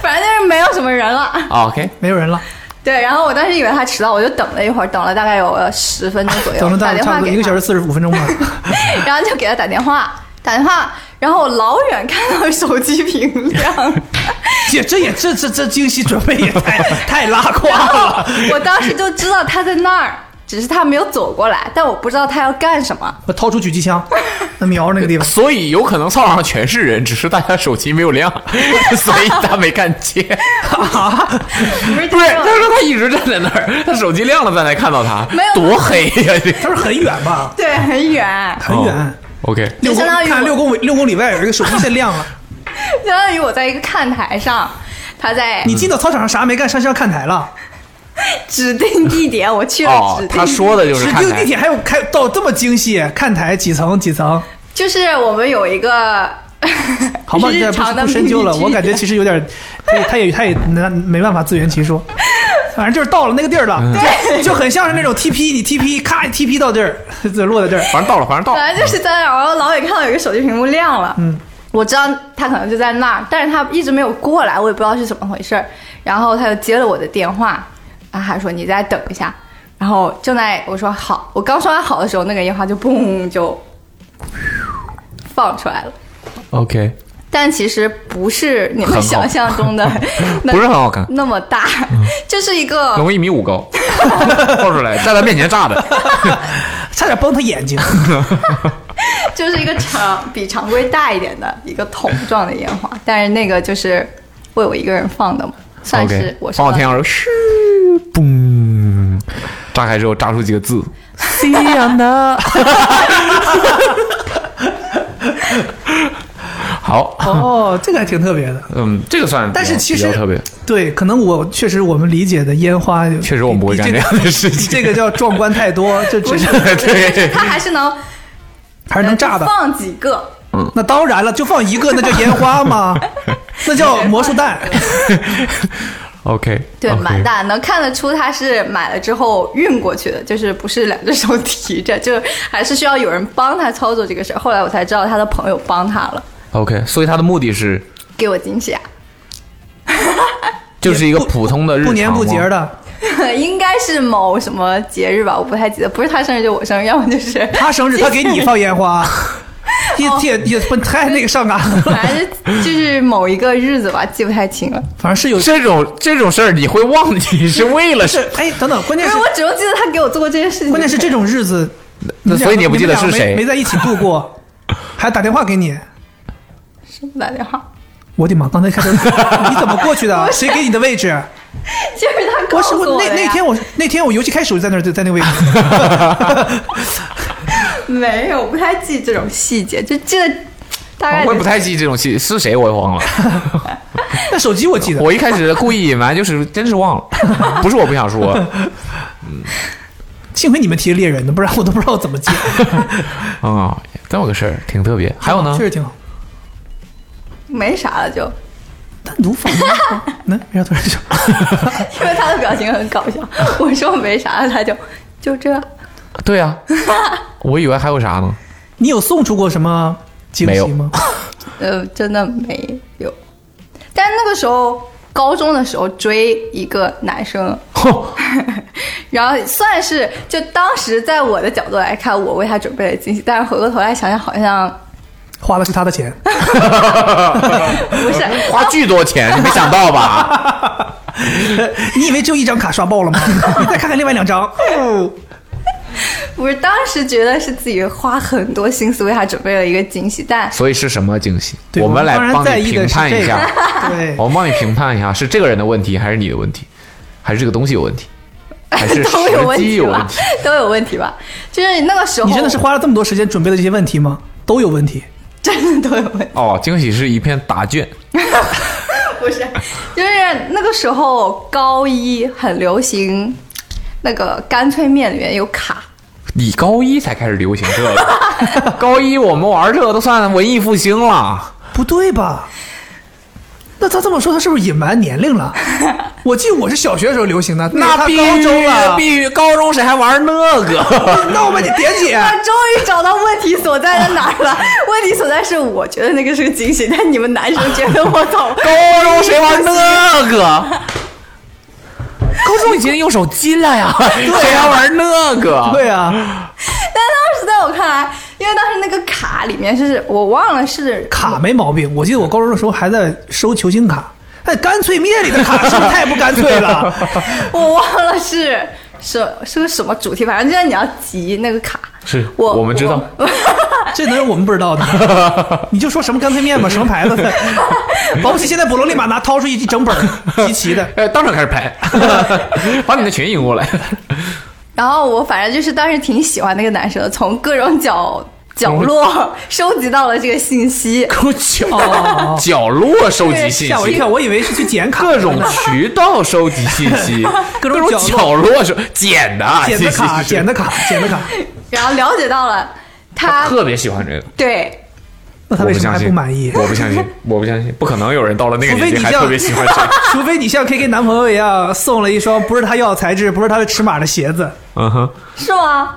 J: 反正就是没有什么人了。
D: ，OK，
B: 没有人了，
J: 对，然后我当时以为他迟到，我就等了一会儿，等了大概有呃十分钟左右，
B: 等了
J: 打
B: 大概
J: 电
B: 差
J: 话
B: 不
J: 给
B: 多
J: 他
B: 一个小时四十五分 钟吧。
J: 然后就给他打电话，打电话，然后我老远看到手机屏亮，
B: 姐，这也这这这惊喜准备也太太拉胯了。
J: 我当时就知道他在那儿，只是他没有走过来，但我不知道他要干什么。
B: 我掏出狙击枪， 那瞄着那个地方。
D: 所以有可能操场上全是人，只是大家手机没有亮， 所以他没看见。
J: 不 是
D: 不是，他
J: 这种
D: 说他一直站在那儿，他手机亮了，咱才看到他，
J: 没有
D: 多黑呀、这
B: 他说很远吧，
J: 对，很远，
B: 很远，
D: 哦 OK，
B: 六公
J: 就相当于
B: 看
J: 我
B: 六公里六公里外有一个手机线啊亮 了。
J: 相当于我在一个看台上，他在
B: 你进到操场上啥没干，上是要看台了。
J: 指定地点，我去了
D: 哦
J: 指，定，
D: 他说的就是
B: 指
D: 看
B: 定
D: 台
B: 地铁还有开到这么精细，看台几层几层。
J: 就是我们有一个
B: 好吧，你
J: 日
B: 这不
J: 常的
B: 不深究了，
J: 秘密
B: 我 感觉
J: 地
B: 其实有点，他也他也他也难没办法自圆其说，反正就是到了那个地儿
J: 嗯
B: 了，就就很像是那种 TP，你 TP 咔 TP 到这儿， 就落在这儿。嗯
D: 反正到了，反正到了。
J: 反正 就是在那儿，然后老远看到有一个手机屏幕亮了，嗯，我知道他可能就在那儿，但是他一直没有过来，我也不知道是怎么回事儿。然后他就接了我的电话，然后还说你再等一下。然后正在我说好，我刚说完好的时候，那个烟花就嘣就放出来了。
D: OK，
J: 但其实不是你
D: 很好
J: 们想象中的 那
D: 不是很好看嗯
J: 那么大，就是一
D: 能
J: 个
D: 够一米五高， 爆出来，在他面前炸的。
B: 差点崩他眼睛，
J: 就是一个常比常规大一点的一个桶状的烟花，但是那个就是为我一个人放的嘛，算
D: OK，
J: 是我是
D: 放我天上说，嘘，嘣，炸开之后炸出几个字，
B: 这样的。
D: 好，
B: 哦，这个还挺特别的。
D: 嗯，这个算比较，
B: 但是其实
D: 比较特别，
B: 对，可能我确实我们理解的烟花，
D: 确实我们不会干这样的事
B: 比
D: 情。
B: 这个叫壮观太多，这只是
D: 对，
J: 它还是能
B: 还是能炸的。
J: 放几个，
B: 那当然了，就放一个，那叫烟花 吗？那叫魔术弹。
D: OK，
J: 对，
D: OK
J: 蛮大，能看得出它是买了之后运过去的，就是不是两只手提着，就是还是需要有人帮他操作这个事儿。后来我才知道他的朋友帮他了，
D: OK，所以他的目的是
J: 给我惊喜啊，
D: 就是一个普通的日常
B: 不年不节
D: 吗，
B: 的，
J: 应该是某什 么节日吧，我不太记得，不是他生日就我生日，要么就是
B: 他生日他给你放烟花，也
J: 哦
B: 也也不太那个上赶了，
J: 反正就是某一个日子吧，记不太清 了。
B: 反正是有。
D: 这种这种事儿你会忘记，是 为了
B: 是哎，等等，关键
J: 因
B: 是
J: 为我只能记得 他给我做过这件事情。
B: 关键是这种日子，
D: 那
B: 你
D: 所以
B: 俩
D: 你也不记得
B: 们俩
D: 是谁
B: 没没在一起度过， 还打电话给你。
J: 什么打电话？
B: 我的妈！刚才开头 你怎么过 去的？谁给你的位置？
J: 就是他告
B: 我是
J: 诉
B: 我
J: 的
B: 那那
J: 呀
B: 天我那天我游戏开始我就在那儿就在那个位置，
J: 没有，不太记这种细节，就记得大概
B: 哦
D: 我也不太记这种戏是谁，我也忘了。
B: 那手机我记得。
D: 我一开始故意隐瞒，就是真是忘了，不是我不想说。
B: 幸亏你们提猎人的，不然我都不知道怎么接。
D: 啊、这么个事儿挺特别。 还有呢
B: 确，实挺好。
J: 没啥了就，
B: 单独访问， 那为啥突然就？
J: 因为他的表情很搞笑。我说没啥了，他就就这。
D: 对啊，我以为还有啥呢？
B: 你有送出过什么惊
D: 没有
B: 喜吗？
J: 呃，真的没有。但那个时候，高中的时候追一个男生， 然后算是就当时在我的角度来看，我为他准备了惊喜。但是回过头来想想，好像
B: 花的是他 的钱，
J: 不是。
D: 花巨多钱，你没想到吧？
B: 你以为只有一张卡刷爆了 吗？你再看看另外两张，哦，
J: 我是当时觉得是自己花很多心思为他准备了一个惊喜，但
D: 所以是什么惊喜？
B: 对
D: 们来
B: 我们当
D: 帮
B: 然在
D: 你
B: 意的
D: 评
B: 是
D: 判一下，哦
B: 对，
D: 我们帮你评判一下，是这个人的问题，还是你的问题，还是这个东西 有问题，还是
J: 都有
D: 时
J: 问
D: 机
J: 题
D: 有
J: 吧
D: 问题？，
J: 都有问题吧。就是那个时候，
B: 你真的是花了啊这么多时间准备的这些问题吗？都有问题。
J: 真的都有问题，
D: 哦，惊喜是一片答卷，
J: 不是？就是那个时候高一很流行那个干脆面里面有卡，
D: 你高一才开始流行这个， 高一我们玩这个都算文艺复兴了。
B: 不对吧？那他这么说，他是不是隐瞒年 龄了？我记得我是小学的时候流行的，
D: 那
B: 他
D: 必
B: 高中
D: 须
B: 了，
D: 必须，高中谁还玩那个？
B: 那我问你点 姐，
J: 我终于找到问题所在在哪儿 了。问题所在是，我觉得那个是个惊喜，但你们男生觉得我 走
D: 高中谁玩那个？ 高中已经用手机 了呀，谁还玩那个？
B: 对啊，
J: 当时在我看来，因为当时那个卡里面是我忘了是
B: 卡没毛病。我记得我高中的时候还在收球星卡，哎，干脆面里的卡是不是太不干脆了？
J: 我忘了是是是个什么主题，反正就是你要集那个卡。
D: 是
J: 我
D: 我们知道
J: 我
B: 这能是我们不知道的？ 你就说什么干脆面吧，什么牌子的？保不齐现在补罗立马拿掏出一一整本儿集齐的。
D: 哎，当场开始拍，把你的群引过来。
J: 然后我反正就是当时挺喜欢那个男生的，从各种
B: 哦
J: 角角落 收集到了这个信息。
D: 够巧，
B: 哦
D: 角落收集信
B: 吓我一
D: 息
B: 跳，，我以为是去捡卡，
D: 各种渠道收集 信息，
B: 各
D: 各
B: 种
D: 种
B: 角
D: 角落收捡的
B: 捡
D: 信
B: 的
D: 息
B: 卡，
D: 是
B: 捡的卡，捡的卡。
J: 然后了解到了他，
D: 特别喜欢这个，
J: 对
B: 那他
D: 我
B: 为
D: 不
B: 什么
D: 相
B: 还不
D: 信，
B: 满意？
D: 我不相信， 我不相信，不可能有人到了那个
B: 除非
D: 年纪
B: 你
D: 还
B: 像
D: 特别喜欢谁。
B: 除非你像 KK 男朋友一样送了一双不是他要的材质、不是他的尺码的鞋子，
D: 嗯哼，
J: 是吗？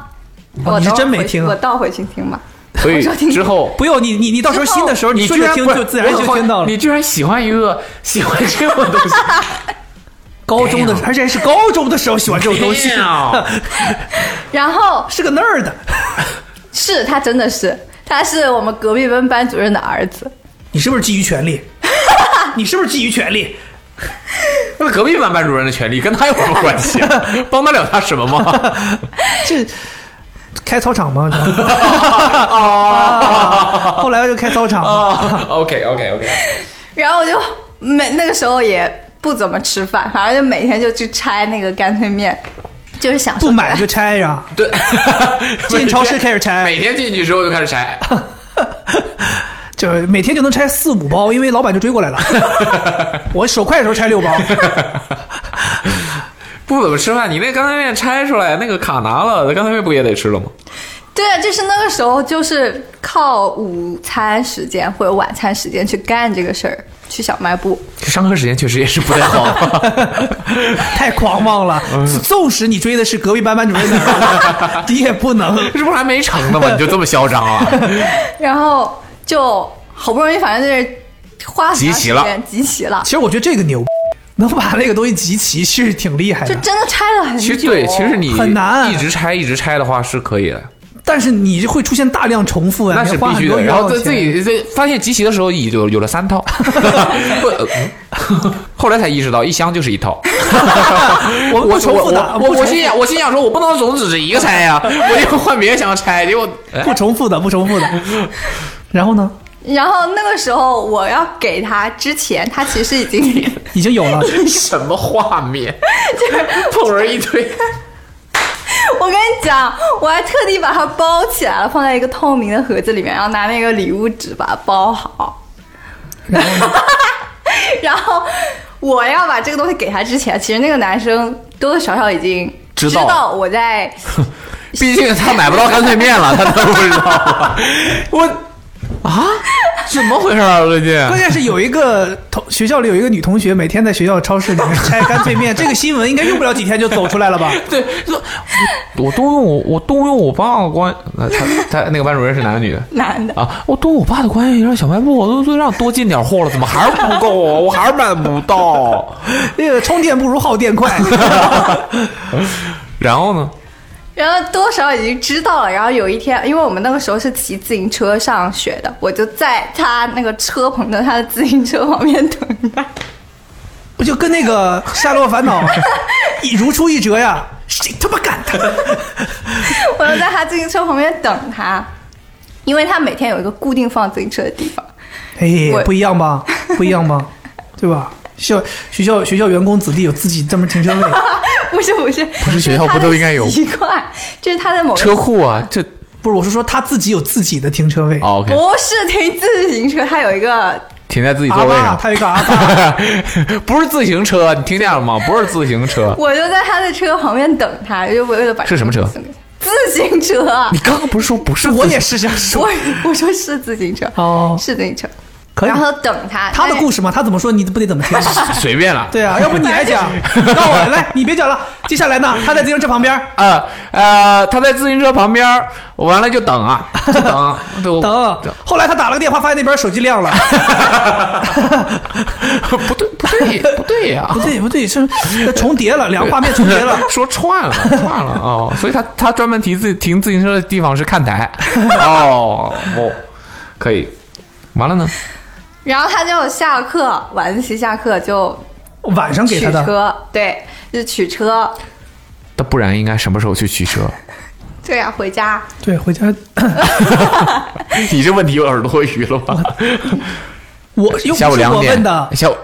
B: 哦
J: 我
B: 你是
J: 倒
B: 真没
J: 回去
B: 听啊
J: 我倒回去听吧。
D: 所以之后
B: 不用你你你到时候新的时候你顺
D: 居
B: 着
D: 然
B: 听
D: 不是
B: 就自然就
D: 我很
B: 听到了
D: 你。居然喜欢一个喜欢这种 东西，
B: 高中的，而且还是高中的时候喜欢这种东西，
D: Damn
J: 然后
B: 是个 nerd。
J: 是他真的是，他是我们隔壁班班主任的儿子。
B: 你是不是基于权力？你是不是基于权力？
D: 那隔壁班班主任的权利跟他有什么关 系？帮得了他什么吗？
B: 这开操场吗？
D: 哦
B: 啊 后来就开操场了。
D: 啊，OK OK OK，
J: 然后我就每那个时候也不怎么吃饭，反正就每天就去拆那个干脆面，就是想说
B: 不买就拆呀、
D: 对，
B: 进超市开始拆
D: 每天进去之后就开始拆。
B: 就是每天就能拆四五包，因为老板就追过来了。 我手快的时候拆六包，
D: 不怎么吃饭，你那干脆面拆出来，那个卡拿了，那干脆面不也得吃了吗？
J: 对啊，就是那个时候就是靠午餐时间或者晚餐时间去干这个事儿，去小卖部。
D: 上课时间确实也是不太 好，
B: 太狂妄了。
D: 嗯
B: 纵使你追的是隔壁班班主任的儿 子，你也不能。
D: 这不是还没成呢吗？你就这么嚣张 啊？
J: 然后就好不容易，反正就是花很长时
D: 集齐了
J: 间集齐了
B: 其，实我觉得这个牛逼，能把那个东西集齐是挺厉害
J: 就
B: 的。
J: 真的拆了很久。
D: 其实对，其实你
B: 很难
D: 一直拆一直拆的话是可以的，
B: 但是你就会出现大量重复呀，
D: 那
B: 你
D: 是
B: 要花
D: 必
B: 很
D: 须
B: 多
D: 的。
B: 冤
D: 然后
B: 枉
D: 在
B: 钱
D: 自己在发现集齐的时候，已有有了三套， 不，呃嗯后来才意识到一箱就是一套。
B: 我们
D: 我
B: 不重复的，
D: 我我
B: 不
D: 我
B: 重
D: 心想我心想说，我不能总只一个拆呀、我就换别的箱拆，结果哎
B: 不重复的，不重复的。然后呢，
J: 然后那个时候我要给他之前，他其实已经
B: 已经有了，
D: 什么画 面，碰人一堆。
J: 我跟你讲，我还特地把它包起来了，放在一个透明的盒子里面，然后拿那个礼物纸把它包好。 然后，我要把这个东西给他之前，其实那个男生多多少少已经
D: 知道
J: 我在，
D: 毕竟他买不到干脆面了，他都不知道啊。我啊， 怎么回事啊？最近
B: 关键是有一个同学校里有一个女同学，每天在学校超市里面拆干脆 面，这个新闻应该用不了几天就走出来了吧？
D: 对，说我动用我我动用我爸的关，呃他他那个班主任是男的女的？
J: 男的
D: 啊，我动用我爸的关系让小卖部，我都都让多进点货了，怎么还是不够啊？我还是买不到。
B: 那个充电不如耗电快。
D: 然后呢？
J: 然后多少已经知道了。然后有一天，因为我们那个时候是骑自行车上学的，我就在他那个车棚的他的自行车旁边等他。
B: 不就跟那个《夏洛烦恼》一如出一辙呀？谁他妈敢他？
J: 我就在他自行车旁边等他，因为他每天有一个固定放自行车的地方。
B: 哎
J: 我，
B: 不一样吧？不一样吧？对吧？校学校学校员工子弟有自己专门停车位，
J: 不是不是，不
D: 是学校不都应该有
J: 奇怪，这是他的某个
D: 车库啊，这
B: 不是我是说他自己有自己的停车位。
D: 哦 OK，啊
J: 不是停自行车，他有一个
D: 停在自己
B: 阿
D: 座位
B: 爸，
D: 上。
B: 他有一个阿爸，
D: 不是自行车，你听见了吗？不是自行车，
J: 我就在他的车旁边等他，就为了把
D: 是什么车
J: 自啊行车
D: 你，刚刚不是说不是自行？
B: 我也是这样说。
J: 我我说是自行车，
B: 哦，
J: 是自行车，
B: 可以
J: 然。后等他，哎
B: 他的故
J: 事
B: 事嘛，他怎么说你不得怎么听？
D: 随便了。
B: 对啊，要不你来讲，让我 来，你别讲了。接下来呢，他在自行车旁边
D: 啊 呃，他在自行车旁边儿，完了就等啊，就等，就
B: 等，后来他打了个电话，发现那边手机亮了。
D: 不对不对不对呀、
B: 不对不对，是重叠了，两个画面重叠了。
D: 说串了，串了哦，所以他他专门提自停自行车的地方是看台， 哦哦，可以，完了呢，
J: 然后他就下课，晚自习下课就
B: 晚上给
J: 取
B: 他的，
J: 车，对，就取车，
D: 那不然应该什么时候去取车？
J: 对呀、回家。
B: 对，回家
D: 你这问题有点多余了吧？
B: 我又
D: 下午
B: 不是
D: 两
B: 我
D: 点
B: 问的。
D: 下午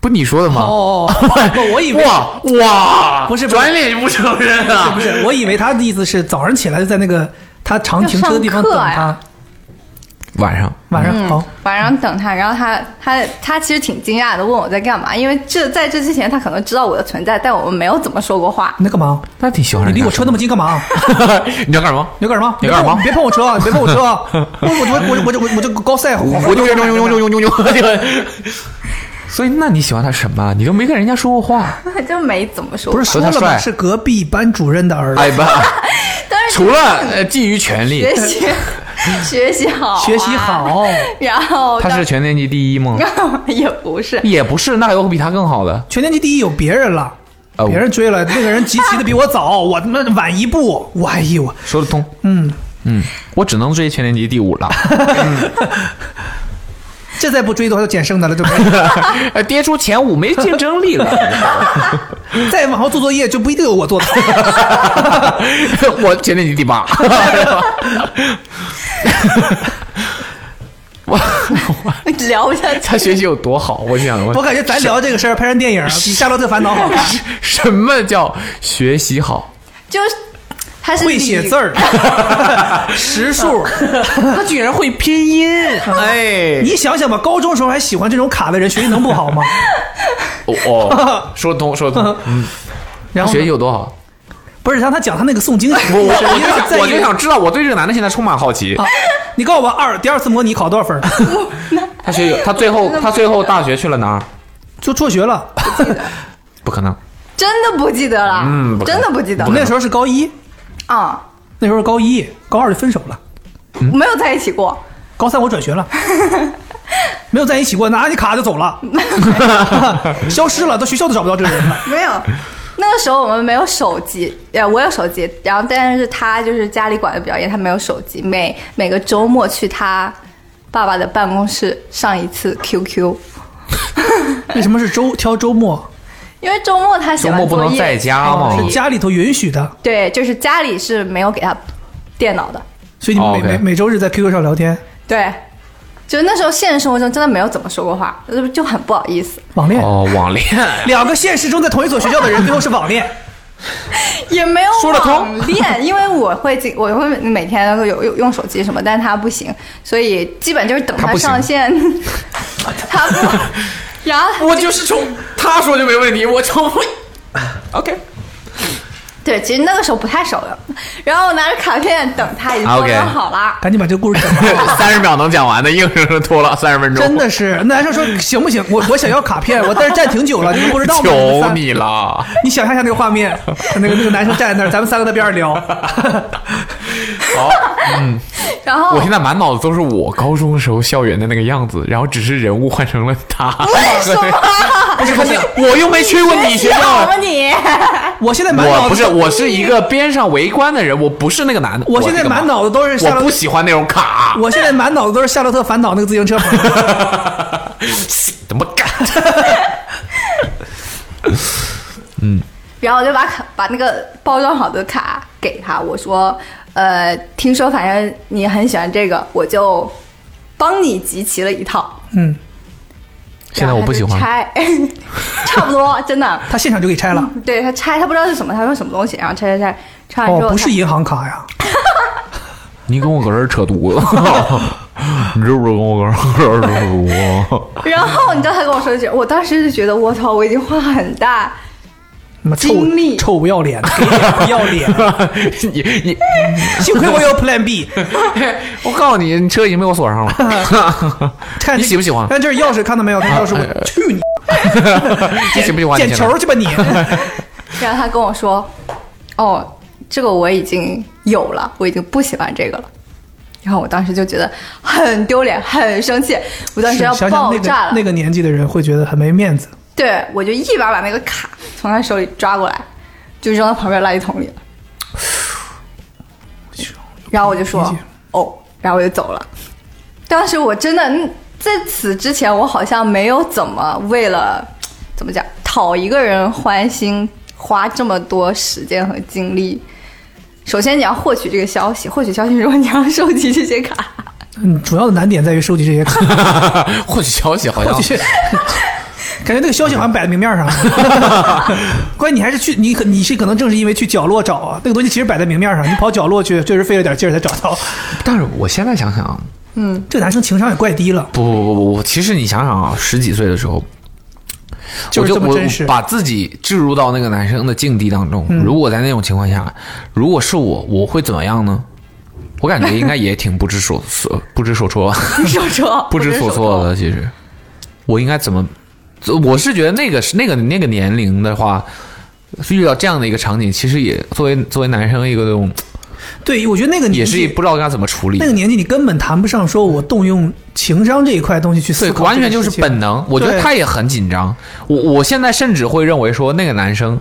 D: 不你说的吗？
B: 哦， 不，我以为
D: 啊哇哇，
B: 不是不是
D: 转脸就不承认啊！
B: 不是，我以为他的意思是早上起来就在那个他常停车的地方等
J: 要上课
B: 他
J: 呀，
D: 晚上嗯
B: 晚上好。
J: 晚上等他，然后他他他其实挺惊讶的，问我在干嘛，因为这在这之前他可能知道我的存在，但我们没有怎么说过话。
B: 你在干嘛？
D: 那挺喜欢
B: 你
D: 人家
B: 离我车那么近干嘛？
D: 你要干什么？
B: 你要干什么？
D: 你要干什么
B: 你别碰我车啊！你别 碰我车啊！我我我我就我我就高赛，
D: 我就牛牛牛牛牛牛牛。所以，那你喜欢他什啊么？你都没跟人家说过话。
J: 就没怎么说。
B: 不是，说了
D: 说他
B: 吗？
D: 帅
B: 是隔壁班主任的儿子，
D: 哎 吧，除了呃觊觎权力，
J: 学习学习好、
B: 学习，好，
J: 然后
D: 他是全年级第一吗？
J: 当 也不是，
D: 也不是，那有比他更好的。
B: 全年级第一有别人了。
D: 哦
B: 别人追了，那个人集齐的比我早，我他妈晚一步，我哎呦，
D: 说得通。嗯嗯，我只能追全年级第五了。
B: 这再不追的话就捡剩的了，对不对？
D: 呃跌出前五没竞争力了。
B: 再往后做作业就不一定有我做的。
D: 我全年级第八。 我
J: 聊不下去。
D: 他学习有多好？我想问
B: 我。感觉咱聊这个事儿，拍成电影比《夏洛特烦恼》好看，
D: 什么叫学习好？
J: 就是他是
B: 会写字
J: 儿，
B: 儿，识数。
D: 他居然会拼音！哎，
B: 你想想吧，高中时候还喜欢这种卡的人，学习能不好吗？
D: 哦 哦，说得通，说得通。嗯，
B: 然
D: 他
B: 后
D: 学
B: 呢
D: 习有 多好？
B: 不是让他讲他那个诵经的故事，
D: 我
B: 因为在
D: 我
B: 于
D: 我就想知道，我对这个男的现在充满好奇。
B: 你告诉我二第二次模拟考多少分儿？
D: 他学有，他最后他最后大学去了哪儿？
B: 就辍学了，
D: 不可能，
J: 真的不记得了，
D: 嗯不可
J: 啊真
D: 能
J: 的不记得
B: 我
J: 了
B: 那时候是高一，
J: 啊、嗯
B: 那时候是高一，高二就分手了，
J: 没有在一起过。
B: 高三我转 学了。没有在一起过，拿你卡就走了，消失了，到学校都找不到这个人了。
J: 没有，那个时候我们没有手机，呃，我有手机，然后但是他就是家里管的比较严，他没有手机，每每个周末去他爸爸的办公室上一次 QQ，
B: 为什么是周挑周末？
J: 因为周末他写
D: 周
J: 完
D: 末
J: 作业哦
D: 不能在家吗？
B: 是家里头允许的，
J: 对，就是家里是没有给他电脑的，
B: 所以你们
D: 哦
B: 每、
D: ，OK
B: 每每周日在 QQ 上聊天，
J: 对，就那时候现实生活中真的没有怎么说过话，就就很不好意思，
B: 网恋。
D: 哦，网恋，
B: 两个现实中在同一所学校的人，最后是 网恋。
J: 也没有
B: 说得通
J: 网恋，因为我会进，我会每天都有用用手机什么，但是他不行，所以基本就是等
D: 他
J: 他
D: 不行
J: 上线， 他不，然后
D: 我就是从他说就没问题，我从 OK
J: 对，其实那个时候不太熟的，然后我拿着卡片等他，已经包
D: 啊 OK
J: 装好了。
B: 赶紧把这个故事讲完。
D: 三十秒能讲完的，硬生生拖了三十分钟，
B: 真的 是，那男生说
D: 嗯
B: 行不行？我我想要卡片，我在这站挺久了，你们不知 道吗？们
D: 求
B: 仨哦
D: 你了。
B: 你想象一下那个画面， 那个那个男生站在那儿，咱们三个在边上聊，
D: 好，嗯
J: 然后
D: 我现在满脑子都是我高中时候校园的那个样子，然后只是人物换成了他。
J: 为什 么？
D: 不是不是， 我又没去过你学
J: 什
D: 校
J: 么。你？
B: 我现在满脑子
D: 我不是，我是一个边上围观的人，我不是那个男的。
B: 我现在
D: 是个
B: 满脑子都是夏
D: 我
B: 洛
D: 不喜欢那种卡，
B: 我现在满脑子都是夏洛特烦恼那个自行车牌。
D: 怎么干？
J: 然后我就把卡把那个包装好的卡给他，我说，呃，听说反正你很喜欢这个，我就帮你集齐了一套。
B: 嗯，
D: 现在我不喜 欢
J: 然
B: 哦
J: 后他就拆，差不多，真的。
B: 他现场就给拆了。
J: 对他拆，他不知道是什么，他说什么东西，然后拆拆拆，拆完之
B: 哦，
J: 后
B: 不是
J: 他
B: 银行卡呀，
D: 你跟我搁这儿扯犊子， 你知不知道跟我搁这儿扯犊子？
J: 然后你知道他跟我说一句，我当时就觉得我操，我已经花很大，
B: 他妈臭
J: 经历
B: 臭不要 脸，给脸不要脸，
D: 你你，
B: 幸亏我有 Plan B。
D: 我告诉你，你车已经被我锁上了。
B: 看
D: 你喜不喜欢哎
B: 但这是钥匙，看到没有？看钥匙，我去你！
D: 你喜不喜欢？
B: 捡球去 吧你！
J: 然后他跟我说，哦，这个我已经有了，我已经不喜欢这个了。然后我当时就觉得很丢脸，很生气，我当时要
B: 想想
J: 爆
B: 那
J: 炸了。
B: 个那个年纪的人会觉得很没面子。
J: 对我就一把把那个卡从他手里抓过来，就扔到旁边垃圾桶里了。然后我就说
B: 理解
J: 哦，然后我就走了。当时我真的嗯在此之前，我好像没有怎么为了怎么讲讨一个人欢心花这么多时间和精力。首先，你要获取这个消息，获取消息如果你要收集这些卡，
B: 嗯，主要的难点在于收集这些卡，
D: 获取消息好
B: 我
D: 像
B: 去， 感觉这个消息好像摆在明面上。 关键你还是去，你可你是可能正是因为去角落找啊，那个东西其实摆在明面上，你跑角落去，确实费了点劲儿才找到。嗯
D: 但是我现在想想，
B: 这个男生情商也怪低了，
D: 不不不不不，其实你想想啊，十几岁的时候，
B: 就
D: 我
B: 是
D: 就
B: 这么
D: 我
B: 真实嗯
D: 我把自己置入到那个男生的境地当中。如果在那种情况下，如果是我，我会怎么样呢？我感觉应该也挺不知所所不知所措，
J: 手镯
D: 不知所措的。其实，我应该怎么？我是觉得那个是那个那个年龄的话，遇到这样的一个场景，其实也作为作为男生一个那种，
B: 对，我觉得那个
D: 也
B: 年纪
D: 是不知道该怎么处理。
B: 那个年纪，你根本谈不上说我动用情商这一块东西去思
D: 对，
B: 考，
D: 完全就是本。能。我觉得
B: 对
D: 他也很紧张。我我现在甚至会认为说，那个男生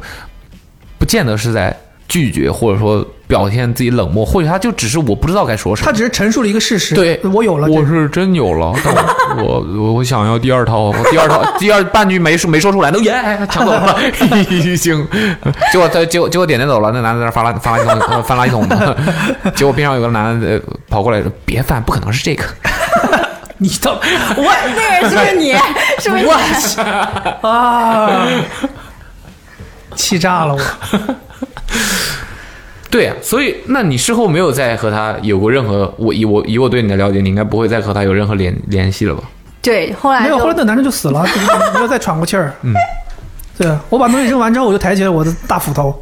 D: 不见得是在拒绝，或者说表现自己冷漠，或许他就只是我不知道该说什
B: 他
D: 么。
B: 只是陈述了一个事实，
D: 对
B: 我有了，
D: 我是真有了，但我我我想要第二套，我第二套第二半句没说没说出来，都耶哎抢 走了，已经，结果他结果结果点点走了，那男的在那翻垃翻垃圾桶呃翻垃圾桶 呢，结果边上有个男的呃跑过来说别翻，不可能是这个，
B: 你到
J: 我那个人是不是 你？是不是你？
B: 啊，气炸了我。
D: 对啊，所以那你事后没有再和他有过任何，我以我以我对你的了解，你应该不会再和他有任何联联系了吧？
J: 对，后来
B: 没有，
J: 就
B: 后来那男生就死了，你不要再喘过气儿。嗯，对我把东西扔完之后，我就抬起了我的大斧头。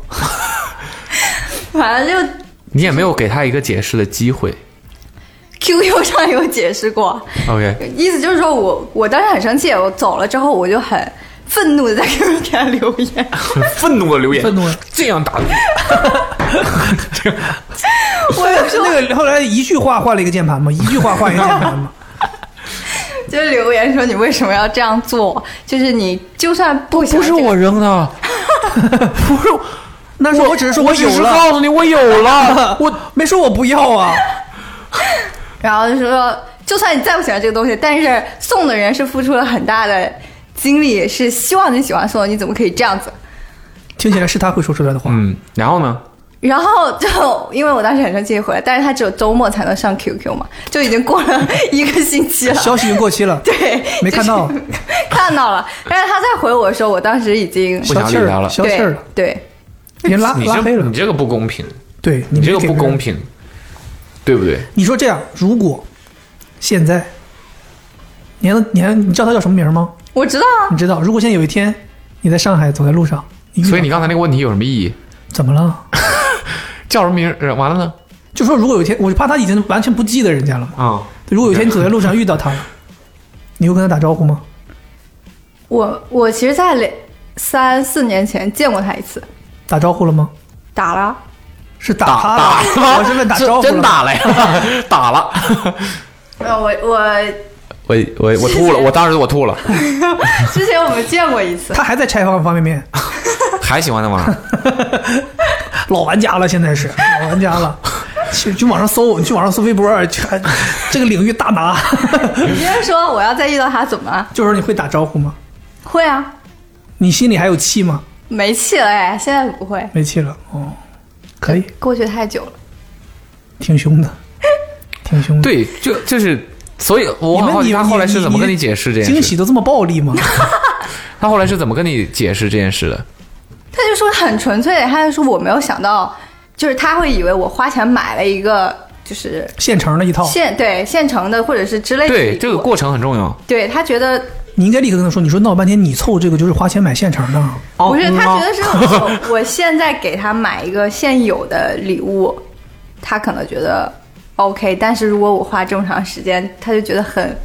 J: 反正就
D: 你也没有给他一个解释的机会。
J: QQ 上有解释过，
D: OK，
J: 意思就是说我我当时很生气，我走了之后我就很愤怒的在 QQ 给他留言，
D: 愤怒的留言，
B: 愤怒的
D: 这样打的，
B: 我也是那个后来一句话换了一个键盘嘛，一句话换一个键 盘嘛。
J: 就是留言说你为什么要这样做？就是你就算不不
D: 扔的，
B: 不是，那是我只是说
A: 我
B: 有
A: 只是
B: 了，
A: 告诉你我有了，
B: 我没说我不要啊。
J: 然后就说，就算你再不喜欢这个东西，但是送的人是付出了很大的精力，是希望你喜欢送的，你怎么可以这样子？
B: 听起来是他会说出来的话。
D: 嗯，然后呢？
J: 然后就因为我当时很生气回来，但是他只有周末才能上 QQ 嘛，就已经过了一个星 期了。
B: 消息已经过期了，
J: 对，
B: 没看到
J: 就是看到了。但是他在回我的时候，我当时已经
D: 不想
B: 消气儿
D: 理他了
B: 消气儿了，
J: 对对
B: 已经拉
D: 你
B: 拉
D: 这
B: 黑了
D: 你。这个不公平，
B: 对，
D: 你
B: 没
D: 这个
B: 给
D: 不
B: 别人
D: 公。平，对不对？
B: 你说这样，如果现在，你还能你还你知道他叫什么名儿吗？
J: 我知道啊，
B: 你知道，如果现在有一天你在上海走在路上，你遇到
D: 所以你刚才那个问题有什么意义？
B: 怎么了？
D: 叫什么名儿？呃完了呢？
B: 就说如果有一天，我就怕他已经完全不记得人家了。
D: 啊，
B: 如果有一天你走在路上遇到他了，你会跟他打招呼吗？
J: 我我其实在两三四年前见过他一次，
B: 打招呼了吗？
J: 打了，
B: 是打他的，我是问打招呼了
D: 真
B: 吗
D: 打了呀， 打了，
J: 呃，我我
D: 我我我吐了，我当时我吐了，
J: 之前我们见过一次，
B: 他还在拆方方便面，
D: 还喜欢那玩意儿，
B: 老玩家了，现在是老玩家 了。去去网上搜，你去网上搜微博，去这个领域大拿。
J: 你接着说我要再遇到他怎么了？
B: 就是你会打招呼吗？
J: 会啊，
B: 你心里还有气吗？
J: 没气了哎，现在不会，
B: 没气了哦，可以，
J: 过去太久了。
B: 挺凶的，挺凶的。，
D: 对，就就是，所以我
B: 你
D: 很好
B: 们
D: 奇
B: 你
D: 他后来是怎么跟
B: 你
D: 你解释这件
B: 惊
D: 事
B: 喜？都这么暴力吗？
D: 他后来是怎么跟你解释这件事的？
J: 他就说很纯粹，他就说我没有想到，就是他会以为我花钱买了一个就是
B: 现成的一套，
J: 现对现成的或者是之类的礼
D: 对，
J: 物，
D: 这个过程很重要。
J: 对他觉得
B: 你应该立刻跟他说，你说闹半天你凑这个就是花钱买现成的啊，
J: 不是，他觉得是 我我现在给他买一个现有的礼物，他可能觉得 OK，但是如果我花这么长时间，他就觉得很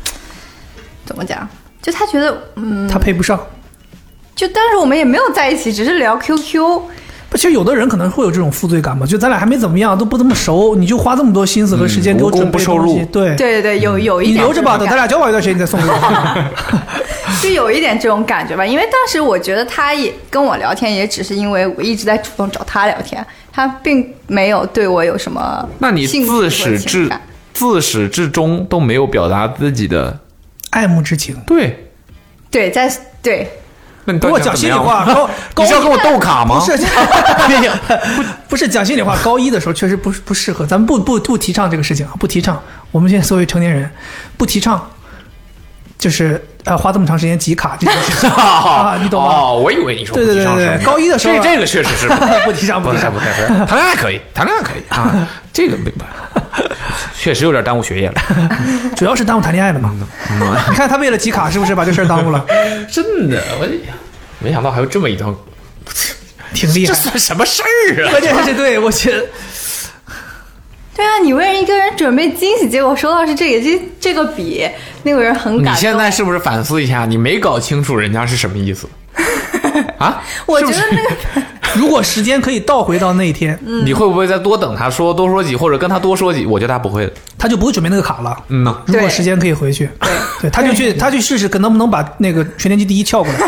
J: 怎么讲？就他觉得嗯，
B: 他配不上。
J: 就但是我们也没有在一起，只是聊 QQ。
B: 不，其实有的人可能会有这种负罪感吧，就咱俩还没怎么样，都不怎么熟，你就花这么多心思和时间
D: 嗯
B: 给我
D: 无功
B: 准备
D: 不受
B: 东西嗯
D: 禄
B: 对，
J: 对对对，有有一
B: 你
J: 点
B: 留着
J: 这
B: 吧，等
J: 种感
B: 咱俩交往一段时间你再送给 我。
J: 就有一点这种感觉吧。因为当时我觉得他也跟我聊天，也只是因为我一直在主动找他聊天，他并没有对我有什么
D: 那你
J: 兴趣
D: 自
J: 或
D: 始
J: 情
D: 至
J: 感
D: 自始至终都没有表达自己的
B: 爱慕之情，
D: 对，
J: 对在对
D: 那你
B: 给
D: 到
B: 我
D: 底想
B: 讲
D: 怎
B: 心
D: 么
B: 里
D: 样啊
B: 话，高高
D: 你是要
B: 一
D: 跟我斗卡吗？
B: 不 是，不不是讲心里话，高一的时候确实不不适合，咱们不不不提倡这个事情啊，不提倡。我们现在作为成年人，不提倡，就是呃花这么长时间集卡这件事情 啊，你懂吗？
D: 哦，我以为你说
B: 对对对
D: 不提倡
B: 对对
D: 什么
B: 高一的时候
D: 这这个确实是
B: 不提倡，
D: 不
B: 不提
D: 太
B: 倡
D: 不。太不太 谈恋爱可以，谈恋爱可以啊，这个明白，确实有点耽误学业 了，
B: 主要是耽误谈恋爱了
D: 嗯
B: 嘛。 你看他为了集卡，是不是把这事儿耽误了？
D: 真的，我没想到还有这么一段，
B: 挺厉
D: 这
B: 害。
D: 算什么事儿 啊？
B: 关键是对我觉得
J: 对啊，你为一个人准备惊喜，结果收到是这个，这这个比那个人很
D: 你
J: 感动。
D: 现在是不是反思一下，你没搞清楚人家是什 么意思啊？
J: 我
D: 是
J: 觉
D: 不是
J: 得那个 嗯
B: 如果时间可以倒回到那一天，
D: 你会不会再多等他说多说几，或者跟他多说几？我觉得他不会的。
B: 他就不会准备那个卡了。
D: 嗯呐，
B: 如果
J: 对
B: 时间可以回去，对，他就去，他去试试，可能不能把那个全年级第一撬过来。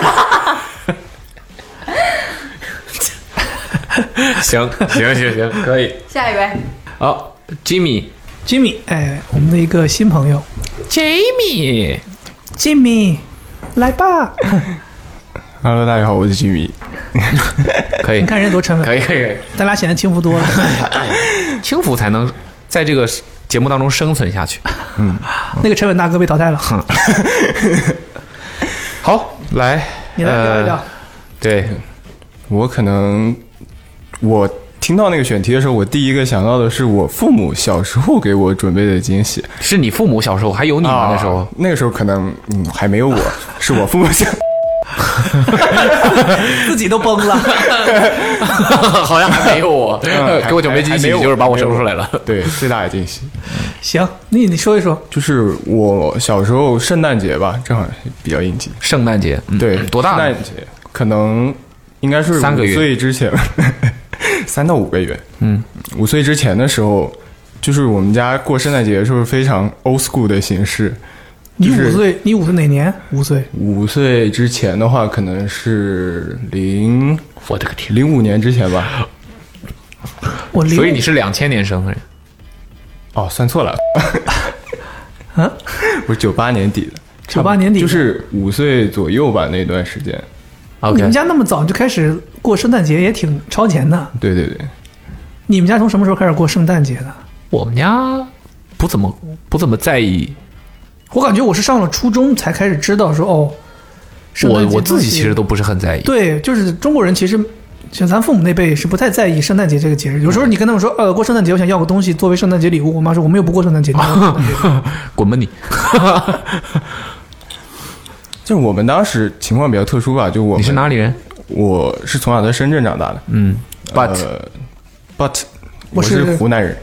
D: 行 行行行，可以。
J: 下一位，
D: 好，Jimmy
B: Jimmy，哎，我们的一个新朋友
D: Jimmy，
B: ，Jimmy，来吧，
K: Hello，大家好，我是吉米。
D: 可以
B: 你看人家多沉稳，
D: 可以可以，
B: 咱俩显得轻浮 多了。
D: 轻浮才能在这个节目当中生存下去。
B: 那个沉稳大哥被淘汰 了，
D: 好，来，
B: 你来聊一聊
D: 呃。对，
K: 我可能我听到那个选题的时候，我第一个想到的是我父母小时候给我准备的惊喜。
D: 是你父母小时候还有你吗？那时候
K: 啊，那个时候可能嗯还没有我，是我父母想。
B: 自己都崩了。
D: 好像还没有我，
K: 嗯
D: 给我准备惊
K: 还没
D: 喜
K: 有
D: 就是把我生出来了。
K: 对，最大的惊喜
B: 行，你你说一说，
K: 就是我小时候圣诞节吧，正好比较应景。
D: 圣诞节，嗯
K: 对，
D: 多大
K: 圣
D: 呢
K: 诞？节可能应该是
D: 三个月
K: 五岁之前， 三到五个月。
D: 嗯，
K: 五岁之前的时候，就是我们家过圣诞节的时候非常 old school 的形式，
B: 你
K: 就是
B: 五岁，你五岁哪年？五岁，
K: 五岁之前的话，可能是零，我的个天，零五年之前吧。
B: 我
D: 所以你是两千年生的人，
K: 哦，算错了，
B: 啊，
K: 我是九八年底的，
B: 九八年底
K: 就是五岁左右吧那段时间。
B: 哦你们家那么早就开始过圣诞节，也挺超前的。
K: 对对对，
B: 你们家从什么时候开始过圣诞节的？
D: 我们家不怎么不怎么在意。
B: 我感觉我是上了初中才开始知道说哦，圣诞
D: 我
B: 节
D: 我自己
B: 东西
D: 其实都不是很在意。
B: 对，就是中国人其实。像咱父母那辈是不太在意圣诞节这个节日，有时候你跟他们说，
D: 嗯
B: 呃，过圣诞节我想要个东西作为圣诞节礼物，我妈说我们又不过圣诞节，你 要过圣诞节
D: 滚吧你！
K: 就是我们当时情况比较特殊吧，就我你是哪
D: 里人？
K: 我是从小在深圳长大的，
D: 嗯
K: ，but、but
B: 我
K: 我
B: 是
K: 是湖南人，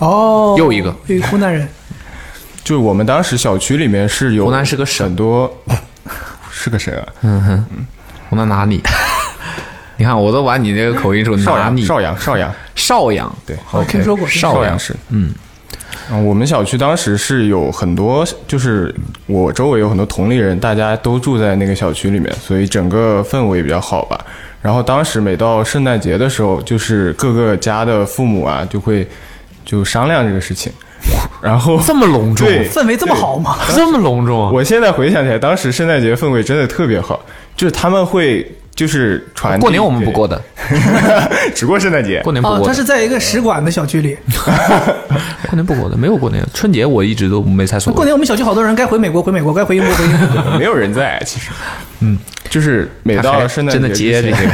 B: 哦，
K: 又一个
B: 对湖南人，
K: 就是我们当时小区里面是有湖南是个省，很多是个省啊，
D: 嗯哼，我那拿你， 你看我都把你那个口音说
K: 邵
D: 拿
K: 阳
D: 你，
K: 邵阳邵阳
D: 邵阳，
K: 对
D: 我听说过听说过
K: 邵阳市，嗯。我们小区当时是有很多，就是我周围有很多同龄人，大家都住在那个小区里面，所以整个氛围比较好吧。然后当时每到圣诞节的时候，就是各个家的父母啊，就会就商量这个事情。然后
D: 这么隆
B: 重
K: 对，
B: 氛围这么好吗
K: 对
D: 这么隆重。啊
K: 我现在回想起来，当时圣诞节氛围真的特别好，就是他们会就是传递
D: 过年我们不过的，
K: 只过圣诞节，
D: 过年不
B: 哦，
D: 过
B: 他
D: 的
B: 是在一个使馆的小 区里。
D: 过年不过的，没有过年，春节我一直都没太所
B: 那
D: 谓。
B: 过年我们小区好多人该回美国回美国，该回英国回英国。
K: 没有人在，其实，嗯，就是每
D: 他还
K: 到圣诞
D: 真的接
K: 节之
D: 这
K: 前，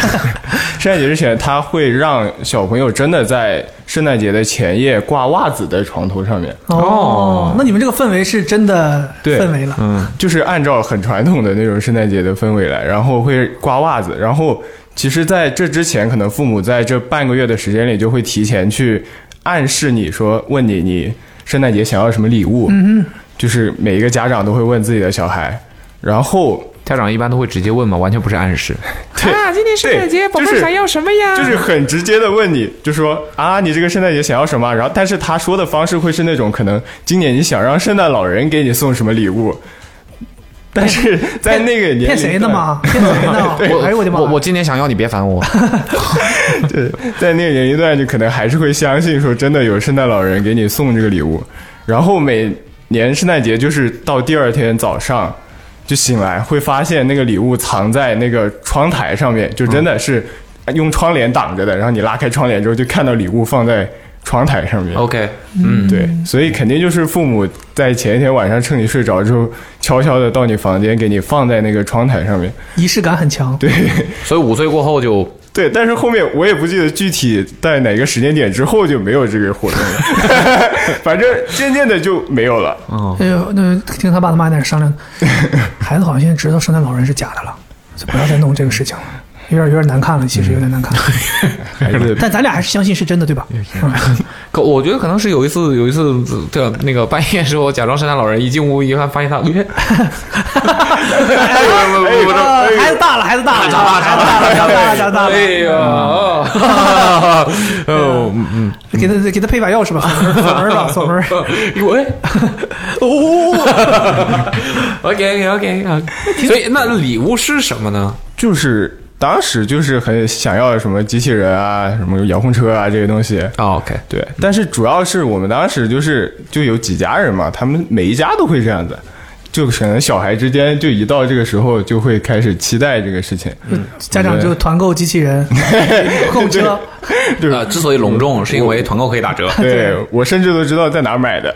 K: 圣诞节之前，他会让小朋友真的在圣诞节的前夜挂袜子在床头上面。
B: 哦，那你们这个氛围是真的
K: 对，
B: 氛围了。
K: 嗯，就是按照很传统的那种圣诞节的氛围来，然后会挂袜子，然后其实在这之前，可能父母在这半个月的时间里就会提前去暗示你说，问你你圣诞节想要什么礼物，
B: 嗯哼，
K: 就是每一个家长都会问自己的小孩，然后
D: 家长一般都会直接问嘛，完全不是 暗示。
K: 啊，今天圣诞节，宝贝想要什么呀？就是很直接的问你，就说啊，你这个圣诞节想要什么？然后，但是他说的方式会是那种可能今年你想让圣诞老人给你送什么礼物，但是在那个年龄
B: 哎骗谁呢
K: 段？
B: 嘛？骗谁呢
K: 对
B: 哎呦我的妈！
D: 我我今年想要你别烦我，
K: 对，在那个年龄段，你可能还是会相信说，真的有圣诞老人给你送这个礼物。然后每年圣诞节就是到第二天早上就醒来，会发现那个礼物藏在那个窗台上面，就真的是用窗帘挡着的。然后你拉开窗帘之后，就看到礼物放在窗台上面。
D: OK，嗯
K: 对，所以肯定就是父母在前一天晚上趁你睡着之后，悄悄的到你房间给你放在那个窗台上面。
B: 仪式感很强。
K: 对，
D: 所以五岁过后就
K: 对，但是后面我也不记得具体在哪个时间点之后就没有这个活动了， 反正渐渐的就没有了。
D: 嗯
B: 哎呦，那听他爸他妈在那 商量，孩子好像现在知道圣诞老人是假的了，就不要再弄这个事情了，有点有点难看了，其实有点难看。
K: 哎
D: 嗯
B: 但咱俩还是相信是真的，对吧？
D: 哎
B: 嗯
D: 可我觉得可能是有一次，有一次的那个半夜时候，假装圣诞老人一进屋一看，发现他，哎，
B: 呃哎孩子大了，孩子 大了，长大了，长大了，长大了，长大了。
D: 哎呀， 哦，嗯嗯，
B: 给他给他配把钥匙吧，锁门吧，锁门。
D: 滚！
B: 哦，
D: OK
B: 哎
D: OK OK，所以哎那礼物是什么呢？
K: 就是当时就是很想要什么机器人啊，什么遥控车啊这些东西。
D: 哦 OK，
K: 对，但是主要是我们当时就是就有几家人嘛，他们每一家都会这样子。就可能小孩之间，就一到这个时候就会开始期待这个事情，
B: 嗯家长就团购机器 人、购 车，
D: 呃，之所以隆重，是因为团购可以打折。
K: 对我甚至都知道在哪儿买的。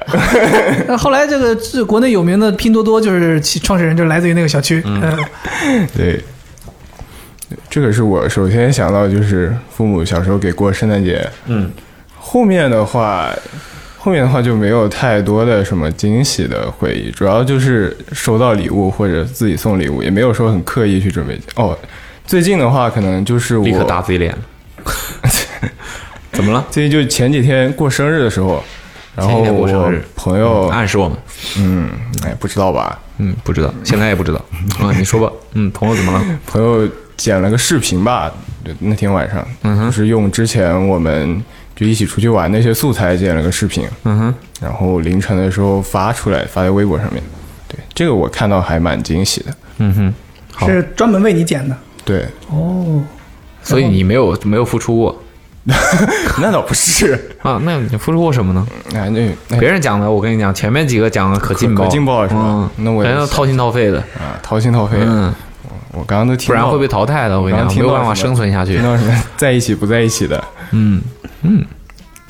B: 那呃后来这个这国内有名的拼多多就是其创始人，就是来自于那个小区。嗯，
K: 对，这个是我首先想到就是父母小时候给过圣诞节，
D: 嗯，
K: 后面的话，后面的话就没有太多的什么惊喜的回忆，主要就是收到礼物或者自己送礼物，也没有说很刻意去准备。哦，最近的话可能就是我
D: 立刻打自己脸。 怎么了？
K: 最近就前几天过生日的时候，然后
D: 前几天过生
K: 我
D: 日
K: 朋友
D: 暗示我们，
K: 嗯，哎，不知道吧？
D: 嗯，不知道，现在也 不知道。啊，你说吧，嗯，朋友怎么了？
K: 朋友剪了个视频吧，对那天晚上，嗯就是用之前我们就一起出去玩那些素材剪了个视频，
D: 嗯哼，
K: 然后凌晨的时候发出来，发在微博上面。对，这个我看到还蛮惊喜的。
D: 嗯哼，好
B: 是专门为你剪的
K: 对，
B: 哦。
D: 所以你没有没有付出过，
K: 那倒不是
D: 啊，那你付出过什么呢？
K: 哎，那
D: 别人讲的，我跟你讲，前面几个讲的可劲爆，
K: 可劲爆是吧那我也
D: 人家
K: 是
D: 都掏心掏肺的，
K: 啊，掏心掏肺。
D: 嗯，
K: 我刚刚都听
D: 不
K: 到了，
D: 然会被淘汰的。我跟你
K: 刚
D: 讲，
K: 刚
D: 没
K: 听
D: 有
K: 到
D: 办法
K: 什么
D: 生存下去
K: 听。到什么在一起不在一起的？
D: 嗯，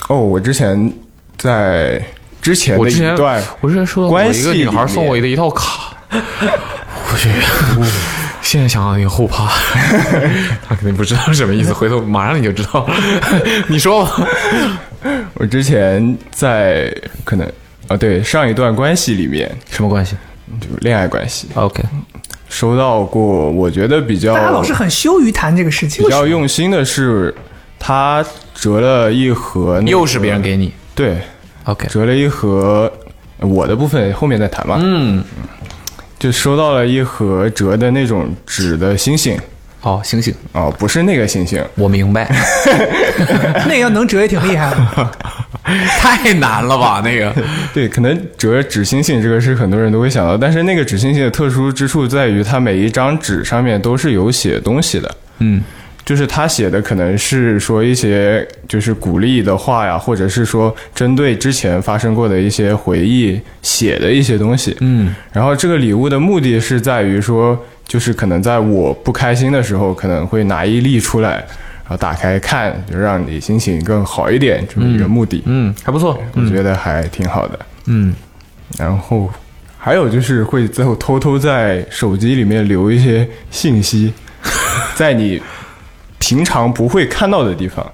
K: 哦，我之前在之前
D: 我
K: 的
D: 之前
K: 一段
D: 我之前说到我
K: 关
D: 一
K: 系
D: 个
K: 里
D: 女孩
K: 面
D: 送我的一套卡，我去，现在想想有点后怕，她肯定不知道是什么意思，回头马上你就知道了。 你说吧，
K: 我之前在可能啊，对上一段关系里面，
D: 什么关系？啊
K: 就恋爱关系。
D: OK，
K: 收到过，我觉得比较
B: 大家老是很羞于谈这个事情，
K: 比较用心的是，他折了一盒、那个，
D: 又是别人给你
K: 对
D: ，OK，
K: 折了一盒，我的部分后面再谈吧。
D: 嗯，
K: 就收到了一盒折的那种纸的星星。
D: 哦，星星
K: 哦，不是那个星星，
D: 我明白，
B: 那要能折也挺厉害的。
D: 太难了吧？那个，
K: 对，可能折纸星星这个是很多人都会想到，但是那个纸星星的特殊之处在于，它每一张纸上面都是有写东西的，
D: 嗯，
K: 就是他写的可能是说一些就是鼓励的话呀，或者是说针对之前发生过的一些回忆写的一些东西，
D: 嗯，
K: 然后这个礼物的目的是在于说，就是可能在我不开心的时候，可能会拿一粒出来，然后打开看，就让你心情更好一点，这么一个目的，
D: 嗯，还不错，
K: 我觉得还挺好的。
D: 嗯，
K: 然后还有就是会最后偷偷在手机里面留一些信 息，在你平常不会看到的地方，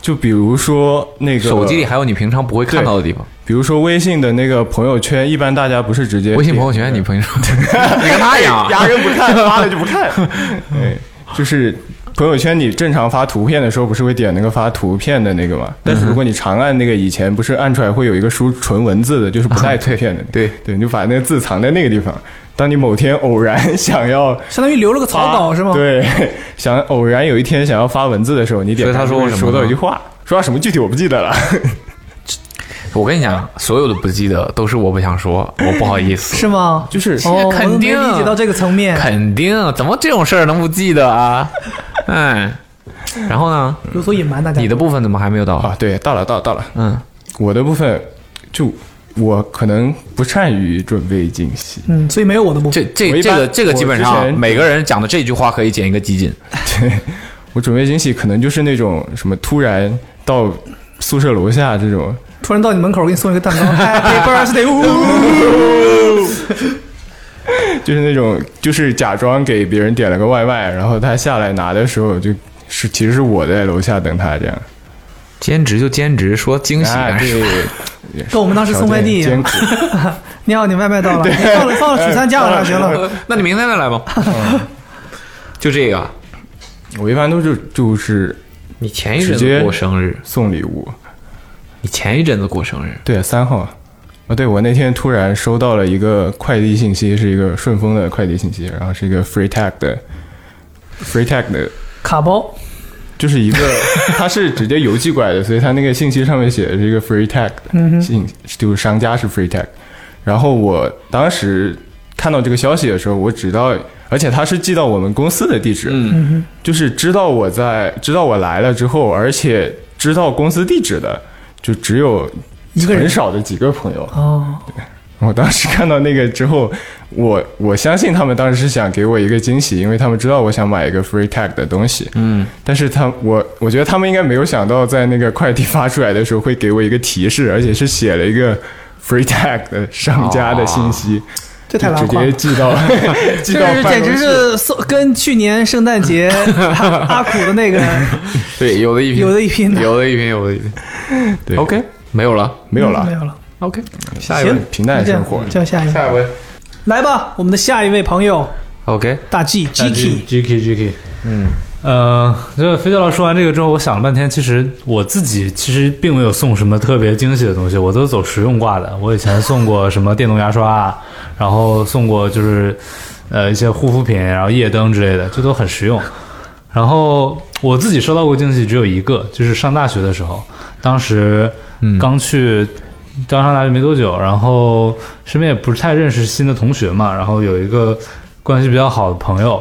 K: 就比如说那个
D: 手机里还有你平常不会看到的地方。
K: 比如说微信的那个朋友圈，一般大家不是直接
D: 微信朋友圈，你朋友说，你跟他一 样啊，
K: 压根不看， 发了就不 看。对，就是朋友圈你正常发图片的时候，不是会点那个发图片的那个
D: 嗯
K: 嘛？但是如果你长按那个以前不是按出来会有一个输纯文字的，就是不 带图片的。
D: 对
K: 对，你就把那个字藏在那个地方。当你某天偶然想要
B: 相当于留了个草稿是吗？，
K: 对，想偶然有一天想要发文字的时候，你点
D: 所以他
K: 开
D: 说过
K: 会
D: 什么
K: 说到
D: 呢
K: 一句话，说到什么具体我不记得了。
D: 我跟你讲，所有的不记得都是我不想说，我不好意思，
B: 是吗？
K: 就是
B: 哦，
D: 肯
B: 我都没
D: 定啊
B: 理解到这个层面，
D: 肯定，啊怎么这种事儿能不记得啊？哎，然后呢，
B: 有所隐瞒大家。
D: 你的部分怎么还没有到？
K: 啊，对，到了，到了，到了。
D: 嗯，
K: 我的部分就我可能不善于准备惊喜。
B: 嗯，所以没有我的部分。
D: 这
K: 我
D: 这
K: 一
D: 这
K: 般
D: 个这个基本
K: 我之
D: 上
K: 前
D: 每个人讲的这句话可以减一个集锦。
K: 我准备惊喜可能就是那种什么突然到宿舍楼下这种，
B: 突然到你门口，给你送一个蛋糕哎，Happy birthday！呜
K: 就是那种就是假装给别人点了个外卖，然后他下来拿的时候就是其实是我在楼下等他这样。
D: 兼职就兼职，说惊喜
K: 啊，
D: 干什
K: 这
D: 么？
K: 个也是
B: 跟我们当时送外地一
K: 条件艰
B: 样
K: 苦。
B: 你好，你外卖到了，你哎放了放了取餐架 了，行了。
D: 哎那你明天再来吧。就这个，
K: 我一般都是就是
D: 你前一
K: 直
D: 阵
K: 接
D: 子过生日，
K: 送礼物。
D: 你前一阵子过生日，
K: 对，三号。啊，对，我那天突然收到了一个快递信息，是一个顺丰的快递信息，然后是一个 free tag 的 free tag 的，
B: 卡包，
K: 就是一个 它是直接邮寄过来的，所以它那个信息上面写的是一个 free tag
B: 嗯
K: 的信，就是商家是 free tag。然后我当时看到这个消息的时候，我知道，而且它是寄到我们公司的地址，
D: 嗯，
K: 就是知道我在知道我来了之后，而且知道公司地址的，就只有
B: 一个人
K: 很少的几个朋友。
B: 哦，
K: 我当时看到那个之后，我我相信他们当时是想给我一个惊喜，因为他们知道我想买一个 free tag 的东西。嗯，但是他我我觉得他们应该没有想到，在那个快递发出来的时候会给我一个提示，而且是写了一个 free tag 的商家的信息，
B: 哦这太
K: 就
B: 拉
K: 直
B: 胯
K: 接
B: 了。
K: 寄到 寄到
B: 这是
K: 办
B: 简
K: 公
B: 直
K: 室。
B: 是送跟去年圣诞节阿苦的那个
D: 对，有的一拼，
B: 有的一拼的
D: 有的一拼，有的一拼。
K: 对
D: OK，没有了。
K: 没有
B: 没
K: 了，
B: 有了。
D: OK，下一位
B: 行，
K: 平淡
B: 这样
K: 生活
B: 叫下一位，
D: 一位。
B: 来吧，我们的下一位朋友
D: OK，
B: 大 G G K，
L: G K G K，嗯，呃，这飞教授说完这个之后，我想了半天，其实我自己其实并没有送什么特别惊喜的东西，我都走实用挂的。我以前送过什么电动牙刷啊，然后送过就是呃一些护肤品，然后夜灯之类的，这都很实用。然后我自己收到过惊喜只有一个，就是上大学的时候，当时刚去刚上大学没多久，然后身边也不太认识新的同学嘛，然后有一个关系比较好的朋友，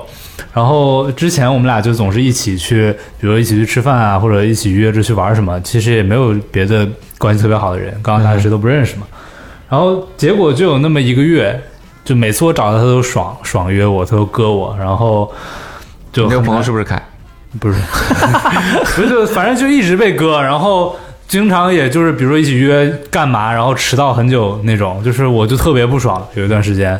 L: 然后之前我们俩就总是一起去，比如一起去吃饭啊，或者一起约着去玩什么，其实也没有别的关系特别好的人，刚刚大学谁都不认识嘛。然后结果就有那么一个月，就每次我找他，他都爽爽约我，他都割我，然后就
D: 你那个朋友是
L: 不是凯？不是， 不是，就反正就一直被割，然后经常也就是比如说一起约干嘛，然后迟到很久那种，就是我就特别不爽，有一段时间，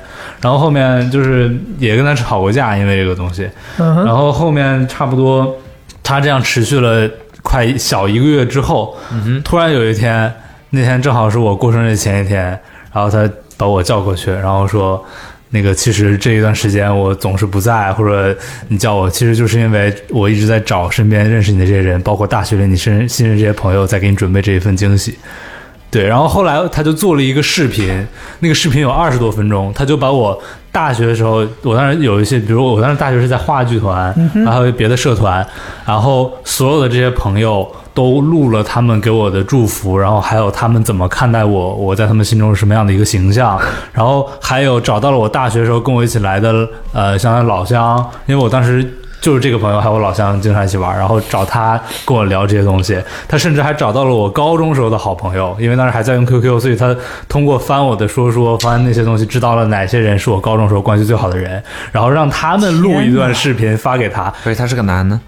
L: 然后后面就是也跟他吵过架，因为这个东西，
B: 嗯哼
L: 然后后面差不多他这样持续了快一小一个月之后，
B: 嗯
L: 突然有一天，那天正好是我过生日前一天，然后他把我叫过去，然后说。那个其实这一段时间我总是不在，或者你叫我，其实就是因为我一直在找身边认识你的这些人，包括大学里你身新认识这些朋友，在给你准备这一份惊喜。对，然后后来他就做了一个视频，那个视频有二十多分钟，他就把我大学的时候，我当时有一些，比如我当时大学是在话剧团，
B: 嗯哼
L: 然后还有别的社团，然后所有的这些朋友都录了他们给我的祝福，然后还有他们怎么看待我，我在他们心中是什么样的一个形象，然后还有找到了我大学时候跟我一起来的呃，像他老乡，因为我当时就是这个朋友还有我老乡经常一起玩，然后找他跟我聊这些东西。他甚至还找到了我高中时候的好朋友，因为当时还在用 QQ，所以他通过翻我的说说，翻那些东西，知道了哪些人是我高中时候关系最好的人，然后让他们录一段视频发给他。所以他是个男的。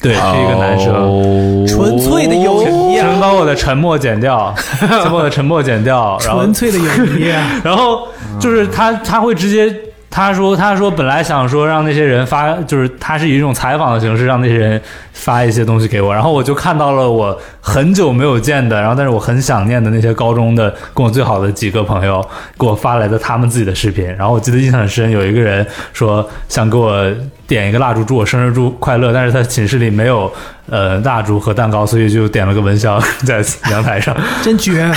L: 对，是一个男生，
B: 纯粹的友谊啊
L: 请把我的沉默剪掉， 请把我的沉默剪掉，然后
B: 纯粹的友谊啊。
L: 然后就是他他会直接他说他说本来想说让那些人发，就是他是以一种采访的形式让那些人发一些东西给我，然后我就看到了我很久没有见的，然后但是我很想念的那些高中的跟我最好的几个朋友给我发来的他们自己的视频，然后我记得印象很深，有一个人说想给我点一个蜡烛祝我生日祝快乐，但是他寝室里没有呃蜡烛和蛋糕，所以就点了个蚊香在阳台上。
B: 真绝，啊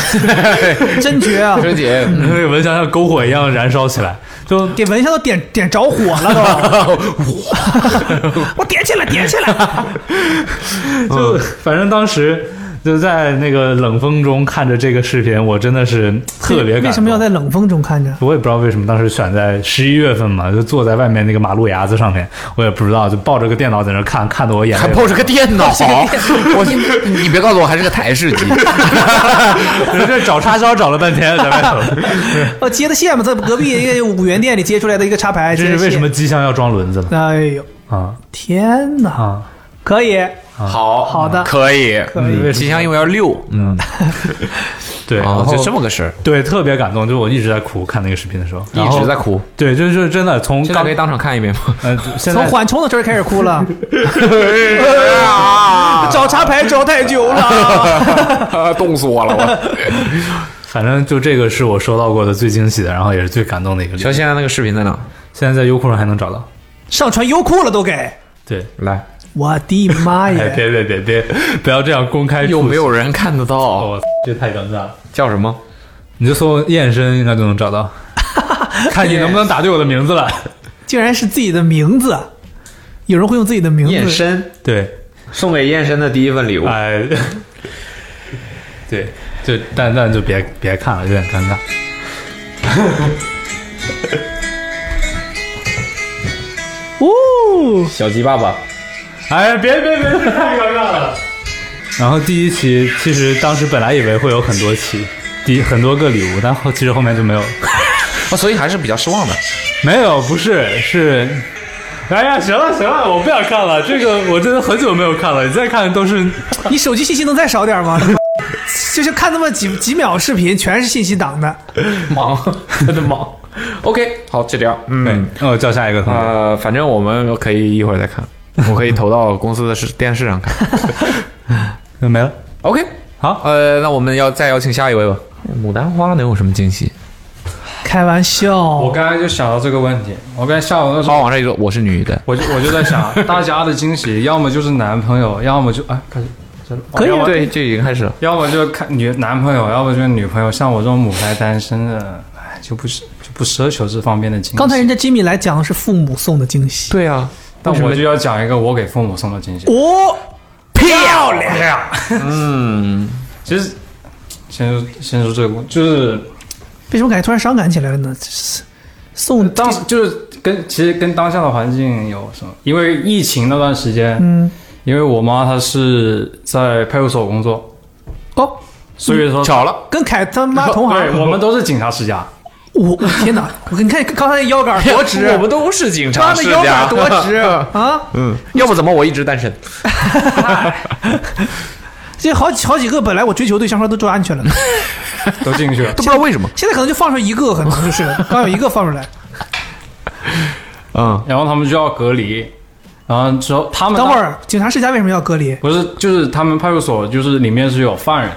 B: 真绝啊！
L: 师姐，
D: 嗯
L: 那个蚊香像篝火一样燃烧起来，就
B: 给蚊香都点点着火了都，我点起来，点起来！
L: 就
D: 嗯
L: 反正当时就在那个冷风中看着这个视频，我真的是特别
B: 为
L: 感
B: 什。么要在冷风中看着？
L: 我也不知道为什么当时选在十一月份嘛，就坐在外面那个马路牙子上面，我也不知道，就抱着个电脑在那看，看得我眼泪
D: 还抱 着个电脑， 我你别告诉我还是个 台式机，
L: 人这找叉烧找了半天在外 头。
B: 哦，接的线嘛，在隔壁一个五元店里接出来的一个插排，
L: 这
B: 接
L: 是
B: 的
L: 为什
B: 线
L: 么？机箱要装轮子呢？
B: 哎呦，
L: 啊
B: 天哪！
L: 啊！
B: 可以，
D: 好嗯
B: 好的
D: 可以
B: 可以
D: 嗯吉祥因为要六，
L: 嗯， 对，然
D: 哦，
L: 后
D: 就这么个事儿，
L: 对，特别感动，就是我一直在哭，看那个视频的时候，然后
D: 一直在哭，
L: 对，就是就是真的从
D: 现在可以当场看一遍吗？
L: 呃， 现
B: 从
L: 在
B: 缓冲的时候开始哭了，
D: 哎
B: 找插排找太久了，
D: 啊冻死我了我。
L: 反正就这个是我收到过的最惊喜的，然后也是最感动的一个礼物。
D: 小现在那个视频在哪？
L: 现在在优酷上还能找到。
B: 上传优酷了都给，
L: 对，
D: 来，
B: 我的妈
L: 哎，
B: 呀！
L: 别别别别，不要这样公开。
D: 有没有人看得到？
L: 哦，这太尴尬了。
D: 叫什么？
L: 你就搜燕身，应该就能找 到。看你能不能打对我的名字了。
B: 竟然是自己的名字，有人会用自己的名字。
D: 燕身，
L: 对，
D: 送给燕身的第一份礼物。
L: 哎， 对，就但但就别别看了，有点 尴尬。
B: 哦，
D: 小鸡爸爸，
L: 哎，别别别，太尴尬了。然后第一期其实当时本来以为会有很多期，第很多个礼物，但后其实后面就 没有。
D: 啊，所以还是比较失望的。
L: 没有，不是是。哎呀，行了行了，我不想看了，这个我真的很久没有看了。你哎再看都是，
B: 你手机信息能再少点吗？ 就是看那么几几秒视频，全是信息党的。
D: 忙，真的忙。OK，好，就这样。嗯，
L: 那我哦叫下一个同学。
D: 呃，反正我们可以一会儿 再看，我可以投到公司的视电视上看。
L: 那 没了。
D: OK，
L: 好，
D: 呃，那我们要再邀请下一位吧。牡丹花能有什么惊喜？
B: 开玩笑
M: 我，刚才就想到这个问题，我刚才下午那时
D: 花
M: 候，
D: 往上一坐，我是女的。
M: 我就我就在想，大家的惊喜要么就是男朋友，要么就哎开始，这
D: 可以啊
M: 要么
D: 对就已经开始了，
M: 要么就看女男朋友，要么就是女朋友。像我这种母胎单身的，哎，就不是就不奢求这方面的惊喜。
B: 刚才人家 Jimmy 来讲的是父母送的惊喜。
D: 对啊，
M: 但我就要讲一个我给父母送的惊喜。
B: 哦，漂亮！
M: 嗯，其实先说先说这个，就是
B: 为什么感觉突然伤感起来了呢？这是送
M: 呃当时就是跟其实跟当下的环境有什么？因为疫情那段时间，
B: 嗯，
M: 因为我妈她是在派出所工作，
B: 哦，
M: 所以
D: 嗯
M: 说巧了，
B: 跟凯他妈同行，
M: 对，我们都是警察世家，
B: 我我天哪！我你看刚才那腰杆多直，
D: 哎 我们都是警察
B: 他的
D: 世
B: 腰
D: 家
B: 杆多直啊！
D: 嗯，要不怎么我一直单身？
B: 这好几好几个本来我追求对象说都抓安全了，
M: 都进去了，
B: 都不知道为什么。现在可能就放出一个，可能就是 刚有一个放出来。
M: 嗯，然后他们就要隔离，然后之后他们
B: 等会儿警察世家为什么要隔离？
M: 不是就是他们派出所就是里面是有犯人，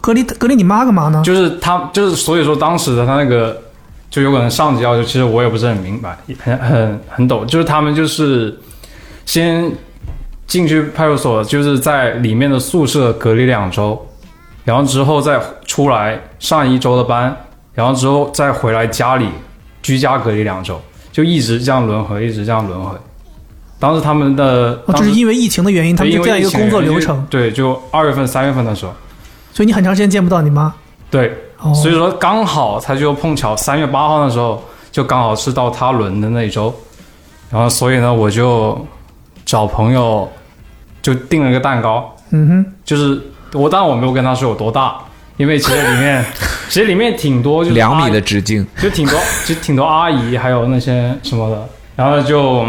B: 隔离隔离你妈干嘛呢？
M: 就是他就是所以说当时的他那个就有可能上级要求，其实我也不是很明白，很很很懂，就是他们就是先进去派出所，就是在里面的宿舍隔离两周，然后之后再出来上一周的班，然后之后再回来家里居家隔离两周，就一直这样轮回，一直这样轮回。当时他们的，
B: 哦，
M: 当
B: 就
M: 时
B: 是因为疫情的原因，他们就这样一个工作流程，
M: 对，就二月份、三月份的时候，
B: 所以你很长时间见不到你妈。
M: 对，
D: 哦
M: 所以说刚好他就碰巧三月八号的时候，就刚好是到他轮的那一周，然后所以呢，我就找朋友就订了个蛋糕，
B: 嗯哼，
M: 就是我当然我没有跟他说有多大，因为其实里 面其实里面挺多，就是
D: 两
M: 阿
D: 米
M: 姨
D: 的直径，
M: 就挺多 就挺多阿姨还有那些什么的，然后就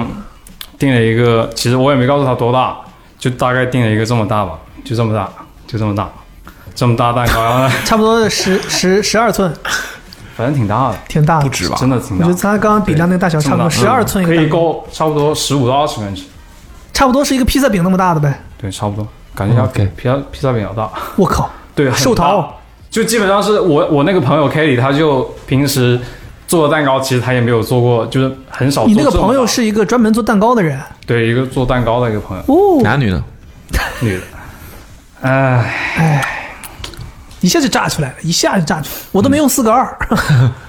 M: 订了一个，其实我也没告诉他多大，就大概订了一个这么大吧，就这么大，就这么大，这么大蛋糕，然后呢
B: 差不多十十十二寸，
M: 反正挺大的，
B: 挺大的，
M: 不止吧？真的挺
B: 我
M: 大
B: 觉得，他刚刚比量那个大小
M: 这
B: 差
M: 么嗯大
B: 不多，十二寸一
M: 可
B: 个
M: 以
B: 蛋糕，
M: 够差不多十五到二十个人吃，
B: 差不多是一个披萨饼那么大的呗。
M: 对，差不多，感觉要比披萨披萨饼要大。
B: 我靠，
M: 对，很
B: 寿桃
M: 大，就基本上是我我那个朋友 Kelly，他就平时做蛋糕，其实他也没有做过，就是很少
B: 你
M: 做
B: 那
M: 这
B: 个
M: 么大。
B: 朋友是一个专门做蛋糕的人，
M: 对一个做蛋糕的一个朋友，
B: 哦
M: 男
D: 女的，
M: 女的，哎，
B: 一下就炸出来了，一下就炸出来了，我都没用四个二。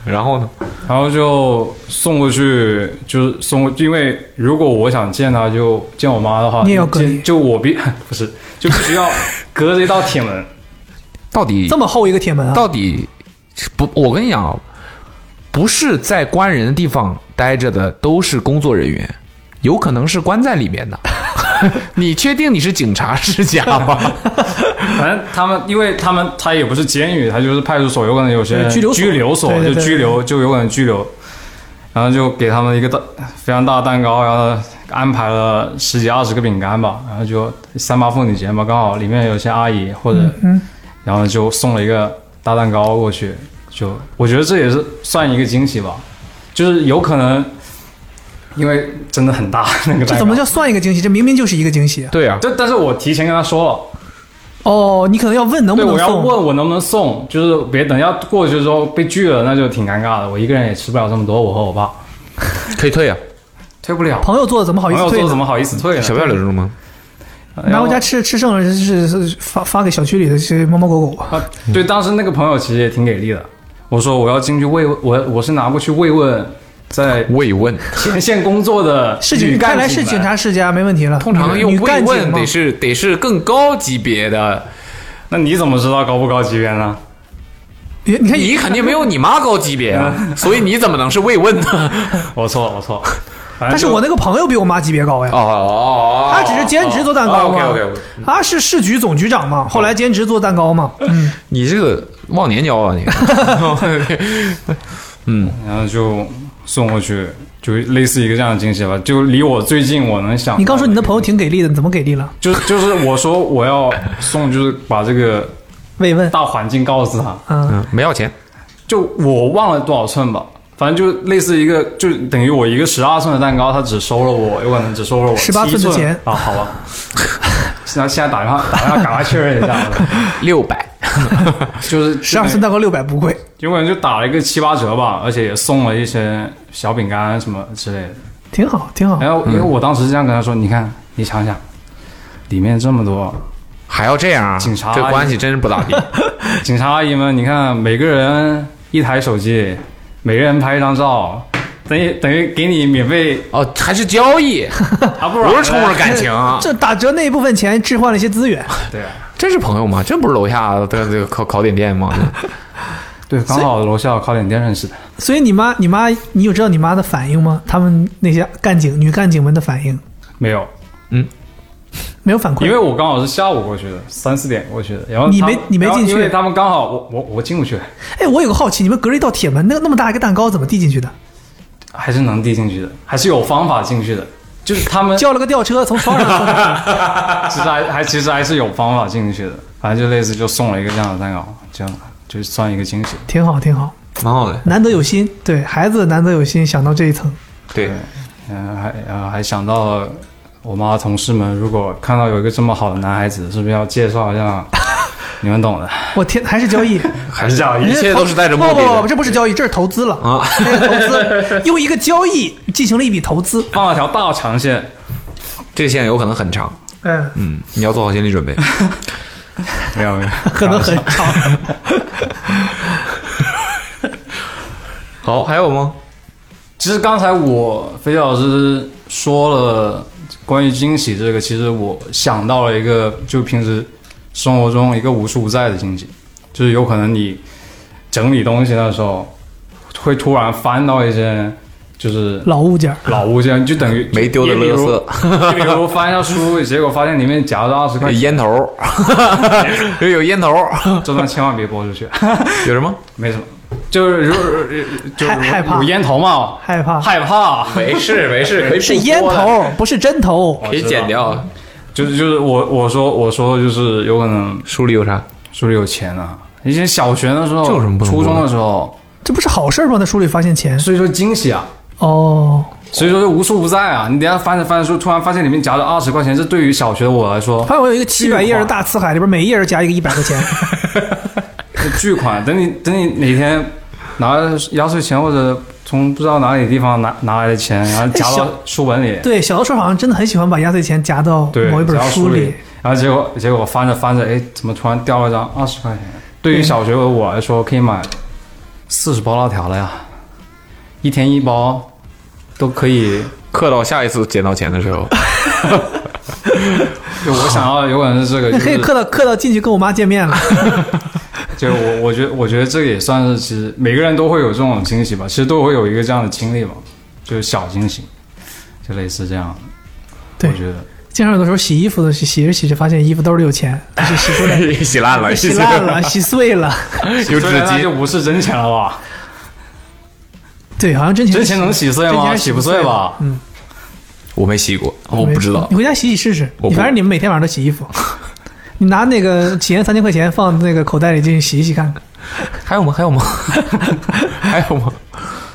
M: 然后呢？然后就送过去，就是送过，因为如果我想见她，就见我妈的话，
B: 你也要隔离
M: 见就我必 不是，就必须要隔着一道铁门。
D: 到底
B: 这么厚一个铁门啊？
D: 到底不？我跟你讲啊，不是在关人的地方待着的都是工作人员，有可能是关在里面的。 你确定你是警察世家吗？
M: 反正他们，因为他们他也不是监狱，他就是派出所，有可能有些人
D: 对拘留所
M: 拘留所
D: 对对
M: 就
D: 对
M: 拘留，就有可能拘留。然后就给他们一个大非常大的蛋糕，然后安排了十几二十个饼干吧，然后就三八妇女节嘛，刚好里面有些阿姨或者
B: 嗯，
M: 然后就送了一个大蛋糕过去，就我觉得这也是算一个惊喜吧，就是有可能，因为真的很大 那个
B: 这
M: 蛋
B: 怎
M: 糕
B: 么，叫算一个惊喜？这明明就是一个惊喜。
M: 对啊，但但是我提前跟他说了，
B: 哦，你可能要问能不
M: 对
B: 能
M: 我要
B: 送。
M: 问我能不能送，就是别等要过去之后被拒了，那就挺尴尬的，我一个人也吃不了这么多，我和我爸
D: 可以退啊，
M: 退不了，
B: 朋友做的怎么好意
M: 朋
B: 思
M: 友
B: 退
M: 做
B: 呢？
M: 怎么好意思退呢？
D: 小不要脸这种 吗？
B: 拿回家吃吃剩了，是是是发发给小区里的这些猫猫狗狗。
M: 啊，对，当时那个朋友其实也挺给力的。我说我要进去慰问，我我是拿过去慰问，在
D: 慰问
M: 前线工作的
B: 是
M: 女
B: 警，
M: 干
B: 看来
M: 警
B: 是
M: 们
B: 警察世家没问题了。
D: 通常用
B: 女
D: 慰
B: 干警
D: 问
B: 嘛
D: 得是得是更高级别的。
M: 那你怎么知道高不高级别呢？
B: 你你看嗯
D: 你肯定没有你妈高级别啊，所以你怎么能是慰问呢？
M: 我错了，我错了。
B: 但是我那个朋友比我妈级别高呀。
D: 哦
B: 他只是兼职做蛋糕嘛
D: OK，OK，OK
B: 他啊是市局总局长嘛，后来兼职做蛋糕嘛。嗯，
D: 你这个忘年交啊你！
M: 嗯，然后就送过去，就类似一个这样的惊喜吧，就离我最近我能想
B: 你，刚说你那朋友挺给力的，你怎么给力了？
M: 就就是我说我要送，就是把这个
B: 慰问
M: 大环境告诉他，
B: 嗯，
D: 没要钱，
M: 就我忘了多少寸吧。反正就类似一个，就等于我一个十二寸的蛋糕，他只收了我，有可能只收了我
B: 18
M: 7
B: 寸的钱
M: 啊，好吧。现在现在打电话打电话赶快确认一下，
D: 六百，
M: 就是
B: 十二寸蛋糕六百不贵，
M: 有可能就打了一个七八折吧，而且也送了一些小饼干什么之类的。
B: 挺好，挺好。
M: 然后因为我当时这样跟他说：“你看，你想想，里面这么多，
D: 还要这样啊？
M: 警察
D: 这关系真是不咋地。
M: 警察阿姨们，你看每个人一台手机，每个人拍一张照，等于等于给你免费
D: 哦，还是交易
M: 啊，不然呢
D: 不是冲着感 情
B: 哎
D: 啊
B: 这打折那一部分钱置换了一些资源，
M: 对啊，
D: 真是朋友吗？真不是楼下的这个烤烤点店 吗？
M: 对，刚好楼下烤点店认识的。
B: 所以你妈，你妈，你有知道你妈的反应吗？他们那些干警、女干警们的反应
M: 没有，
D: 嗯
B: 没有反馈，
M: 因为我刚好是下午过去的，三四点过去的，然后
B: 你
M: 他
B: 没你没
M: 然后
B: 进去
M: 因为他们刚好我我我进不去，
B: 哎，我有个好奇，你们隔着一道铁门，那那么大一个蛋糕怎么递进去的？
M: 还是能递进去的，还是有方法进去的，就是他们
B: 叫了个吊车从窗上送上来。
M: 其实还还其实还是有方法进去的，反正就类似就送了一个这样的蛋糕，这样就算一个惊喜，
B: 挺好，挺好，
M: 蛮好的。
B: 难得有心，对孩子难得有心，想到这一层。
M: 对，嗯，还呃还想到了我妈同事们，如果看到有一个这么好的男孩子，是不是要介绍一下？你们懂的，
B: 我天，还是交易，
M: 还是交易
B: 人家
M: 一切都是带着目的的
B: 不不不，这不是交易，这是投资了
M: 啊
B: 这是投资， 用一个交易进行了一笔投资。
M: 放了条大长线，
D: 这个线有可能很长，
B: 嗯，
D: 嗯，你要做好心理准备。
M: 没有没有，
B: 可能很长。
M: 好，还有吗？其实刚才我菲菲老师说了关于惊喜这个，其实我想到了一个，就平时生活中一个无处不在的惊喜，就是有可能你整理东西的时候，会突然翻到一些就是
B: 老物件儿，
M: 老物件，就等于
D: 没丢的垃圾
M: 就比如 就比如翻一下书，结果发现里面夹着二十块
D: 烟头， 有烟头，
M: 这段千万别播出去。
D: 有什么？
M: 没什么，就是如就
B: 害害怕
M: 有烟头嘛，
B: 害怕
M: 害怕，
D: 没事没事可以
B: 是
D: 不说
B: 烟
D: 的
B: 头，不是针头，
M: 可以
D: 剪掉。啊
M: 就是就是我我说我说的就是有可能
D: 书里有啥？
M: 书里有钱啊！以前小学的时候，
B: 这有什么不能
M: 初
B: 播的
M: 中的时候，
B: 这不是好事吗？在书里发现钱，
M: 所以说惊喜啊。
B: 哦，
M: 所以说就无处不在啊！你等一下翻着翻着书，突然发现里面夹着二十块钱，这对于小学的我来说，
B: 发现我有一个七百页的大辞海，里边每一页都加一个一百块钱。
M: 巨款。等你等你哪天拿压岁钱或者从不知道哪里地方拿拿来的钱，然后夹
B: 哎
M: 到
B: 小
M: 书本里，
B: 对，小的时候好像真的很喜欢把压岁钱夹到
M: 对，
B: 某一本
M: 夹到书
B: 书里。，
M: 然后结果结果翻着翻着，哎，怎么突然掉了一张二十块钱？对于
B: 嗯
M: 小学的我来说，可以买四十包辣条了呀，一天一包都可以。
D: 刻到下一次捡到钱的时候，
M: 就我想要的有可能是这个，
B: 那
M: 就
B: 可以
M: 是
B: 刻到刻到进去跟我妈见面了。
M: 就我我觉得我觉得这个也算是其实每个人都会有这种惊喜吧，其实都会有一个这样的经历吧，就是小惊喜，就类似这样。
B: 对
M: 我觉得
B: 经常有的时候洗衣服的洗洗着洗着发现衣服兜里有钱，就是洗出来
D: 洗烂了，
B: 洗烂了，洗碎了。
M: 有纸巾就不是真钱了吧？
B: 对，好像真钱
M: 真钱能洗碎吗
B: 真钱
M: 洗不碎吧
B: 嗯，
D: 我没洗过，我 不知道
B: 你。回家洗洗试试，
D: 我不
B: 你反正你们每天晚上都洗衣 服，你拿那个几元三千块钱放那个口袋里进去洗一洗看看。
D: 还有吗？还 有吗？还有吗？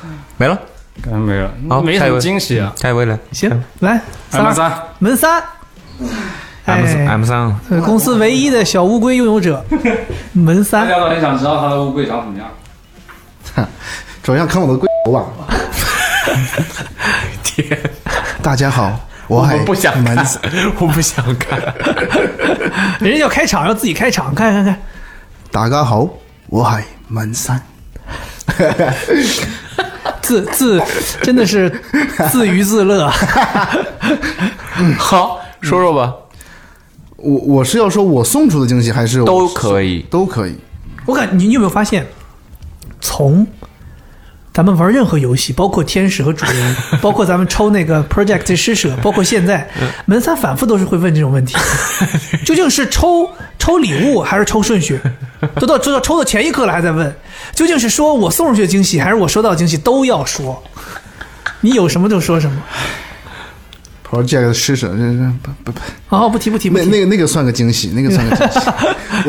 B: 嗯
D: 没了，
M: 刚
L: 嗯
M: 才没了，
D: 好，
M: 没什么惊喜啊。
D: 下一位来，
B: 行，来
M: ，M
B: 三
M: 三
B: 门三，
D: ，M
B: 哎
D: M 三，
B: 呃公司唯一的小乌龟拥有者，门
M: 大
B: 三
M: 家都很想知道他的乌龟长什么样。
N: 主要看我的龟头吧。大家好，我还
D: 不想
N: 蛮
D: 看， 我不想看。
B: 人家要开场，要自己开场，看看看，
N: 大家好，我还蛮三。
B: 自自真的是自娱自乐。啊
D: 好，说说吧。
N: 我我是要说我送出的惊喜，还是
D: 都可以，
N: 都可以。
B: 我感你你有没有发现，从咱们玩任何游戏，包括天使和主人，包括咱们抽那个 Project 施舍，包括现在
D: 嗯
B: 门三反复都是会问这种问题，究竟是抽抽礼物还是抽顺序？都到抽到抽到前一刻了还在问，究竟是说我送出去的惊喜还是我收到的惊喜都要说，你有什么就说什么。
N: Project 施舍，这这不不不，
B: 哦，不提不提，
N: 那那个那个算个惊喜，那个算个惊喜。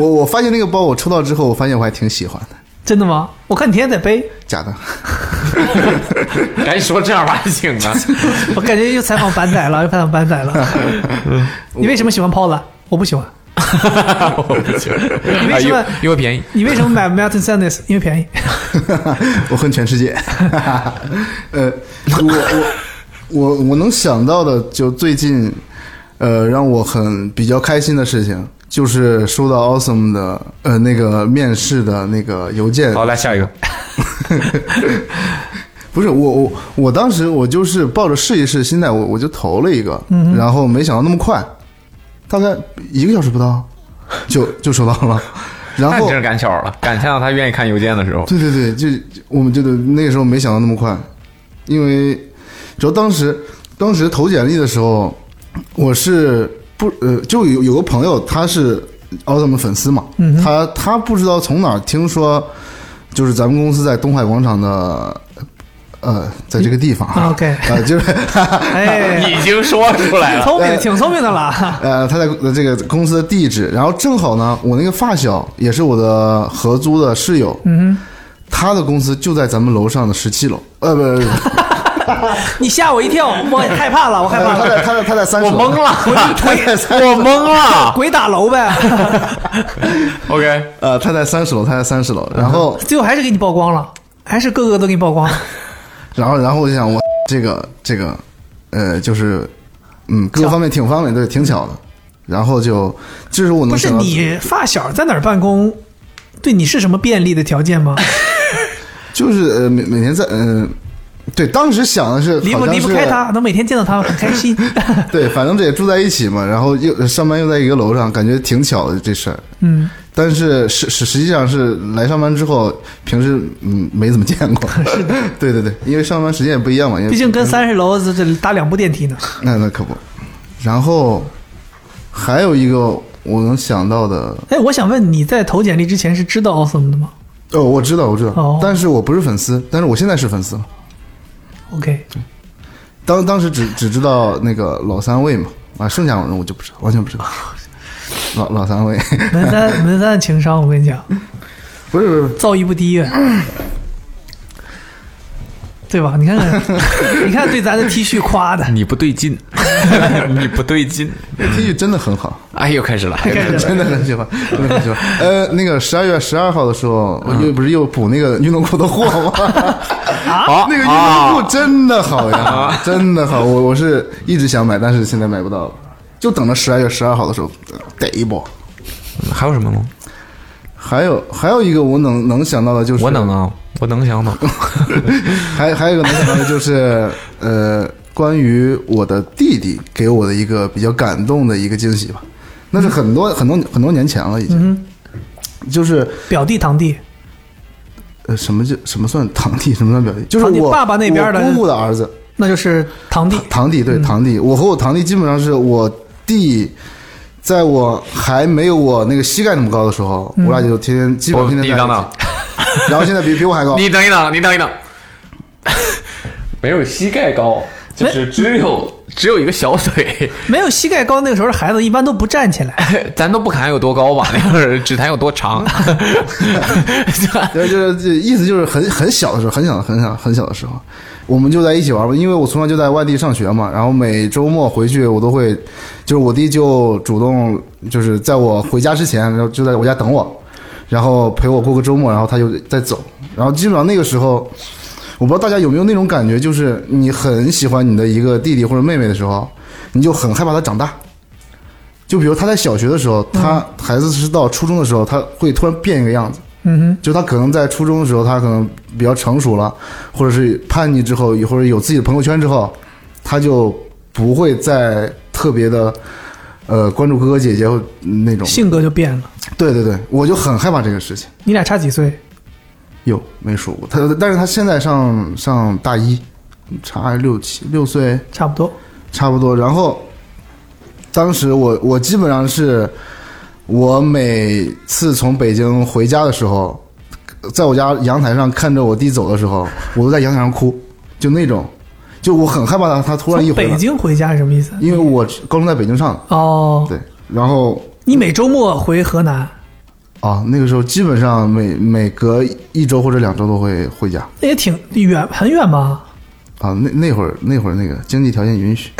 N: 我我发现那个包我抽到之后，我发现我还挺喜欢的，
B: 真的吗？我看你天天在 背，
N: 假的。
D: 赶紧说正儿八经的。
B: 我感觉又采访板仔了，又采访板仔了。 你为什么喜欢 Paula？我不喜欢。
D: 我不觉得
B: 你为什么
D: 啊因为因为便宜。
B: 你为什么买 Mountain Sadness？因 为便宜。
N: 我恨全世界。呃，我我我我能想到的，就最近，呃，让我很比较开心的事情，就是收到 Awesome 的呃那个面试的那个邮件。
D: 好，来下一个。
N: 不是我我我当时我就是抱着试一试心态，我我就投了一个，
B: 嗯哼
N: 然后没想到那么快，大概一个小时不到就就收到了，然
D: 那你
N: 后
D: 真是赶巧了，赶上到他愿意看邮件的时候。
N: 对对对，就我们就得那个时候没想到那么快，因为主要当时当时投简历的时候，我是不呃，就有有个朋友他是奥特曼粉丝嘛，
B: 嗯哼
N: 他他不知道从哪儿听说，就是咱们公司在东海广场的。呃，在这个地方啊
B: 嗯 OK
N: 呃，就是，
B: 哎
N: 已经说出来了
B: 聪明，挺聪明的了。
N: 呃，他在这个公司的地址，然后正好呢，我那个发小也是我的合租的室友，
B: 嗯
N: 他的公司就在咱们楼上的十七楼，呃，不不不，
B: 哼，你吓我一跳，我害怕了，我害怕了。
N: 他在他在他在三
B: 我
N: 十楼
B: 懵了，
N: 我懵了
B: 鬼打楼呗。
N: OK，呃，他在三十楼，他在三十楼，然后
B: 最后还是给你曝光了，还是个个都给你曝光了。
N: 然后然后我就想，我这个这个，呃，就是，嗯，各个方面挺方便，对，挺巧的，然后就这是我能
B: 不是
N: 想到
B: 你发小在哪儿办公，对你是什么便利的条件吗？
N: 就是呃每每天在嗯、对，当时想的是
B: 离不
N: 好像
B: 离
N: 是
B: 不开他，能每天见到他很开心。
N: 对，反正这也住在一起嘛，然后又上班又在一个楼上，感觉挺巧的这事儿。
B: 嗯，
N: 但是实实实际上是来上班之后，平时嗯没怎么见过。 是的，对对对，因为上班时间也不一样嘛，因为
B: 毕竟跟三十楼这这搭两部电梯呢。
N: 那那可不。然后还有一个我能想到的，
B: 哎，我想问你在投简历之前是知道 Awesome 的吗
N: 哦，我知道我知道，
B: 哦
N: 但是我不是粉丝，但是我现在是粉丝了。
B: ？OK，
N: 当当时只只知道那个老三位嘛，啊，剩下人我就不知道，完全不知道。老老三位，
B: 门三门三的情商，我跟你讲，
N: 不是不是，
B: 造诣不低，对吧？你看看，你看对咱的 T 恤夸的，
D: 你不对 劲，你不对劲。
N: T 恤真的很好。
D: 哎，又开始了，
N: 真的很喜欢，真的很喜 欢。呃，那个十二月十二号的时候，我又不是又补那个运动裤的货吗？
D: 啊
N: 那个运动裤真的好呀，真的好。我我是一直想买，但是现在买不到了，就等着十二月十二号的时候逮一波。
D: 嗯还有什么吗？
N: 还有还有一个我能能想到的就是
D: 我能啊，我能想到。
N: 还还有一个能想到的就是，呃，关于我的弟弟给我的一个比较感动的一个惊喜吧。那是很多、很多很多年前了，已经。就是
B: 嗯表弟堂弟，
N: 呃，什么叫什么算堂弟，什么算表弟？就是
B: 堂弟
N: 我
B: 爸爸那边的
N: 我姑姑的儿子，
B: 那就是堂弟。嗯
N: 堂弟对堂弟，我和我堂弟基本上是我弟，在我还没有我那个膝盖那么高的时候，
D: 嗯
N: 我俩就天天基本上天
D: 你
N: 天在
D: 等
N: 一
D: 等
N: 起。，然后现在比比我还高。
D: 你等一等，你等一等。 没有膝盖高，就是只有只有一个小腿。
B: 没有膝盖高那个时候的孩子一般都不站起来。
N: 哎
D: 咱都不谈有多高吧，那会儿只谈有多 长。
N: 对，就是这意思就是很很小的时候，很小很小很小的时候，我们就在一起玩吧。因为我从小就在外地上学嘛，然后每周末回去我都会，就是我弟就主动就是在我回家之前，然后就在我家等我，然后陪我过个周末，然后他就再走。然后基本上那个时候，我不知道大家有没有那种感觉，就是你很喜欢你的一个弟弟或者妹妹的时候，你就很害怕他长大。就比如他在小学的时候，他孩子是到初中的时候，他会突然变一个样子。
B: 嗯
N: 就他可能在初中的时候，他可能比较成熟了，或者是叛逆之后，或者有自己的朋友圈之后，他就不会再特别的呃关注哥哥姐姐或那种
B: 哼，性格就变了。
N: 对对对，我就很害怕这个事情。
B: 你俩差几岁？
N: 有没数过他？但是他现在上上大一，差六七六岁，
B: 差不多，
N: 差不多。然后当时我我基本上是，我每次从北京回家的时候，在我家阳台上看着我弟走的时候，我都在阳台上哭，就那种，就我很害怕他他突然一
B: 从
N: 回来
B: 北，京回家是什么意思？
N: 因为我高中在北京上的，
B: 哦，
N: 对，然后
B: 你每周末回河南，
N: 啊那个时候基本上每每隔一周或者两周都会回家。
B: 那也挺远，很远吧？
N: 啊，那那会儿那会儿那个经济条件允许，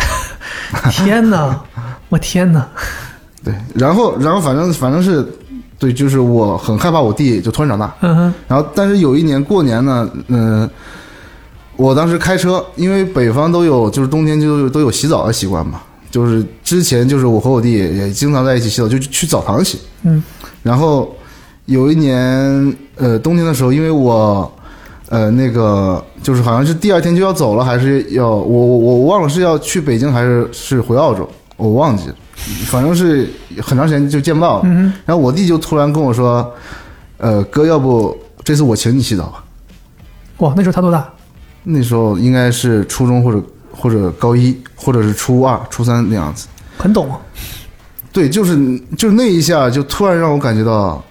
B: 天哪，我天哪！
N: 对，然后然后反正反正是，对，就是我很害怕我弟就突然长大，
B: 嗯哼，
N: 然后但是有一年过年呢，嗯、我当时开车，因为北方都有就是冬天就是都有洗澡的习惯嘛，就是之前就是我和我弟也经常在一起洗澡，就去澡堂洗，
B: 嗯，
N: 然后有一年呃冬天的时候，因为我呃，那个就是好像是第二天就要走了，还是要我我我忘了是要去北京还是是回澳洲，我忘记了，反正是很长时间就见不到了。
B: 嗯
N: 然后我弟就突然跟我说，呃，哥，要不这次我请你洗澡吧？
B: 哇，那时候他多大？
N: 那时候应该是初中或者或者高一，或者是初二、初三那样子。
B: 很懂啊。
N: 对，就是就是那一下，就突然让我感觉到，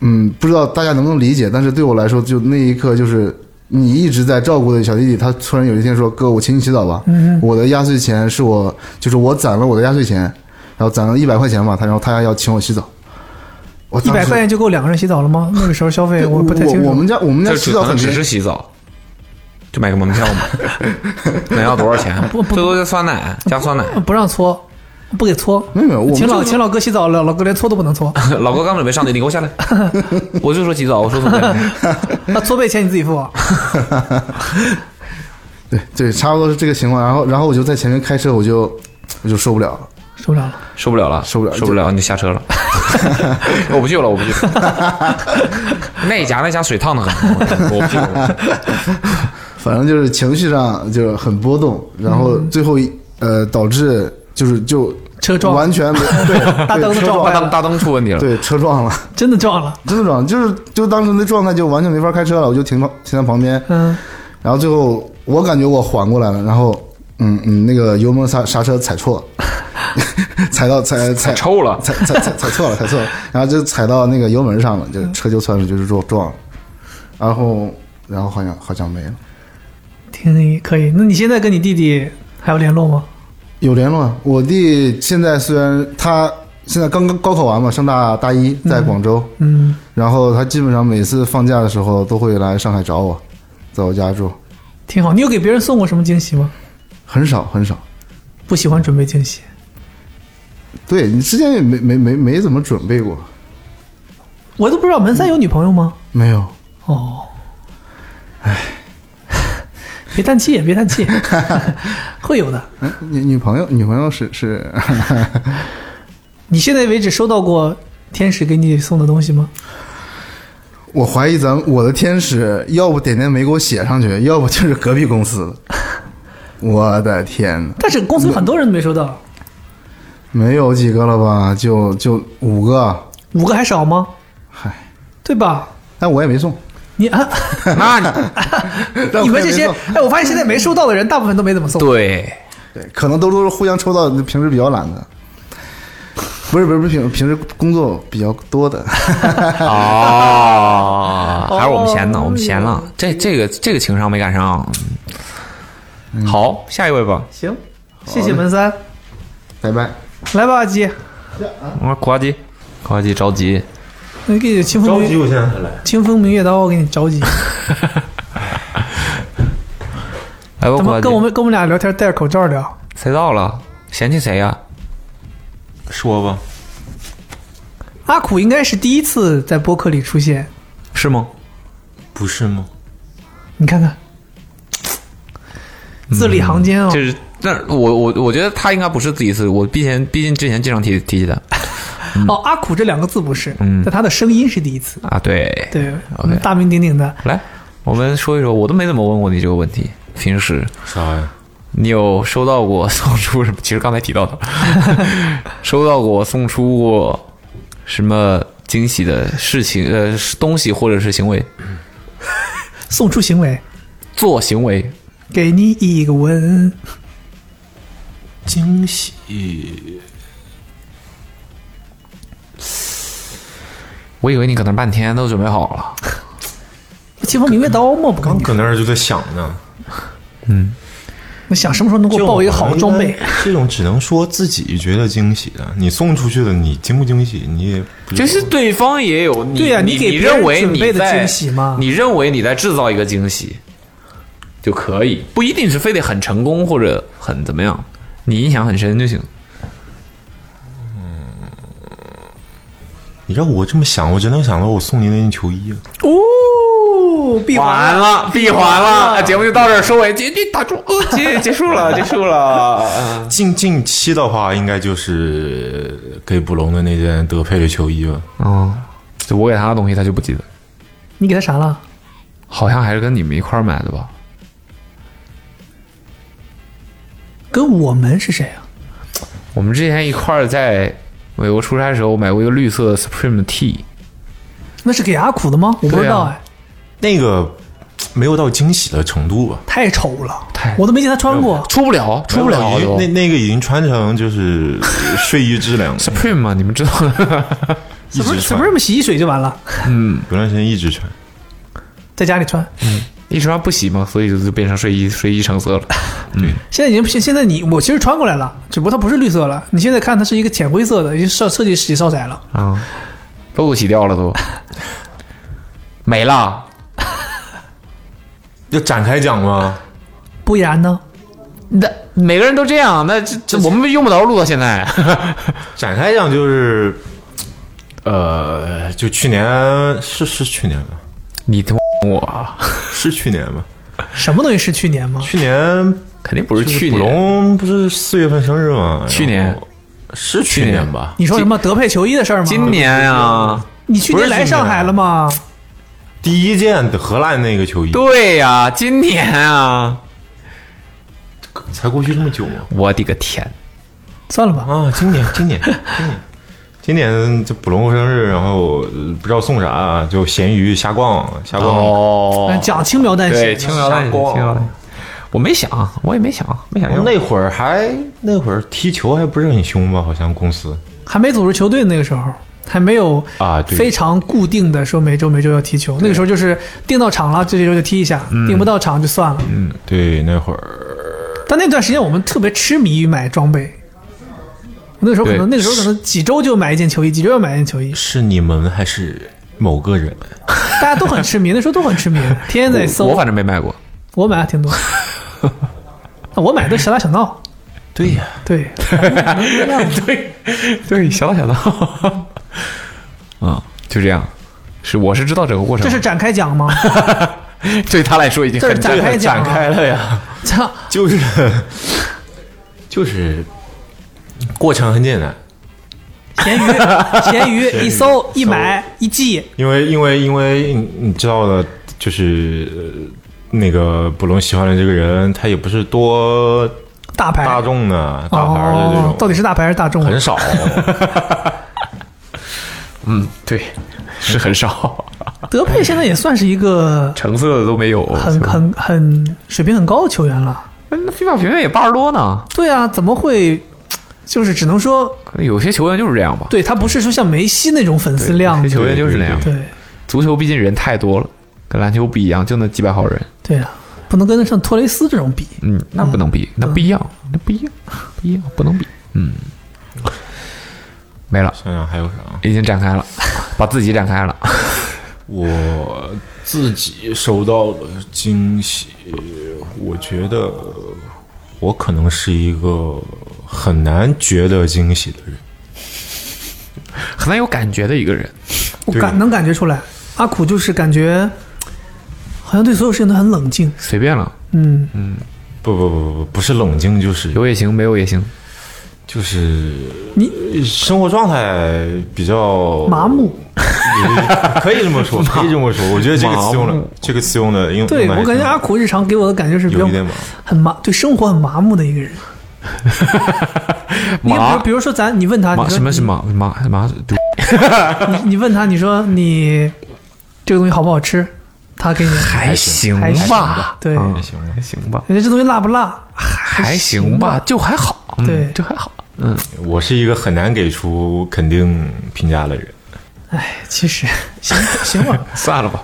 N: 嗯，不知道大家能不能理解，但是对我来说，就那一刻，就是你一直在照顾的小弟弟，他突然有一天说：“哥，我请你洗澡吧。”
B: 嗯
N: 我的压岁钱是我，就是我攒了我的压岁钱，然后攒了一百块钱嘛，他然后他要请我洗澡，我
B: 一
N: 当时
B: 百块钱就够两个人洗澡了吗？那个时候消费我不太清楚。
N: 我我们家我们
D: 就只可能只是洗澡，就买个门 票嘛，能要多少钱？最多就酸奶加酸奶。
B: 不让搓，不给搓。
N: 没有没
D: 我们
B: 请老
D: 这个
B: 请老哥洗澡了，老哥连搓都不能搓。
D: 老哥刚准备上去，你给我下来， 我就说洗澡，我说怎么样？
B: 那搓背钱你自己付啊？
N: 对对，差不多是这个情况。然后然后我就在前面开车，我就我就受不了了，
B: 受不了了，
D: 受不了了，
N: 受不了，
D: 受不了，你就下车了。我不去了，我不去了。那家那家水烫的很，我不去了我不去了。
N: 反正就是情绪上就是很波动，
B: 嗯
N: 然后最后一呃导致就是就
B: 车撞
N: 完全没对
B: 大灯都
N: 对车
B: 撞坏了大灯
D: 大灯出问题了，
N: 对车撞了，
B: 嗯 真的撞了，
N: 真的撞了，就是就当时那状态就完全没法开车了，我就停旁停在旁边，
B: 嗯，
N: 然后最后我感觉我缓过来了，然后嗯嗯那个油门刹刹车踩错 了。踩到踩踩
D: 臭了，
N: 踩踩踩踩错 了，踩错了，然后就踩到那个油门上了，就
B: 嗯
N: 车就窜出去就是撞撞了，然后然后好像好像没了。
B: 挺可以。那你现在跟你弟弟还有联络吗？
N: 有联络啊，我弟现在虽然他现在刚刚高考完嘛，上大大一，在广州，
B: 嗯，
N: 然后他基本上每次放假的时候都会来上海找我，在我家住，
B: 挺好。你有给别人送过什么惊喜吗？
N: 很少很少。
B: 不喜欢准备惊喜。
N: 对你之前也没没没没怎么准备过，
B: 我都不知道门三有女朋友吗？
N: 没有。
B: 哦，哎，别叹气，别叹气，会有的。
N: 嗯，女女朋友女朋友是是，
B: 你现在为止收到过天使给你送的东西吗？
N: 我怀疑咱们我的天使，要不点点没给我写上去，要不就是隔壁公 司的，我的天哪！
B: 但是公司有很多人都没收到，
N: 没有几个了吧？就就五个，
B: 五个还少吗？
N: 嗨，
B: 对吧？
N: 但我也没送。
B: 你啊，
D: 那
B: 你们这些，哎，我发现现在没收到的人，大部分都没怎么送。
D: 对，
N: 对，可能都是互相抽到，平时比较懒的。不是不是不是平平时工作比较多的，
D: 哦，还是我们闲呢，我们闲
B: 哦
D: 了。这这个这个情商没赶上。
N: 嗯
D: 好，下一位吧。
B: 行，谢谢门三，
N: 拜拜。
B: 来吧，阿基，
D: 我呱唧，呱唧着急。
B: 我给你清风明
D: 着急我现在才来
B: 清风明月刀，我给你着 急。
D: 来吧，
B: 怎
D: 呱
B: 么跟我
D: 唧。
B: 们跟我们俩聊天戴着口罩聊？
D: 谁到了？嫌弃谁呀？说吧。
B: 阿苦应该是第一次在播客里出现，
D: 是吗？
O: 不是吗？
B: 你看看，字里行间哦，
D: 嗯就是，但是我我我觉得他应该不是第一次，我毕竟毕竟之前经常提提起他
B: 哦，阿苦这两个字不是，
D: 嗯
B: 但他的声音是第一次，
D: 啊。对，
B: 对嗯
D: OK
B: 大名鼎鼎的。
D: 来，我们说一说，我都没怎么问过你这个问题。平时
O: 啥呀？
D: 你有收到过送出什么？其实刚才提 到的，收到过送出过什么惊喜的事情？呃，是东西或者是行为，
B: 送出行为，
D: 做行为
B: 给你一个吻，
O: 惊喜。咦，
D: 我以为你搁那半天都准备好了。
B: 清风明月刀吗？不刚
O: 搁那儿就在想呢。
B: 那想什么时候能给我报一个好装备？，
O: 这种只能说自己觉得惊喜的，你送出去的，你惊不惊喜，你也不
D: 就是对方也有你，
O: 对呀
D: 你
O: 你给
D: 你
O: 别人
D: 认为
O: 准
D: 你
O: 备的
D: 在
O: 惊喜
B: 嘛
D: 你认为你在制造一个惊喜就可以，不一定是非得很成功或者很怎么样，你印象很深就行。
O: 你让我这么想，我真能想到我送你那件球 衣啊！
B: 哦，闭
D: 环了，闭环了，节目就到这儿收尾，结局打 住，呃结结束
B: 啊
D: 了， 结束了。
O: 近近期的话，应该就是给布隆的那件德佩的球衣吧。
B: 哦
D: 嗯，就我给他的东西，他就不记得。
B: 你给他啥了？
D: 好像还是跟你们一块儿买的吧？
B: 跟我们是谁啊？
D: 我们之前一块儿在美国出差的时候买过一个绿色的 Supreme 的 T，
B: 那是给阿苦的吗？我不知
D: 啊
B: 道哎，
O: 那个没有到惊喜的程度吧？
B: 太丑了，我都没见他穿过，
D: 出不
O: 哦
D: 了，出不了
O: 已经
D: 都
O: 那那个已经穿成就是 睡衣质量了。
D: Supreme 嘛，你们知道，
O: 一直穿，
B: Supreme 洗衣水就完了，
O: 嗯，有段时间一直穿。
B: 在家里穿。
D: 一穿不洗嘛，所以就就变成睡衣睡衣成 色了。
O: 嗯，
B: 现在已经现现在你我其实穿过来了，只不过它不是绿色了。你现在看它是一个浅灰色的，已经设设计洗烧色了。
D: 啊，都给我洗掉了都，没 了。
O: 要展开讲吗？
B: 不然呢？
D: 那每个人都这样，那这这我们用不着录到现在。
O: 展开讲就是，呃，就去年是是去年吧？
D: 你他妈我
O: 是去年吧？
B: 什么东西是去年吗？
O: 去年
D: 肯定
B: 不是去
O: 古
B: 年
O: 龙不是四月份生日吗？
D: 去年
O: 是去年吧？
B: 你说什么德配球衣的事儿吗？
O: 今年啊呀
B: 你去
O: 不
B: 年
O: 是
B: 来上海了吗？
D: 啊
O: 第一件荷兰那个球衣，
D: 对呀、今年啊，
O: 才过去这么久啊吗？
D: 我的个天！
B: 算了吧
O: 啊，今年今年今年今年这捕龙过生日，然后呃不知道送啥，就闲鱼瞎逛瞎逛。
D: 哦
B: 讲轻描淡写的，
O: 对轻描淡写轻描淡写哦
D: 我没想，啊我也没想，没想用
O: 那会儿还那会儿踢球还不是很凶吧？好像公司
B: 还没组织球队那个时候，还没有
O: 啊，对，
B: 非常固定的说每周每周要踢球。那个时候就是定到场了，这周就踢一下，
O: 嗯
B: 定不到场就算了。
O: 嗯，对，那会儿
B: 但那段时间我们特别痴迷于买装备，那个时候可能
O: 对
B: 那个时候可能几周就买一件球衣，几周要买一件球衣，
O: 是你们还 是某个人？
B: 大家都很痴迷，那时候都很痴迷，天天在搜。
D: 我反正没买过。
B: 我买的挺多，那我买的小打小闹。
O: 对呀、
B: 对，
D: 对对，小道小道。嗯，就这样，是我是知道整个过程
B: 这
D: 的，
B: 是展开讲吗？
D: 对他来说已经
B: 这是
D: 很
B: 展开讲啊
O: 展开了呀，
B: 操，
O: 就是 就是过程很简单，
B: 闲鱼，闲鱼 一搜一买一寄，
O: 因为因为因为你你知道的，就是呃那个捕龙喜欢的这个人，他也不是多
B: 大牌
O: 大众的大牌的这
B: 哦
O: 种，，
B: 到底是大牌还是大众？
O: 很 少。
D: 嗯， 对，是很 少，
B: 德佩现在也算是一个
D: 橙色的都没有。
B: 很很很水平很高的球员了。
D: 那非法评论也八十多呢，
B: 对啊，怎么会？就是只能说，
D: 可能有些球员就是这样吧。
B: 对他不是说像梅西那种粉丝
D: 有
B: 量，
D: 些球员就是那样。
B: 对
D: 足球毕竟人太多了，跟篮球不一样，就那几百号人。
B: 对啊，不能跟得上托雷斯这种比。
D: 嗯，那不能比，那不一样，那不一样，不一样，不能比。嗯，没了。
O: 想想还有啥？
D: 已经展开了，把自己展开了。
O: 我自己收到的惊喜，我觉得我可能是一个很难觉得惊喜的人，
D: 很难有感觉的一个人。
B: 我感能感觉出来，阿苦就是感觉好像对所有事情都很冷静。
D: 随便了，
B: 嗯，
D: 嗯，
O: 不不不不不，不是冷静就是
D: 有也行，没有也行，
O: 就是
B: 你
O: 生活状态比较
B: 麻木。
O: 可以这么说，可以这么说。我觉得这个词用
B: 麻
O: 的，这个词用的用，
B: 对
O: 用得还
B: 我感觉
O: 挺
B: 阿苦日常给我的感觉是比较
O: 有一点麻
B: 很麻，对生活很麻木的一个 人。你
D: 麻
B: 比如比如说咱，你问他，你
D: 马
B: 说
D: 什么是马马马？
B: 你你问他，你说你这个东西好不好吃？他给你
D: 还行
B: 还行
D: 吧，
B: 对，
D: 嗯还行
O: 吧，
D: 还行吧，
B: 人家这东西辣不辣？
D: 还行吧，就还好，嗯
B: 对，
D: 就还好。嗯，
O: 我是一个很难给出肯定评价的人。
B: 哎，其实行行吧，
D: 算了吧，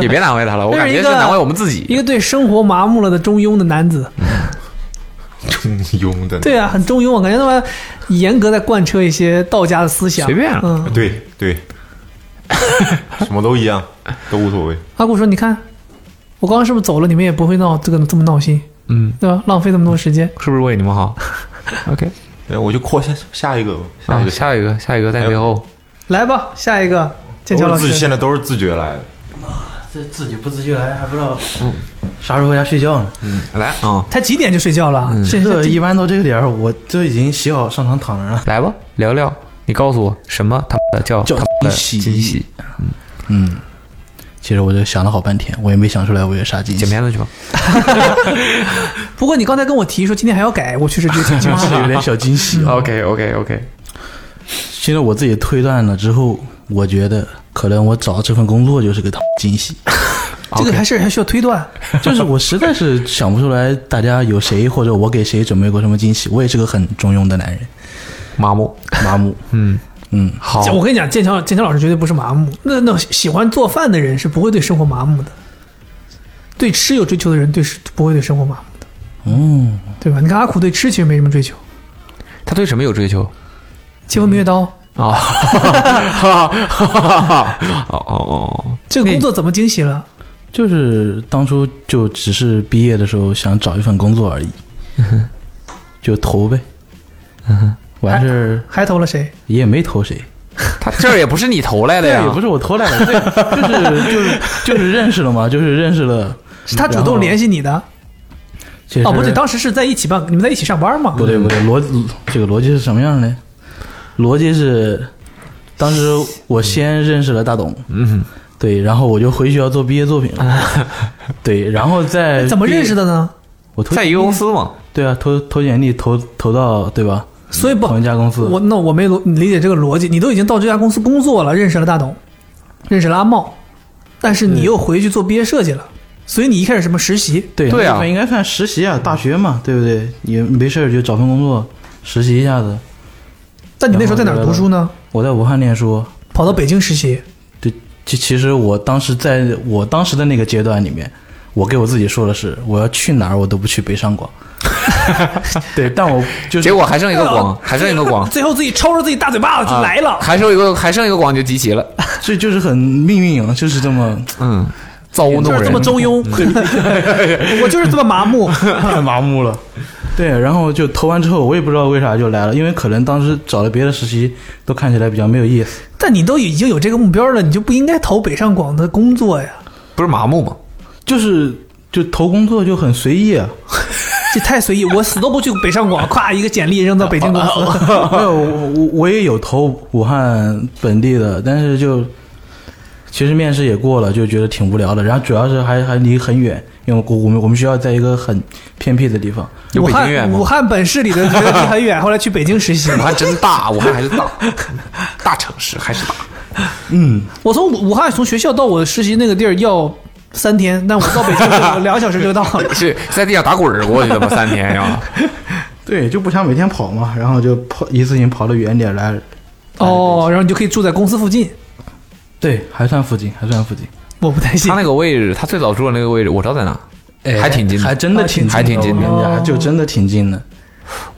D: 也别难为他了，我
B: 那
D: 感
B: 是
D: 觉
B: 一
D: 是
B: 个
D: 难为我们自己。嗯
B: 一个对生活麻木了的中庸的男子。
O: 中庸的，
B: 对啊，很中庸，我感觉他妈严格在贯彻一些道家的思想。
O: 随
D: 啊
O: 便了
B: 嗯，
O: 对 对，什么都一样，都无所谓。
B: 阿古说：“你看，我刚刚是不是走了？你们也不会闹这个这么闹心，
D: 嗯，
B: 对吧？浪费那么多时间。
D: 是不是为你们好？OK，
O: 对，哎我就扩下下一个吧，
D: 下一个，啊下一个，下一个在背后。
B: 来吧，下一个剑桥
O: 都
B: 老
O: 是自现
B: 师。
O: 在都是自觉来的。
P: 这自己不自觉来，还不知道啥时候回家睡觉呢。
D: 嗯，来啊，
B: 他几点就睡觉了？这
P: 这
B: 这
P: 一般都这个点儿，我都已经洗好上床躺着了。
D: 来吧，聊聊，你告诉我什么他妈的叫
P: 叫
D: 他妈的
P: 惊喜
D: 惊喜？
P: 嗯，其实我就想了好半天，我也没想出来我有啥惊喜。剪片子去吧。
B: 不过你刚才跟我提说今天还要改，我确实觉得挺惊
P: 就
B: 喜
P: 是
B: 的，
P: 有 点小 惊
D: 嗯
P: 喜。OK OK OK。现在我自己推断了之后，我觉得可能我找这份工作就是个惊 喜。
B: 这个还是还需要 推断。
P: 就是我实在是想不出来大家有谁或者我给谁准备过什么惊喜。我也是个很中庸的男人，麻木麻木。嗯嗯，好
B: 我跟你讲，剑桥剑桥老师绝对不是麻木。那那喜欢做饭的人是不会对生活麻木的，对吃有追求的人对是不会对生活麻木的，
P: 嗯，
B: 对吧？你看阿苦对吃其实没什么追求，
D: 他对什么有追求？
B: 结婚明月刀
D: 哦，
P: 嗯 哦哦，
B: 这个工作怎么惊喜了？
P: 就是当初就只是毕业的时候想找一份工作而已，就投呗。完事儿
B: 还投了谁？
P: 也没投谁，
D: 他这儿也不是你投来的呀，
P: 对也不是我投来的，对就是就是就是认识了嘛，就是认识了。
B: 是他主动联系你的？
P: 嗯然后。
B: 哦，不对，
P: 是
B: 当时是在一起办，你们在一起上班吗？嗯
P: 不对不对，逻这个逻辑是什么样的呢？逻辑是，当时我先认识了大董，嗯，对，然后我就回学校做毕业作品 了，对，然后再
B: 哎怎么认识的？呢？
P: 我投
B: 在一
P: 个公司嘛，对啊，投投简历投投到对吧？
B: 所以不
P: 同一家公司，
B: 我那我没逻你理解这个逻辑，你都已经到这家公司工作了，认识了大董，认识了阿茂，但是你又回去做毕业设计了，所以你一开始什么实习？
P: 对那本应该算实习啊，大学嘛，对不对？你没事儿就找份工作实习一下子。
B: 但你那时候在哪儿读书呢？
P: 我在武汉念书，
B: 跑到北京实习。
P: 对，其其实我当时在我当时的那个阶段里面，我给我自己说的是，我要去哪儿我都不去北上广。对，但我就是
D: 结果还剩一个
B: 哎
D: 广，还剩一个广，
B: 最后自己抽着自己大嘴巴子就
D: 啊
B: 来了。
D: 还剩一个还剩一个广就集齐了，
P: 这就是很命运啊，就是这么
D: 嗯，造物弄
B: 就
D: 人，
B: 是这么中 庸，我就是这么麻木，
P: 太麻木了。对，然后就投完之后，我也不知道为啥就来了，因为可能当时找了别的实习，都看起来比较没有意思。
B: 但你都已经有这个目标了，你就不应该投北上广的工作呀，
P: 不是麻木吗？就是就投工作就很随意啊。
B: 这太随意。我死都不去北上广，咵一个简历扔到北京 公司。
P: 没有，我我我也有投武汉本地的，但是就其实面试也过了，就觉得挺无聊的。然后主要是还还离很远，因为我我们我们学校在一个很偏僻的地方。
B: 武汉武汉本市里的觉得离很 远，后来去北京实习。
D: 武汉真大，武汉还是大， 大城市还是大。
P: 嗯，
B: 我从武武汉从学校到我实习那个地儿要三天，但我到北京就两个小时就到了。
D: 是在地上打滚儿过去的吗？三天呀？
P: 对，就不想每天跑嘛，然后就跑一次性跑到远点来。
B: 哦，然后你就可以住在公司附近。
P: 对，还算附近，还算附近。
B: 我不太信
D: 他那个位置，他最早住的那个位置，我知道在哪，
P: 哎
D: 还挺近的，
P: 还真的挺近的
D: 还挺近
P: 我跟你讲
D: 的，哦
P: 还就真的挺近的。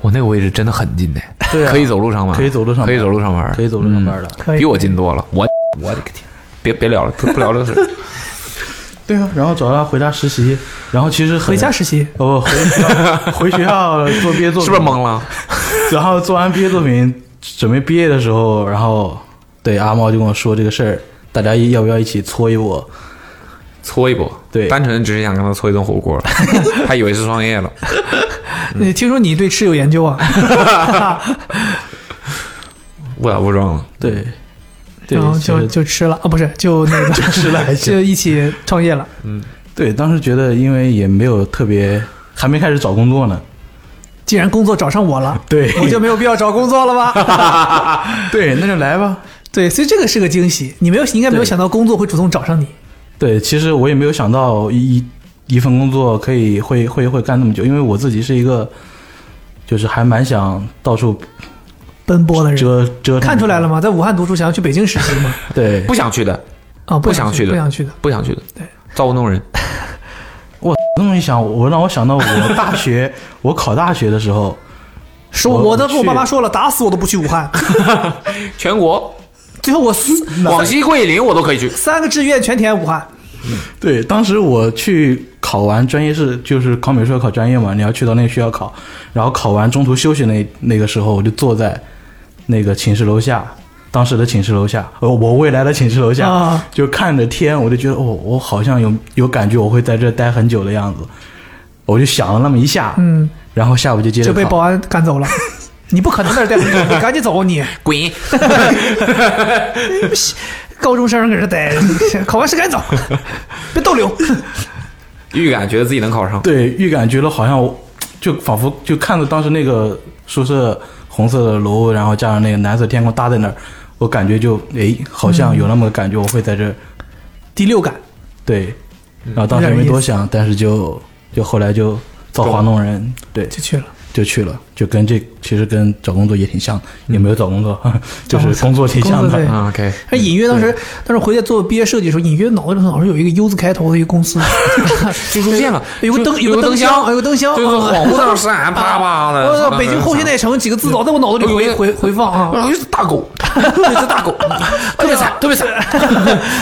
D: 我那个位置真的很近的，
P: 对啊
D: 可以走路上班，
P: 可以走路上班
D: 可以走路上班，
P: 可以走路上班的
D: 嗯比我近多了。 我我的个天，别别聊了，不不聊这个事儿。
P: 对啊，然后找他回家实习，然后其实很
B: 回家实习，
P: 哦，回学校 回学校做毕业作品，
D: 是不是懵了？
P: 然后做完毕业作品，准备毕业的时候，然后对阿茂就跟我说这个事儿，大家要不要一起搓一波？
D: 搓一波，
P: 对，
D: 单纯只是想跟他搓一顿火 锅，他以为是创业了。
B: 你呃听说你对吃有研究啊？
D: 误打误撞了。
P: 对，对
B: 然后
P: 其
B: 就
P: 实
B: 就吃了啊，不是就那个就
P: 吃了还行
B: 就一起创业了。
P: 嗯，对，当时觉得因为也没有特别，还没开始找工作呢，
B: 既然工作找上我了，
P: 对
B: 我就没有必要找工作了 吧？
P: 对，那就来吧。
B: 对，所以这个是个惊喜，你没有，你应该没有想到工作会主动找上你。
P: 对，其实我也没有想到一一一份工作可以会会会干那么久，因为我自己是一个，就是还蛮想到处
B: 奔波的人，
P: 折折腾
B: 看出来了吗？在武汉读书，想要去北京实习吗？
P: 对，
D: 不想去的，
B: 啊，
D: 不
B: 想
D: 想去的，
B: 不想去的。，
D: 不想去的，造物弄人。
P: 我这么一想，我让我想到我大学， 我考大学的时候，
B: 说我都跟我爸妈，说了，打死我都不去武汉。
D: 全国，
B: 最后 我四
D: 广西桂林我都可以去。
B: 三个志愿全填武汉，
P: 对，当时我去考完专业是就是考美术要考专业嘛，你要去到那个学校考，然后考完中途休息那那个时候，我就坐在那个寝室楼下。当时的寝室楼下，呃，我未来的寝室楼下，
B: 啊
P: 就看着天，我就觉得，哦，我好像有有感觉，我会在这待很久的样子，我就想了那么一下，
B: 嗯，
P: 然后下午就接着
B: 就被
P: 考
B: 保安赶走了。你不可能在这儿待不住，你赶紧走啊 你，
D: 滚！
B: 高中生搁这待，考完试赶紧 走，别逗留。
D: 预感觉得自己能考上，
P: 对，预感觉得好像我就仿佛就看着当时那个宿舍红色的楼，然后加上那个蓝色天空搭在那儿，我感觉就哎，好像有那么个感觉，我会在这儿
B: 第六感。
P: 对，然后当时没多想，但是就就后来就造化弄人，对，就
B: 去了。
P: 就去了，就跟这其实跟找工作也挺像，也没有找工作， 就是工作挺像
B: 工作对
P: 的。
B: 啊
D: ，OK。
B: 但隐约当
D: 嗯
B: 时，当时回来做毕业设计的时候，隐约脑子里老是有一个 U 字开头的一个公司，
D: 就出现了，
B: 有个灯，
D: 就有
B: 个
D: 个
B: 灯
D: 灯箱
B: 有个灯箱，啊
D: 就是恍惚当时哎 啪啪的
B: 我操
D: 那个
B: 北京后现代城几个字老在我脑子里回回回放啊，哎
D: 有一只大 狗，一只大狗，特别惨，特别惨，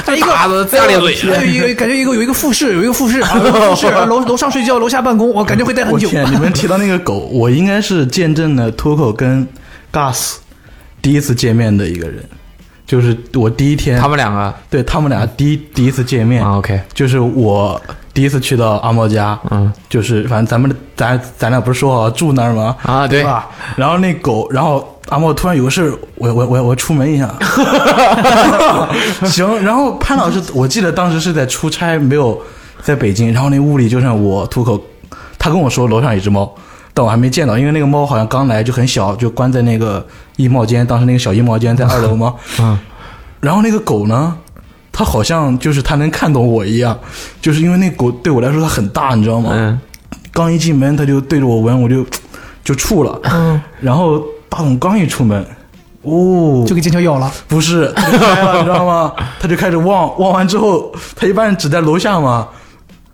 B: 还有一个
D: 打得龇牙咧嘴
B: 还哎有一个感觉一个有一个复式，有一个复式，啊有一个复式，楼楼上睡觉，楼下办公，我感觉会待很
P: 我
B: 久。
P: 天， 你们提到那个狗，我应该是见证了 t o k o 跟 Gas 第一次见面的一个人，就是我第一天，
D: 他们两个，
P: 对他们俩第一第一次见面、o
D: k
P: 就是我第一次去到阿茂家，嗯，就是反正咱们咱咱俩不是说好住那儿吗？
D: 啊，对
P: 吧？然后那狗，然后阿茂突然有个事儿，我我我我出门一 下，行，然后潘老师，我记得当时是在出差，没有在北京，然后那屋里就剩我吐口，他跟我说楼上有一只猫，但我还没见到，因为那个猫好像刚来就很小，就关在那个衣帽间，当时那个小衣帽间在二楼吗？
D: 嗯，
P: 然后那个狗呢，它好像就是它能看懂我一样，就是因为那狗对我来说它很大，你知道吗？嗯，刚一进门它就对着我闻，我就就怵了。嗯，然后大董刚一出门，哦，
B: 就给金秋咬了，
P: 不 是，他就开了，你知道吗？他就开始望，望完之后，他一般人只在楼下嘛，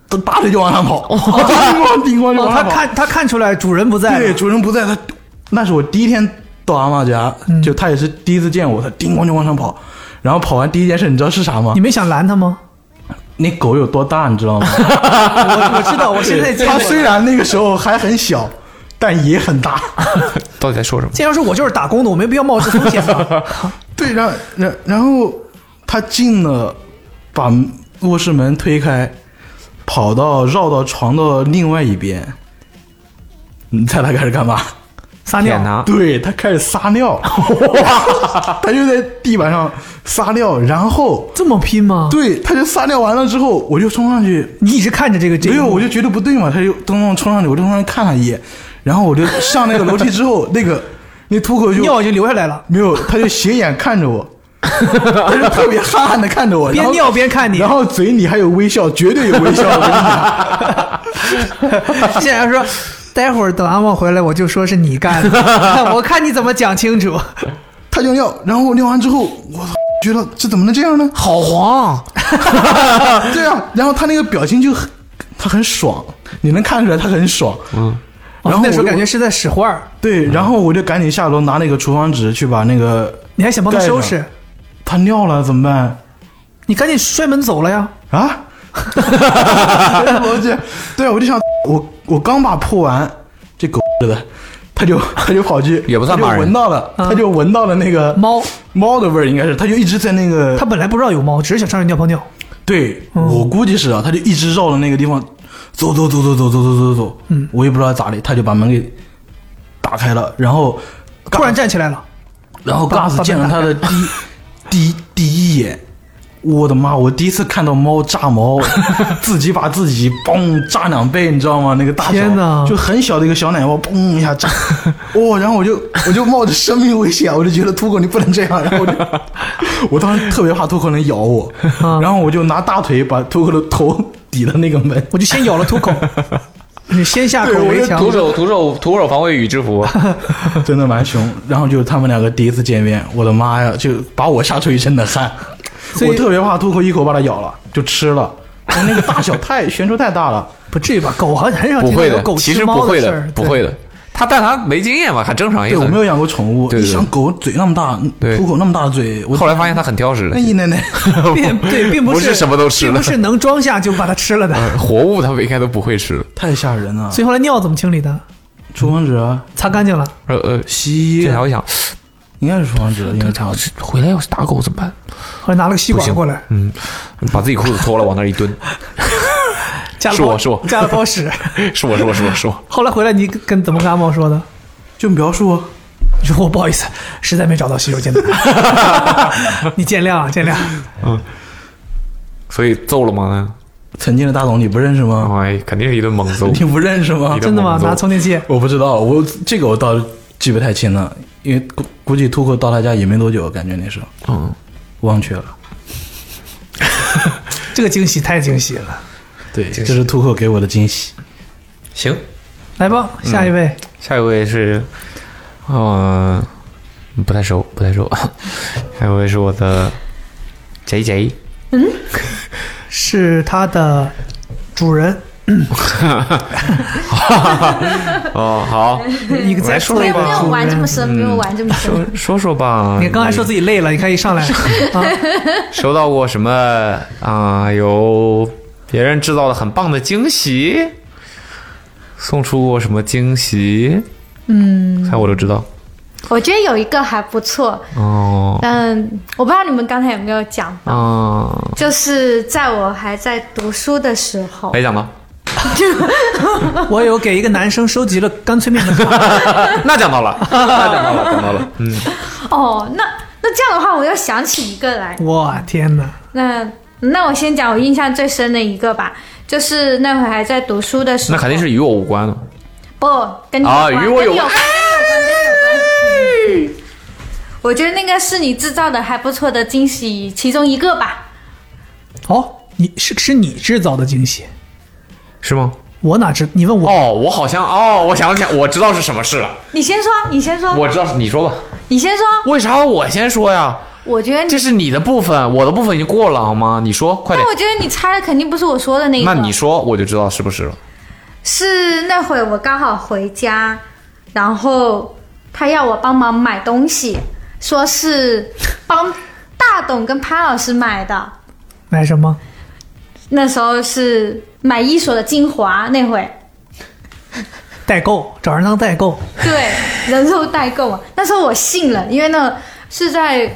P: 他拔腿就往上跑，叮咣叮咣就往
B: 哦
P: 上
B: 他
P: 跑。
B: 看他看出来主人不在，
P: 对，主人不在，他那是我第一天到阿嬷家，
B: 嗯
P: 就他也是第一次见我，他叮咣就往上跑，然后跑完第一件事，你知道是啥吗
B: 你？没想拦他吗？
P: 那狗有多大，你知道吗？
B: 我我 知道，我 现在
P: 他虽然那个时候还很小，但也很大。
D: 到底在说什么？
B: 这要是我就是打工的，我没必要冒这风险吧？
P: 对，然然然后他进了，把卧室门推开，跑到绕到床的另外一边。你猜他开始干嘛？
B: 撒
D: 舔他
P: 对他开始撒 尿，哇！他就在地板上撒尿，然后
B: 这么拼吗？
P: 对，他就撒尿完了之后，我就冲上去。
B: 你一直看着这个这个
P: 没有，我就觉得不对嘛，他就咚咚冲上去，我就冲上去看他一眼，然后我就上那个楼梯之后，那个那吐口就
B: 尿已经流下来了，
P: 没有，他就斜眼看 着我。他就特别憨憨的看着我，
B: 边
P: 然后
B: 尿边看你
P: 然后嘴里还有微笑，绝 对有微笑。我跟你讲
B: 现在说，待会儿等阿茂回来，我就说是你干 的，我看你怎么讲清楚。
P: 他就尿，然后尿完之后，我操觉得这怎么能这样呢？
D: 好黄，
P: 对啊，然后他那个表情就很，他很爽，你能看出来他很爽。嗯，然后
B: 哦那时候感觉
P: 是
B: 在使坏儿。嗯
P: 对，然后我就赶紧下楼拿那个厨房纸去把那个，
B: 你还想帮他收拾？
P: 他尿了怎么办？
B: 你赶紧摔门走了呀！
P: 啊，我这，对，我就想，我我刚把破完，这狗日的，他就他就跑去，也
D: 不算骂
P: 他
D: 人
P: 就闻到了，他就闻到了那个
B: 嗯猫
P: 猫的味儿，应该是，他就一直在那个，
B: 他本来不知道有猫，只是想上去尿泡尿。嗯
P: 对、我估计是啊，他就一直绕着那个地方走走走走走走走走走，嗯，我也不知道咋的，他就把门给打开了，然后
B: 突然站起来了，
P: 然后
B: 把
P: Gas 见了他的第一第一第一眼，我的妈！我第一次看到猫炸 毛，自己把自己嘣炸两倍，你知道吗？那个大小
B: 天哪
P: 就很小的一个小奶猫，嘣一下炸，哦，然后我就我就冒着生命危险，我就觉得秃狗你不能这样，然后我 就我当时特别怕秃狗能咬我，
B: 啊
P: 然后我就拿大腿把秃狗的头 抵了那个门，
B: 我就先咬了 秃狗，你先下口
P: 对我
B: 为
P: 就
B: 强。哎
D: 徒手徒手徒手防卫雨之服，
P: 真的蛮凶。然后就是他们两个第一次见面，我的妈呀，就把我吓出一身的汗。
B: 以
P: 我特别怕兔口一口把它咬了，就吃 了。但那个大小太悬殊太大了，
B: 不至于吧？狗好像很少
D: 不
B: 听到
D: 会
B: 有
D: 的，
B: 狗
D: 其
B: 吃
D: 实
B: 猫
D: 不会
B: 事
D: 的
B: 儿，，
D: 不会的。他但他没经验嘛，很正常。
P: 对我没有养过宠物，
D: 对对
P: 你想狗嘴那么大，
D: 对
P: 兔口那么大的嘴，我
D: 后来发现他很挑食的
P: 哎，奶奶，
B: 并对，并
D: 不
B: 是
D: 是什么都吃了
B: 并不是能装下就把它吃了的。
D: 活物他应该都不会吃。
P: 太吓人了。
B: 所以后来尿怎么清理的？
P: 厨房纸啊，
B: 擦干净了。
D: 呃呃，西这条我想，
P: 应该是厨房纸，应该
D: 这回来要是打狗怎么办？
B: 后来拿了个吸管过来，
D: 嗯，把自己裤子脱了，往那儿一蹲。
B: 加了
D: 是
B: 包
D: 我是我
B: 加了 包屎。
D: 是我是我是我是我，
B: 后来回来你跟怎么跟阿茂说的？
P: 就描述啊
B: 你 说我不好意思，实在没找到洗手 间的门， 你见谅啊见谅。
D: 所以揍了吗？
P: 曾经的大董你不认识吗？
D: 哎，肯定是一顿猛揍。
P: 你不认识吗？
D: 真的吗一顿猛揍拿
B: 充电器？
P: 我不知道，我这个我倒记不太清了，因为估估计突克到他家也没多久，感觉那时候，
D: 嗯，
P: 忘却了。
B: 这个惊喜太惊喜了。
P: 对，这是突克给我的惊喜。
D: 行，
B: 来吧， 下
P: 嗯
B: 一位，
D: 嗯下一位是，呃，不太熟，不太熟。 下一位是我 的 J J，
B: 嗯，是它的主人。
P: 嗯
D: 哦，好，
B: 一个再
D: 来说
B: 一
D: 说
B: 个
D: 吧，
B: 不用玩这么深不用
D: 嗯
B: 玩这么深
D: 说说说吧。
B: 你刚才说自己累了，你看 一上来，啊，
D: 收到过什么啊、有别人制造的很棒的惊喜，送出过什么惊喜？
Q: 嗯，
D: 看我都知道
Q: 我觉得有一个还不错，
D: 哦。
Q: 嗯，我不知道你们刚才有没有讲，
D: 哦，
Q: 就是在我还在读书的时候，
B: 哎
D: 没讲到，
B: 我有给一个男生收集了干脆面的卡，
D: 那讲到 了，那讲到了，讲到了。嗯，
Q: 哦，那那这样的话，我又想起一个来，
B: 哇，天哪！
Q: 那那我先讲我印象最深的一个吧，就是那会儿还在读书的时
D: 那
Q: 候，
D: 肯定是与我无关了。
Q: 不跟你有
D: 啊
Q: 关
D: 与我
Q: 跟你关，跟你
D: 有
Q: 有关。跟你有关嗯我觉得那个是你制造的还不错的惊喜其中一个吧。
B: 哦，你是是你制造的惊喜，
D: 是吗？
B: 我哪知？你问我
D: 哦，我好像哦，我想起来，我知道是什么事了。
Q: 你先说，你先说，
D: 我知道是你说吧，
Q: 你先说。
D: 为啥我先说呀？
Q: 我觉得你
D: 这是你的部分，我的部分已经过了好吗？你说快点
Q: 那我。觉得你猜的肯定不是我说的那一个，
D: 那你说我就知道是不是了。
Q: 是那会我刚好回家，然后他要我帮忙买东西，说是帮大董跟潘老师买的。
B: 买什么？
Q: 那时候是买伊索的精华，那会
B: 代购，找人当代购，
Q: 对人肉代购啊。那时候我信了，因为那是在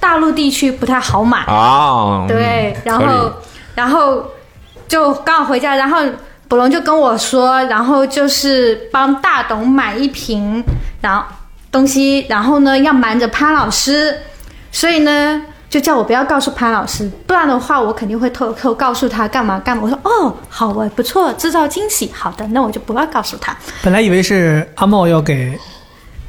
Q: 大陆地区不太好买，
D: 啊，
Q: 对，
D: 嗯
Q: 然
D: 合理
Q: 后然后就刚好回家，然后卜龙就跟我说，然后就是帮大董买一瓶，然后东西，然后呢要瞒着潘老师，所以呢就叫我不要告诉潘老师，不然的话我肯定会偷偷告诉他干嘛干嘛。我说哦，好，我不错，制造惊喜，好的，那我就不要告诉他。
B: 本来以为是阿茂要给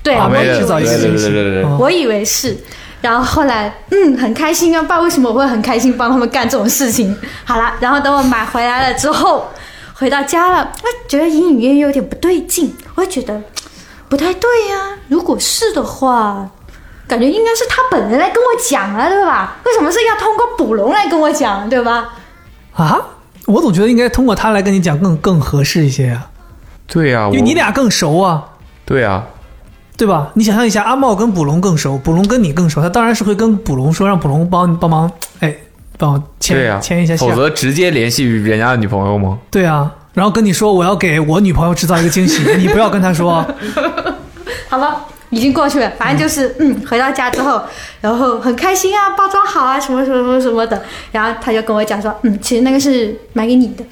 Q: 对，
B: 阿
Q: 我
B: 茂
Q: 以为
B: 制造一个
D: 对对
B: 惊
D: 对
B: 喜哦
D: 对对对，
Q: 我以为是，然后后来嗯很开心啊，不知道为什么我会很开心帮他们干这种事情。好啦，然后等我买回来了之后，回到家了，我觉得隐隐约约有点不对劲，我觉得不太对呀、如果是的话，感觉应该是他本人来跟我讲啊，对吧？为什么是要通过捕龙来跟我讲，对吧？
B: 啊！我总觉得应该通过他来跟你讲更更合适一些呀、
D: 对呀、
B: 因
D: 我
B: 为你俩更熟啊，
D: 对呀、
B: 对吧？你想象一下，阿茂跟捕龙更熟，捕龙跟你更熟，他当然是会跟捕龙说，让捕龙帮帮忙，哎，帮我
D: 对
B: 牵、
D: 呀、
B: 牵一下线
D: 否。则直接联系人家的女朋友吗？
B: 对啊，然后跟你说我要给我女朋友制造一个惊喜， 你不要跟她说。
Q: 好了，已经过去了，反正就是嗯，回到家之后，然后很开心啊，包装好啊，什么什么什么什么的，然后他就跟我讲说，嗯，其实那个是买给你的，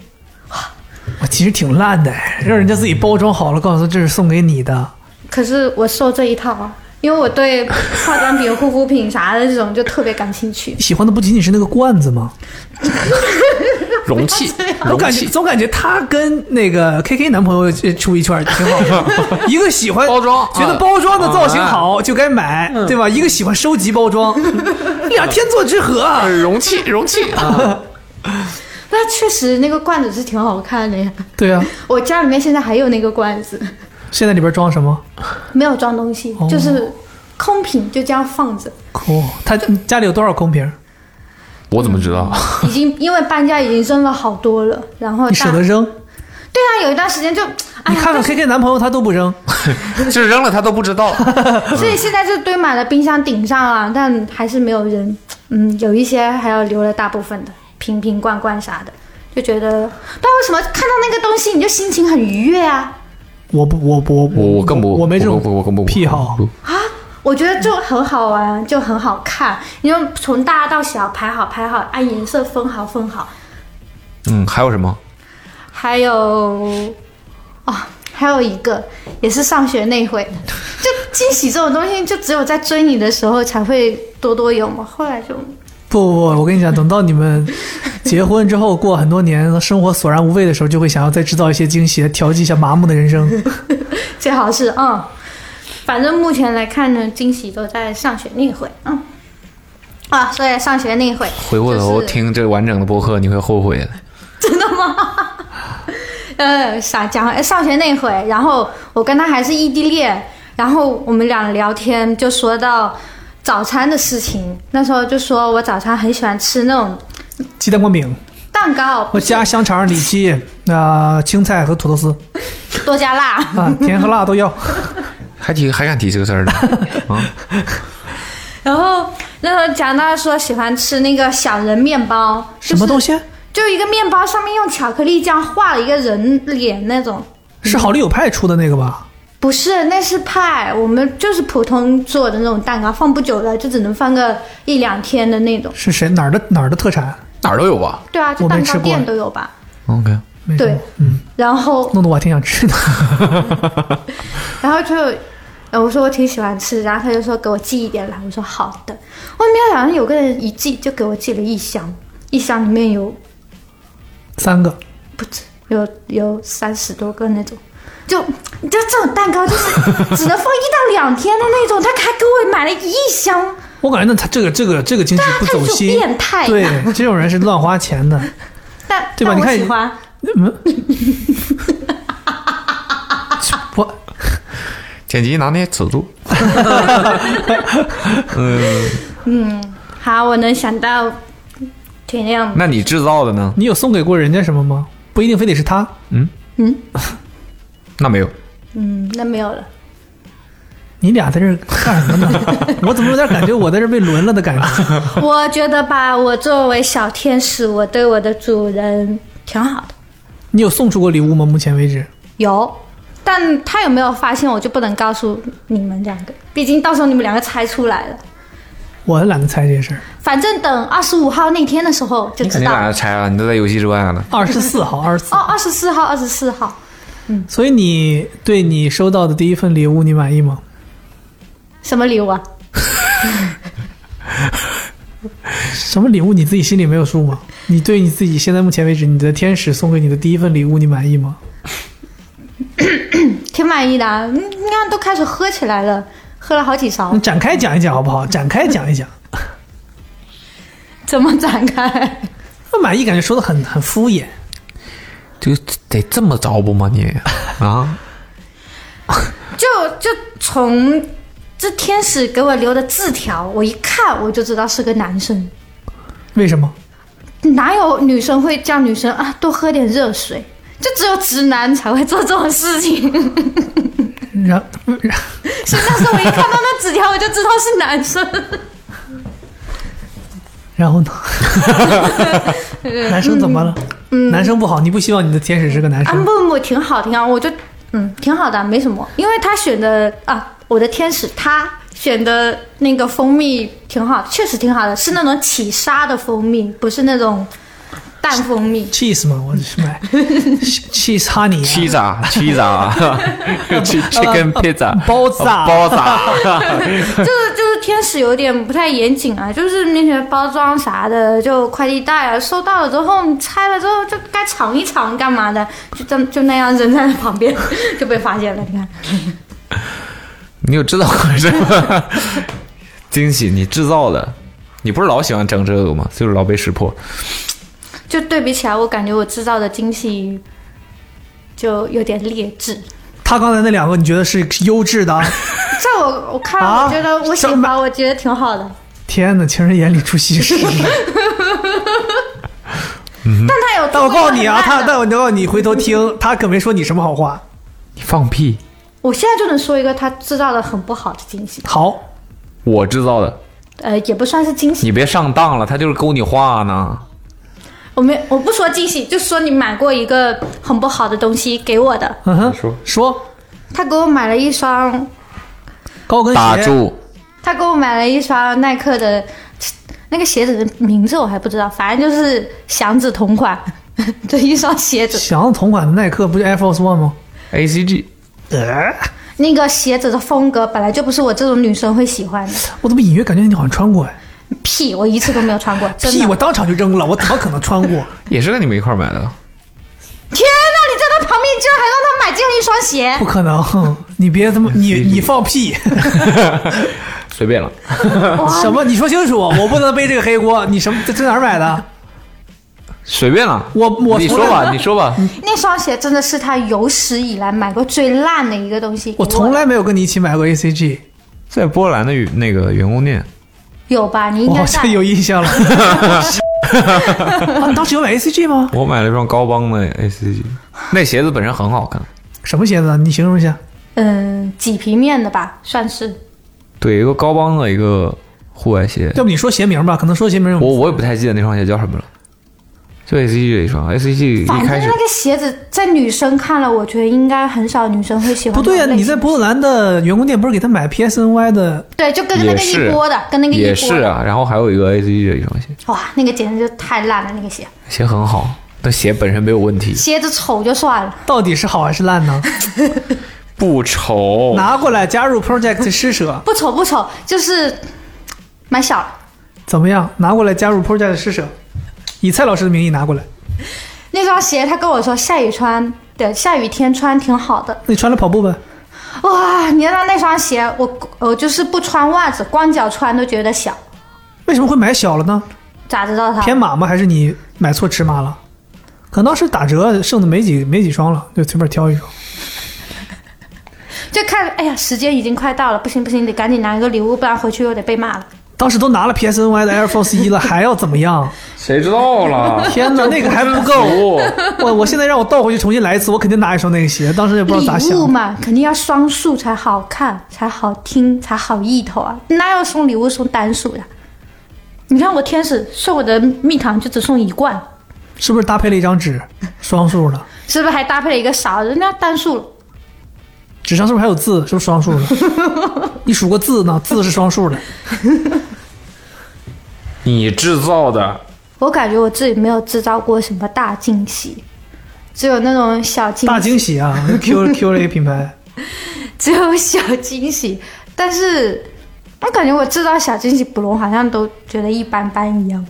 B: 我其实挺烂的，让人家自己包装好了，告诉他这是送给你的。
Q: 可是我受这一套啊，因为我对化妆品、护肤品啥的这种就特别感兴趣。
B: 喜欢的不仅仅是那个罐子吗？
D: 容器
B: 我感觉总感觉她跟那个 KK 男朋友呃处一圈儿挺好的， 一个喜欢包装，觉
D: 啊
B: 得包装的造型好就该买，
D: 嗯
B: 对吧？一个喜欢收集包 装，俩天作之合啊，
D: 哎容器容器
B: 啊，
Q: 那确实那个罐子是挺好看的呀，
B: 对啊。
Q: 我家里面现在还有那个罐子，
B: 现在里边装什么？
Q: 没有装东西，就是空瓶，就这样放着。
B: 哦，他家里有多少空瓶？
D: 我怎么知道？
Q: 已经因为搬家已经扔了好多了，然后
B: 你舍
Q: 大
B: 得扔？
Q: 对啊，有一段时间就
B: 你看看 KK 男朋友他都不 扔，
D: 是扔了他都不知道。
Q: 所以现在就堆满了冰箱顶上啊，但还是没有人。嗯，有一些还要留了大部分的瓶瓶罐罐啥的，就觉得，但为什么看到那个东西你就心情很愉悦啊？
B: 我不，我不，我
D: 我更不，
B: 我没这种
D: 我更不
B: 癖好。
Q: 我觉得就很好玩，就很好看。你就从大到小排好排好，按颜色分好分好，
D: 嗯，还有什么？
Q: 还有，哦，还有一个也是上学那回，就惊喜这种东西，就只有在追你的时候才会多多有嘛。后来就
B: 不不不，我跟你讲，等到你们结婚之后，过很多年生活索然无味的时候，就会想要再制造一些惊喜，来调剂一下麻木的人生。
Q: 最好是嗯，反正目前来看呢，惊喜都在上学那会，嗯，啊，说在上学那会，
D: 回过头听这完整的播客，你会后悔的。
Q: 真的吗？ 呃，傻讲，哎，上学那会，然后我跟他还是异地恋，然后我们俩聊天就说到早餐的事情，那时候就说我早餐很喜欢吃那种
B: 鸡蛋灌饼，
Q: 蛋糕，
B: 我加香肠、里脊、那、青菜和土豆丝
Q: 多加辣
B: 啊，甜和辣都要。
D: 还提还敢提这个 事儿呢？ 啊，
Q: 然后那时候讲到说喜欢吃那个小人面包，
B: 什么东西？
Q: 就一个面包上面用巧克力酱画了一个人脸那种，
B: 是好丽友派出的那个吧？
Q: 不是，那是派，我们就是普通做的那种蛋糕，放不久了就只能放个一两天的那种。
B: 是谁哪儿的哪儿的特产？
D: 哪儿都有吧
Q: 对啊，就
B: 我没
Q: 蛋
B: 吃
Q: 糕
B: 过
Q: 店都有吧？
D: ？OK，
Q: 对， 然后
B: 弄得我还挺想吃的。
Q: 然后就，呃，我说我挺喜欢吃，然后他就说给我寄一点来，我说好的。我也没有想到有个人一寄就给我寄了一箱，一箱里面有
B: 三个，
Q: 有有三十多个那种，就就这种蛋糕就是 只能放一到两天的那种，他还给我买了一箱，
B: 我感觉那他这个这个这个经济不走心，
Q: 对啊他就变态
B: 对，这种人是乱花 钱的。
Q: 但
B: 对
Q: 但
B: 吧你
Q: 我
B: 看
Q: 喜欢。
D: 剪辑拿捏尺度。 嗯，
Q: 嗯，好，我能想到体谅。
D: 那你制造的呢？
B: 你有送给过人家什么吗？不一定非得是他。
Q: 嗯
D: 那没有。
Q: 嗯，那没有了。
B: 你俩在这儿干什么呢？我怎么有点感觉我在这儿被轮了的感觉？
Q: 我觉得吧，我作为小天使，我对我的主人挺好的。
B: 你有送出过礼物吗？目前为止，
Q: 有，但他有没有发现，我就不能告诉你们两个，毕竟到时候你们两个猜出来了。
B: 我懒得猜这些事儿。
Q: 反正等二十五号那天的时候就
D: 你肯
Q: 知
D: 定
Q: 道
D: 懒
Q: 了。
D: 得拆了，你都在游戏之外了。
B: 二十四号，二十 四
Q: 哦，二十四号，二十四号，
B: 所以你对你收到的第一份礼物你满意吗？
Q: 什么礼物啊？
B: 什么礼物你自己心里没有数吗？你对你自己现在目前为止你的天使送给你的第一份礼物你满意吗？
Q: 挺满意的、啊，嗯你看都开始喝起来了，喝了好几勺
B: 你。展开讲一讲好不好？展开讲一讲。
Q: 怎么展开？
B: 不满意感觉说的很很敷衍。
D: 就得这么着不吗你？啊，
Q: 就就从这天使给我留的字条，我一看我就知道是个男生。
B: 为什么？
Q: 哪有女生会叫女生啊多喝点热水？就只有直男才会做这种事情。
B: 然
Q: 所以那时候我一看到那纸条，我就知道是男生。
B: 然后呢？男生怎么了？
Q: 嗯
B: 男生不好，你不希望你的天使是个男
Q: 啊
B: 生？
Q: 不不，挺好挺好，我就嗯挺好的，没什么。因为他选的啊，我的天使他选的那个蜂蜜挺好，确实挺好的，是那种起沙的蜂蜜，不是那种淡蜂 蜜。
B: cheese 吗？我是买 cheese honey 啊。呃
D: 披萨，披萨 ，chicken pizza，
B: 包子啊
D: 包子 啊，
Q: 就是就是天使有点不太严谨啊，就是那些包装啥的，就快递袋啊，收到了之后你拆了之后就该尝一尝干嘛的，就这么就那样扔在旁边 就被发现了。你看，
D: 你有制造过这个 惊喜？你制造的，你不是老喜欢整这个吗？就是老被识破。
Q: 就对比起来，我感觉我制造的惊喜就有点劣 质。
B: 他刚才那两个，你觉得是优质的啊？
Q: 这我我看
B: 啊
Q: 我觉得我喜欢，我觉得挺好 的。
B: 天哪，情人眼里出西施。
Q: 但他有，
B: 但我告诉你啊，他但我告诉你，回头
Q: 嗯
B: 听，他可没说你什么好话。
D: 你放屁！
Q: 我现在就能说一个他制造的很不好的惊喜，
B: 好，
D: 我制造的，
Q: 呃，也不算是惊喜。
D: 你别上当了，他就是勾你话呢。
Q: 我没我不说惊喜，就说你买过一个很不好的东西给我的。
B: 嗯哼，说说
Q: 他给我买了一双，
B: 高跟鞋。
D: 打住！
Q: 他给我买了一双耐克的，那个鞋子的名字我还不知道，反正就是祥子同款 这一双鞋子。
B: 想要同款的耐克不就 Air Force One 吗
D: ？ACG，
B: 呃，
Q: 那个鞋子的风格本来就不是我这种女生会喜欢的。
B: 我怎么隐约感觉你好像穿过哎？
Q: 屁，我一次都没有穿过，真的。
B: 屁，我当场就扔了，我怎么可能穿过？
A: 也是跟你们一块儿买的。
Q: 天哪！你在他旁边居然还让他买这样一双鞋？
B: 不可能！你别他妈，你你放 屁！
A: 随便了，
B: 什么？你说清楚，我不能背这个黑锅。你什么？这这哪儿买的？
A: 随便了。
B: 我我
A: 你
B: 从
A: 说
B: 来
A: 吧，你说吧。
Q: 那双鞋真的是他有史以来买过最烂的一个东西。
B: 我从来没有跟你一起买过 ACG，
D: 在波兰的与那个员工店，
Q: 有吧？你应
B: 我
Q: 该
B: 好
Q: 在
B: 像有印 象了。啊当时有买 ACG 吗？
D: 我买了一双高帮的 ACG，那鞋子本身很好看。
B: 什么鞋子啊？你形容一下。
Q: 嗯几平面的吧，算是。
D: 对，一个高帮的一个户外鞋，
B: 要不你说鞋名吧？可能说鞋名有
D: 我我也不太记得那双鞋叫什么了，就 ACG 的一双，ACG
Q: 反
D: 一
Q: 正
D: 开始
Q: 那个鞋子在女生看了，我觉得应该很少女生会喜欢。
B: 不对啊，你在波兰的员工店不是给他买 PSNY 的？
Q: 对，就跟那
D: 也
Q: 个
D: 是啊
Q: 一波的，跟那个一波
D: 也
Q: 的
D: 是啊，然后还有一个 ACG 的一双鞋，
Q: 哇，那个简直就太烂了，那个鞋，
D: 鞋很好，但鞋本身没有问题，
Q: 鞋子丑就算了，
B: 到底是好还是烂呢？
D: 不丑。
B: 拿过来加入 Project 施 舍，
Q: 不丑不丑，就是蛮小了。
B: 怎么样？拿过来加入 Project 施舍，以蔡老师的名义拿过来。
Q: 那双鞋他跟我说下雨穿，对，下雨天穿挺好的。
B: 那你穿来跑步呗。
Q: 哇，你知道那双鞋，我我就是不穿袜子，光脚穿都觉得小，
B: 为什么会买小了呢？
Q: 咋知道它？
B: 偏码吗？还是你买错尺码了？可能当时打折剩的没几没几双了，就随便挑一双。
Q: 就看，哎呀，时间已经快到了，不行不行，得赶紧拿一个礼物，不然回去又得被骂了。
B: 当时都拿了 PSNY 的 Air Force 一了，还要怎么样？
M: 谁知道了？
B: 天哪，那个还不够！我我现在让我倒回去重新来一次，我肯定拿一双那个鞋。当时也不知道咋
Q: 礼
B: 想
Q: 物
B: 的。
Q: 嘛，肯定要双数才好看，才好听，才好意头啊！哪有送礼物送单数的？你看我天使送我的蜜糖就只送一罐，
B: 是不是搭配了一张纸，双数的？
Q: 是不是还搭配了一个勺子？那单数了，
B: 纸上是不是还有字？是不是双数的？你数过字呢？字是双数的。
M: 你制造的，
Q: 我感觉我自己没有制造过什么大惊喜，只有那种小惊喜，
B: 大惊喜啊 ！Q Q 了一个品牌，
Q: 只有小惊喜。但是我感觉我制造小惊喜，布隆好像都觉得一般般一样。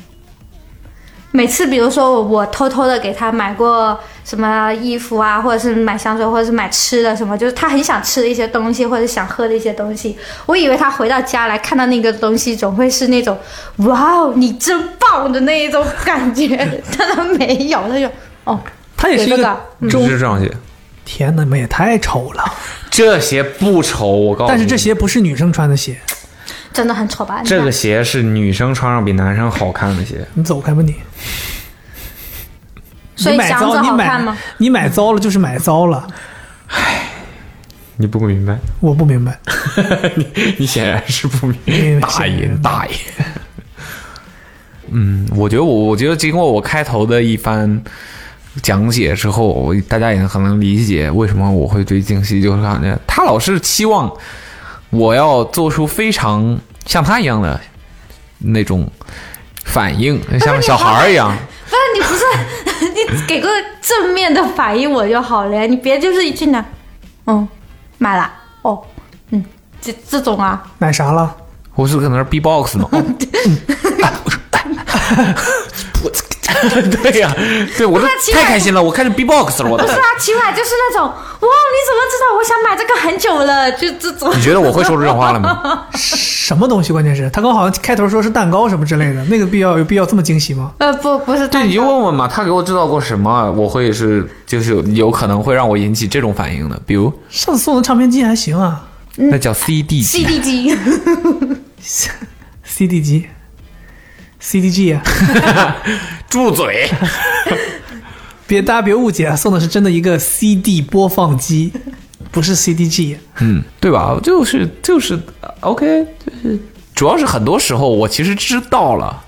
Q: 每次比如说我我偷偷的给他买过什么衣服啊，或者是买香水，或者是买吃的什么，就是他很想吃的一些东西，或者想喝的一些东西。我以为他回到家来看到那个东西，总会是那种“哇哦，你真棒”的那一种感觉， 但他没有，他就哦，
B: 他也是一
Q: 有这
B: 个
Q: 个嗯
D: 这是这双鞋，
B: 天哪，你们也太丑了！
D: 这鞋不丑，我告诉
B: 但
D: 你。
B: 是这鞋不是女生穿的鞋，
Q: 真的很丑吧？你
D: 这
Q: 看
D: 个鞋是女生穿上比男生好看的鞋，
B: 你走开吧你！
Q: 所以
B: 你买
Q: 祥子
B: 糟，你
Q: 好看
B: 买
Q: 吗？
B: 你买糟了就是买糟了，
D: 你不明白？
B: 我不明白。
D: 你显然是不
B: 明
D: 白。大爷，大爷。 嗯，我觉得我，我觉得经过我开头的一番讲解之后，我大家也很能理解为什么我会对惊喜就是感觉他老是期望我要做出非常像他一样的那种反应，像小孩儿一样。
Q: 不是你不是 你给个正面的反应我就好了呀，你别就是一句呢，嗯，买了哦，嗯，这这种啊，
B: 买啥了？
D: 我是搁那儿 B-box 吗？哦哎 对呀、对我都
Q: 那其实
D: 太开心了，我开始 B-box 了，
Q: 不
D: 我的
Q: 是
D: 天！
Q: 啊，起码就是那种哇，你怎么知道我想买这个很久了？就这种。
D: 你觉得我会说出这种话了
Q: 吗？
B: 什么东西？关键是他刚好像开头说是蛋糕什么之类的，那个必要有必要这么惊喜吗？
Q: 呃，不，不是
D: 对，你就问问嘛，他给我制造过什么，我会是就是有有可能会让我引起这种反应的，比如
B: 上次送的唱片机还行啊
Q: 嗯
D: 那叫 CD 机，
Q: ，CD 机，
B: ，CD 机，CDG 啊，
D: 住嘴！
B: 别大家别误解啊，送的是真的一个 CD 播放机，不是 CDG。
D: 嗯，对吧？就是就是呃 OK，就是主要是很多时候我其实知道了，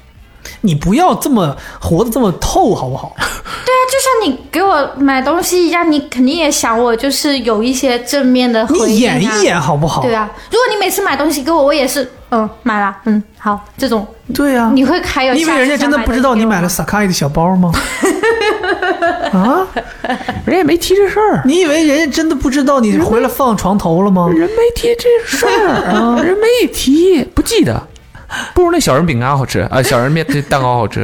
B: 你不要这么活得这么透，好不好？
Q: 对啊，就像你给我买东西一样，你肯定也想我，就是有一些正面的回应、啊。
B: 你演一演好不好
Q: 对啊，如果你每次买东西给我，我也是嗯买了，嗯好这种。
B: 对啊，
Q: 你会还有
B: 你以
Q: 哎下
B: 为
Q: 次
B: 人家真的
Q: 想买
B: 不知道你买了 Sakai 的小包吗？啊，人家没提这事儿。你以为人家真的不知道你回来放床头了吗？人没提这事
D: 啊，人没提，不记得。不如那小人饼干好吃啊、小人面蛋糕好吃。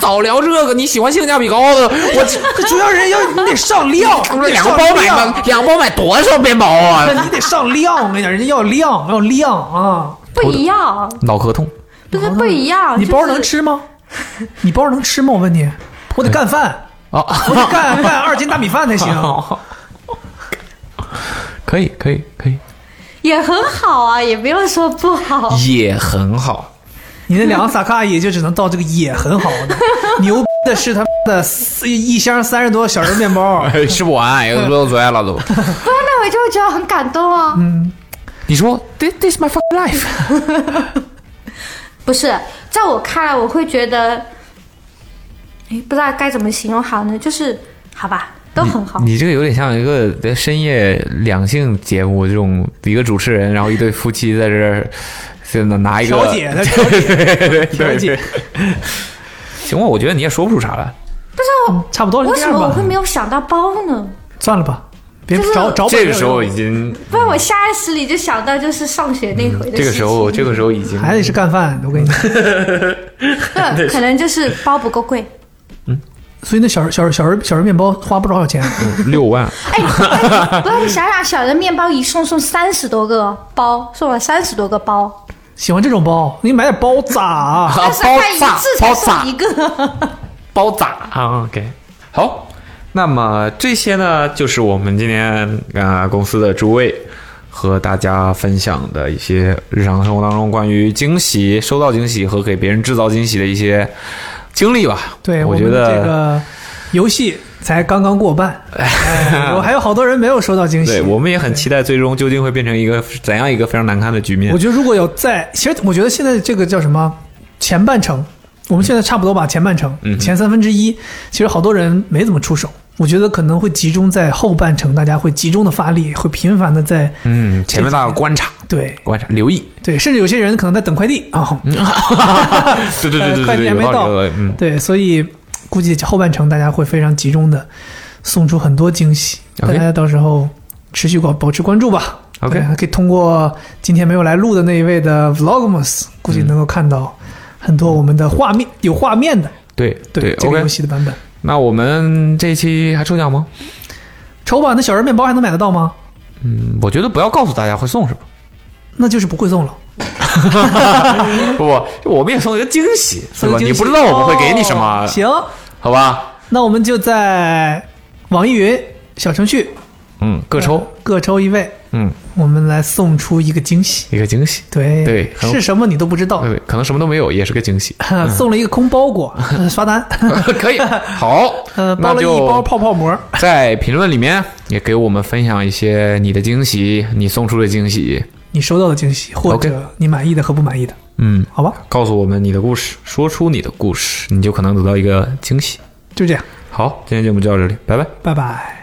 D: 早聊这个，你喜欢性价比高的，我
B: 这主要人要你得上料，
D: 不是两个包买吗？两个包买多少面包啊？
B: 那你得上量，我跟你讲，人家要量，要量啊！
Q: 不一样，
D: 脑壳痛，
Q: 不是不一样。
B: 你
Q: 就
B: 包
Q: 是
B: 能吃吗？你包能吃吗？我问你，我得干 饭，
D: 啊，
B: 我得干干二斤大米饭才行。
D: 可以可以可以，
Q: 也很好啊，也没有说不 好。
D: 也很好。
B: 哦你那两个萨卡也就只能到这个也很好 的，牛逼的是他妈的四一箱三十多小人面 包，
D: 吃不完，有多嘴了都。
Q: 不然啊那我就会觉得很感动啊。
D: 你说 this 嗯 this my fucking life，
Q: 不是，在我看来，我会觉得，哎，不知道该怎么形容好呢，就是好吧，都很好。
D: 你这个有点像一个深夜两性节目这种，一个主持人，然后一对夫妻在这儿，真的拿一个
B: 调解他调
D: 对对对
B: 调解。
D: 行吧，我觉得你也说不出啥来。
Q: 不是
D: 嗯
Q: 我
B: 差不多是
Q: 为
B: 这
Q: 什
B: 样
Q: 么我
B: 吧
Q: 会。没有想到包呢？
B: 算了吧，别
Q: 就是
B: 找找
D: 这个时候已经，
Q: 不然我下意识里就想到就是上学那回的事情。
D: 嗯这个时候，这个时候已经
B: 还得是干饭，我哎跟你讲。
Q: 对， 可能就是包不够 贵。
B: 所以那小小小人小人面包花不着多少钱，
D: 六万。
Q: 哎不然你想想，小人面包一送送三十多个包，送了三十多个包，
B: 喜欢这种包，你买点包咋啊？
Q: 但是看一次才送一个。
D: 包咋啊？OK，好，那么这些呢，就是我们今天啊、呃公司的诸位和大家分享的一些日常生活当中关于惊喜、收到惊喜和给别人制造惊喜的一些经历吧。
B: 对，
D: 我
B: 我
D: 觉
B: 们
D: 得
B: 这个游戏才刚刚过半，哎我还有好多人没有收到惊喜
D: 对，。我们也很期待最终究竟会变成一个怎样一个非常难看的局面
B: 我。觉得如果有在，其实我觉得现在这个叫什么前半程，我们现在差不多吧，前半程，
D: 嗯哼
B: 前三分之一，其实好多人没怎么出手。我觉得可能会集中在后半程，大家会集中的发力，会频繁的在
D: 嗯，前面大家观察，
B: 对
D: 观察，留意。
B: 对，甚至有些人可能在等快递啊，
D: 嗯
B: 呃快
D: 对对对对对，
B: 递还
D: 有
B: 没
D: 道理
B: 到
D: 有道理，嗯，
B: 对，所以估计后半程大家会非常集中的送出很多惊喜，大
D: OK
B: 家到时候持续保保持关注吧。
D: OK
B: 对还可以通过今天没有来录的那一位的 Vlogmas，估
D: 嗯
B: 计能够看到很多我们的画面，有画面的
D: 对对
B: 这个
D: ，OK
B: 游。戏的版本。
D: 那我们这一期还抽奖吗？
B: 筹吧，那小人面包还能买得到吗？
D: 嗯，我觉得不要告诉大家会送什么。
B: 那就是不会送了。
D: 不不，我们也送一个惊喜，是
B: 送一个
D: 吧？
B: 惊
D: 你
B: 喜
D: 不知道我们会给你什么，
B: 哦行，
D: 好吧？
B: 那我们就在网易云小程序呃
D: 嗯，各抽，
B: 各抽一位，
D: 嗯，
B: 我们来送出一个惊喜。
D: 一个惊喜，
B: 对
D: 对，很
B: 是什么你都不知道，。
D: 对，可能什么都没有，也是个惊喜
B: 呃
D: 嗯
B: 送了一个空包裹，呃刷单。
D: 可以，好，
B: 呃，
D: 那
B: 包了一
D: 就
B: 包泡泡膜。
D: 嗯在评论里面也给我们分享一些你的惊喜，你送出的惊喜，
B: 你收到的惊喜，或者你满意的和不满意的。
D: 嗯，
B: 好吧，
D: 告诉我们你的故事，说出你的故事，你就可能得到一个惊喜。
B: 就这样，
D: 好，今天节目就到这里，拜拜。
B: 拜拜。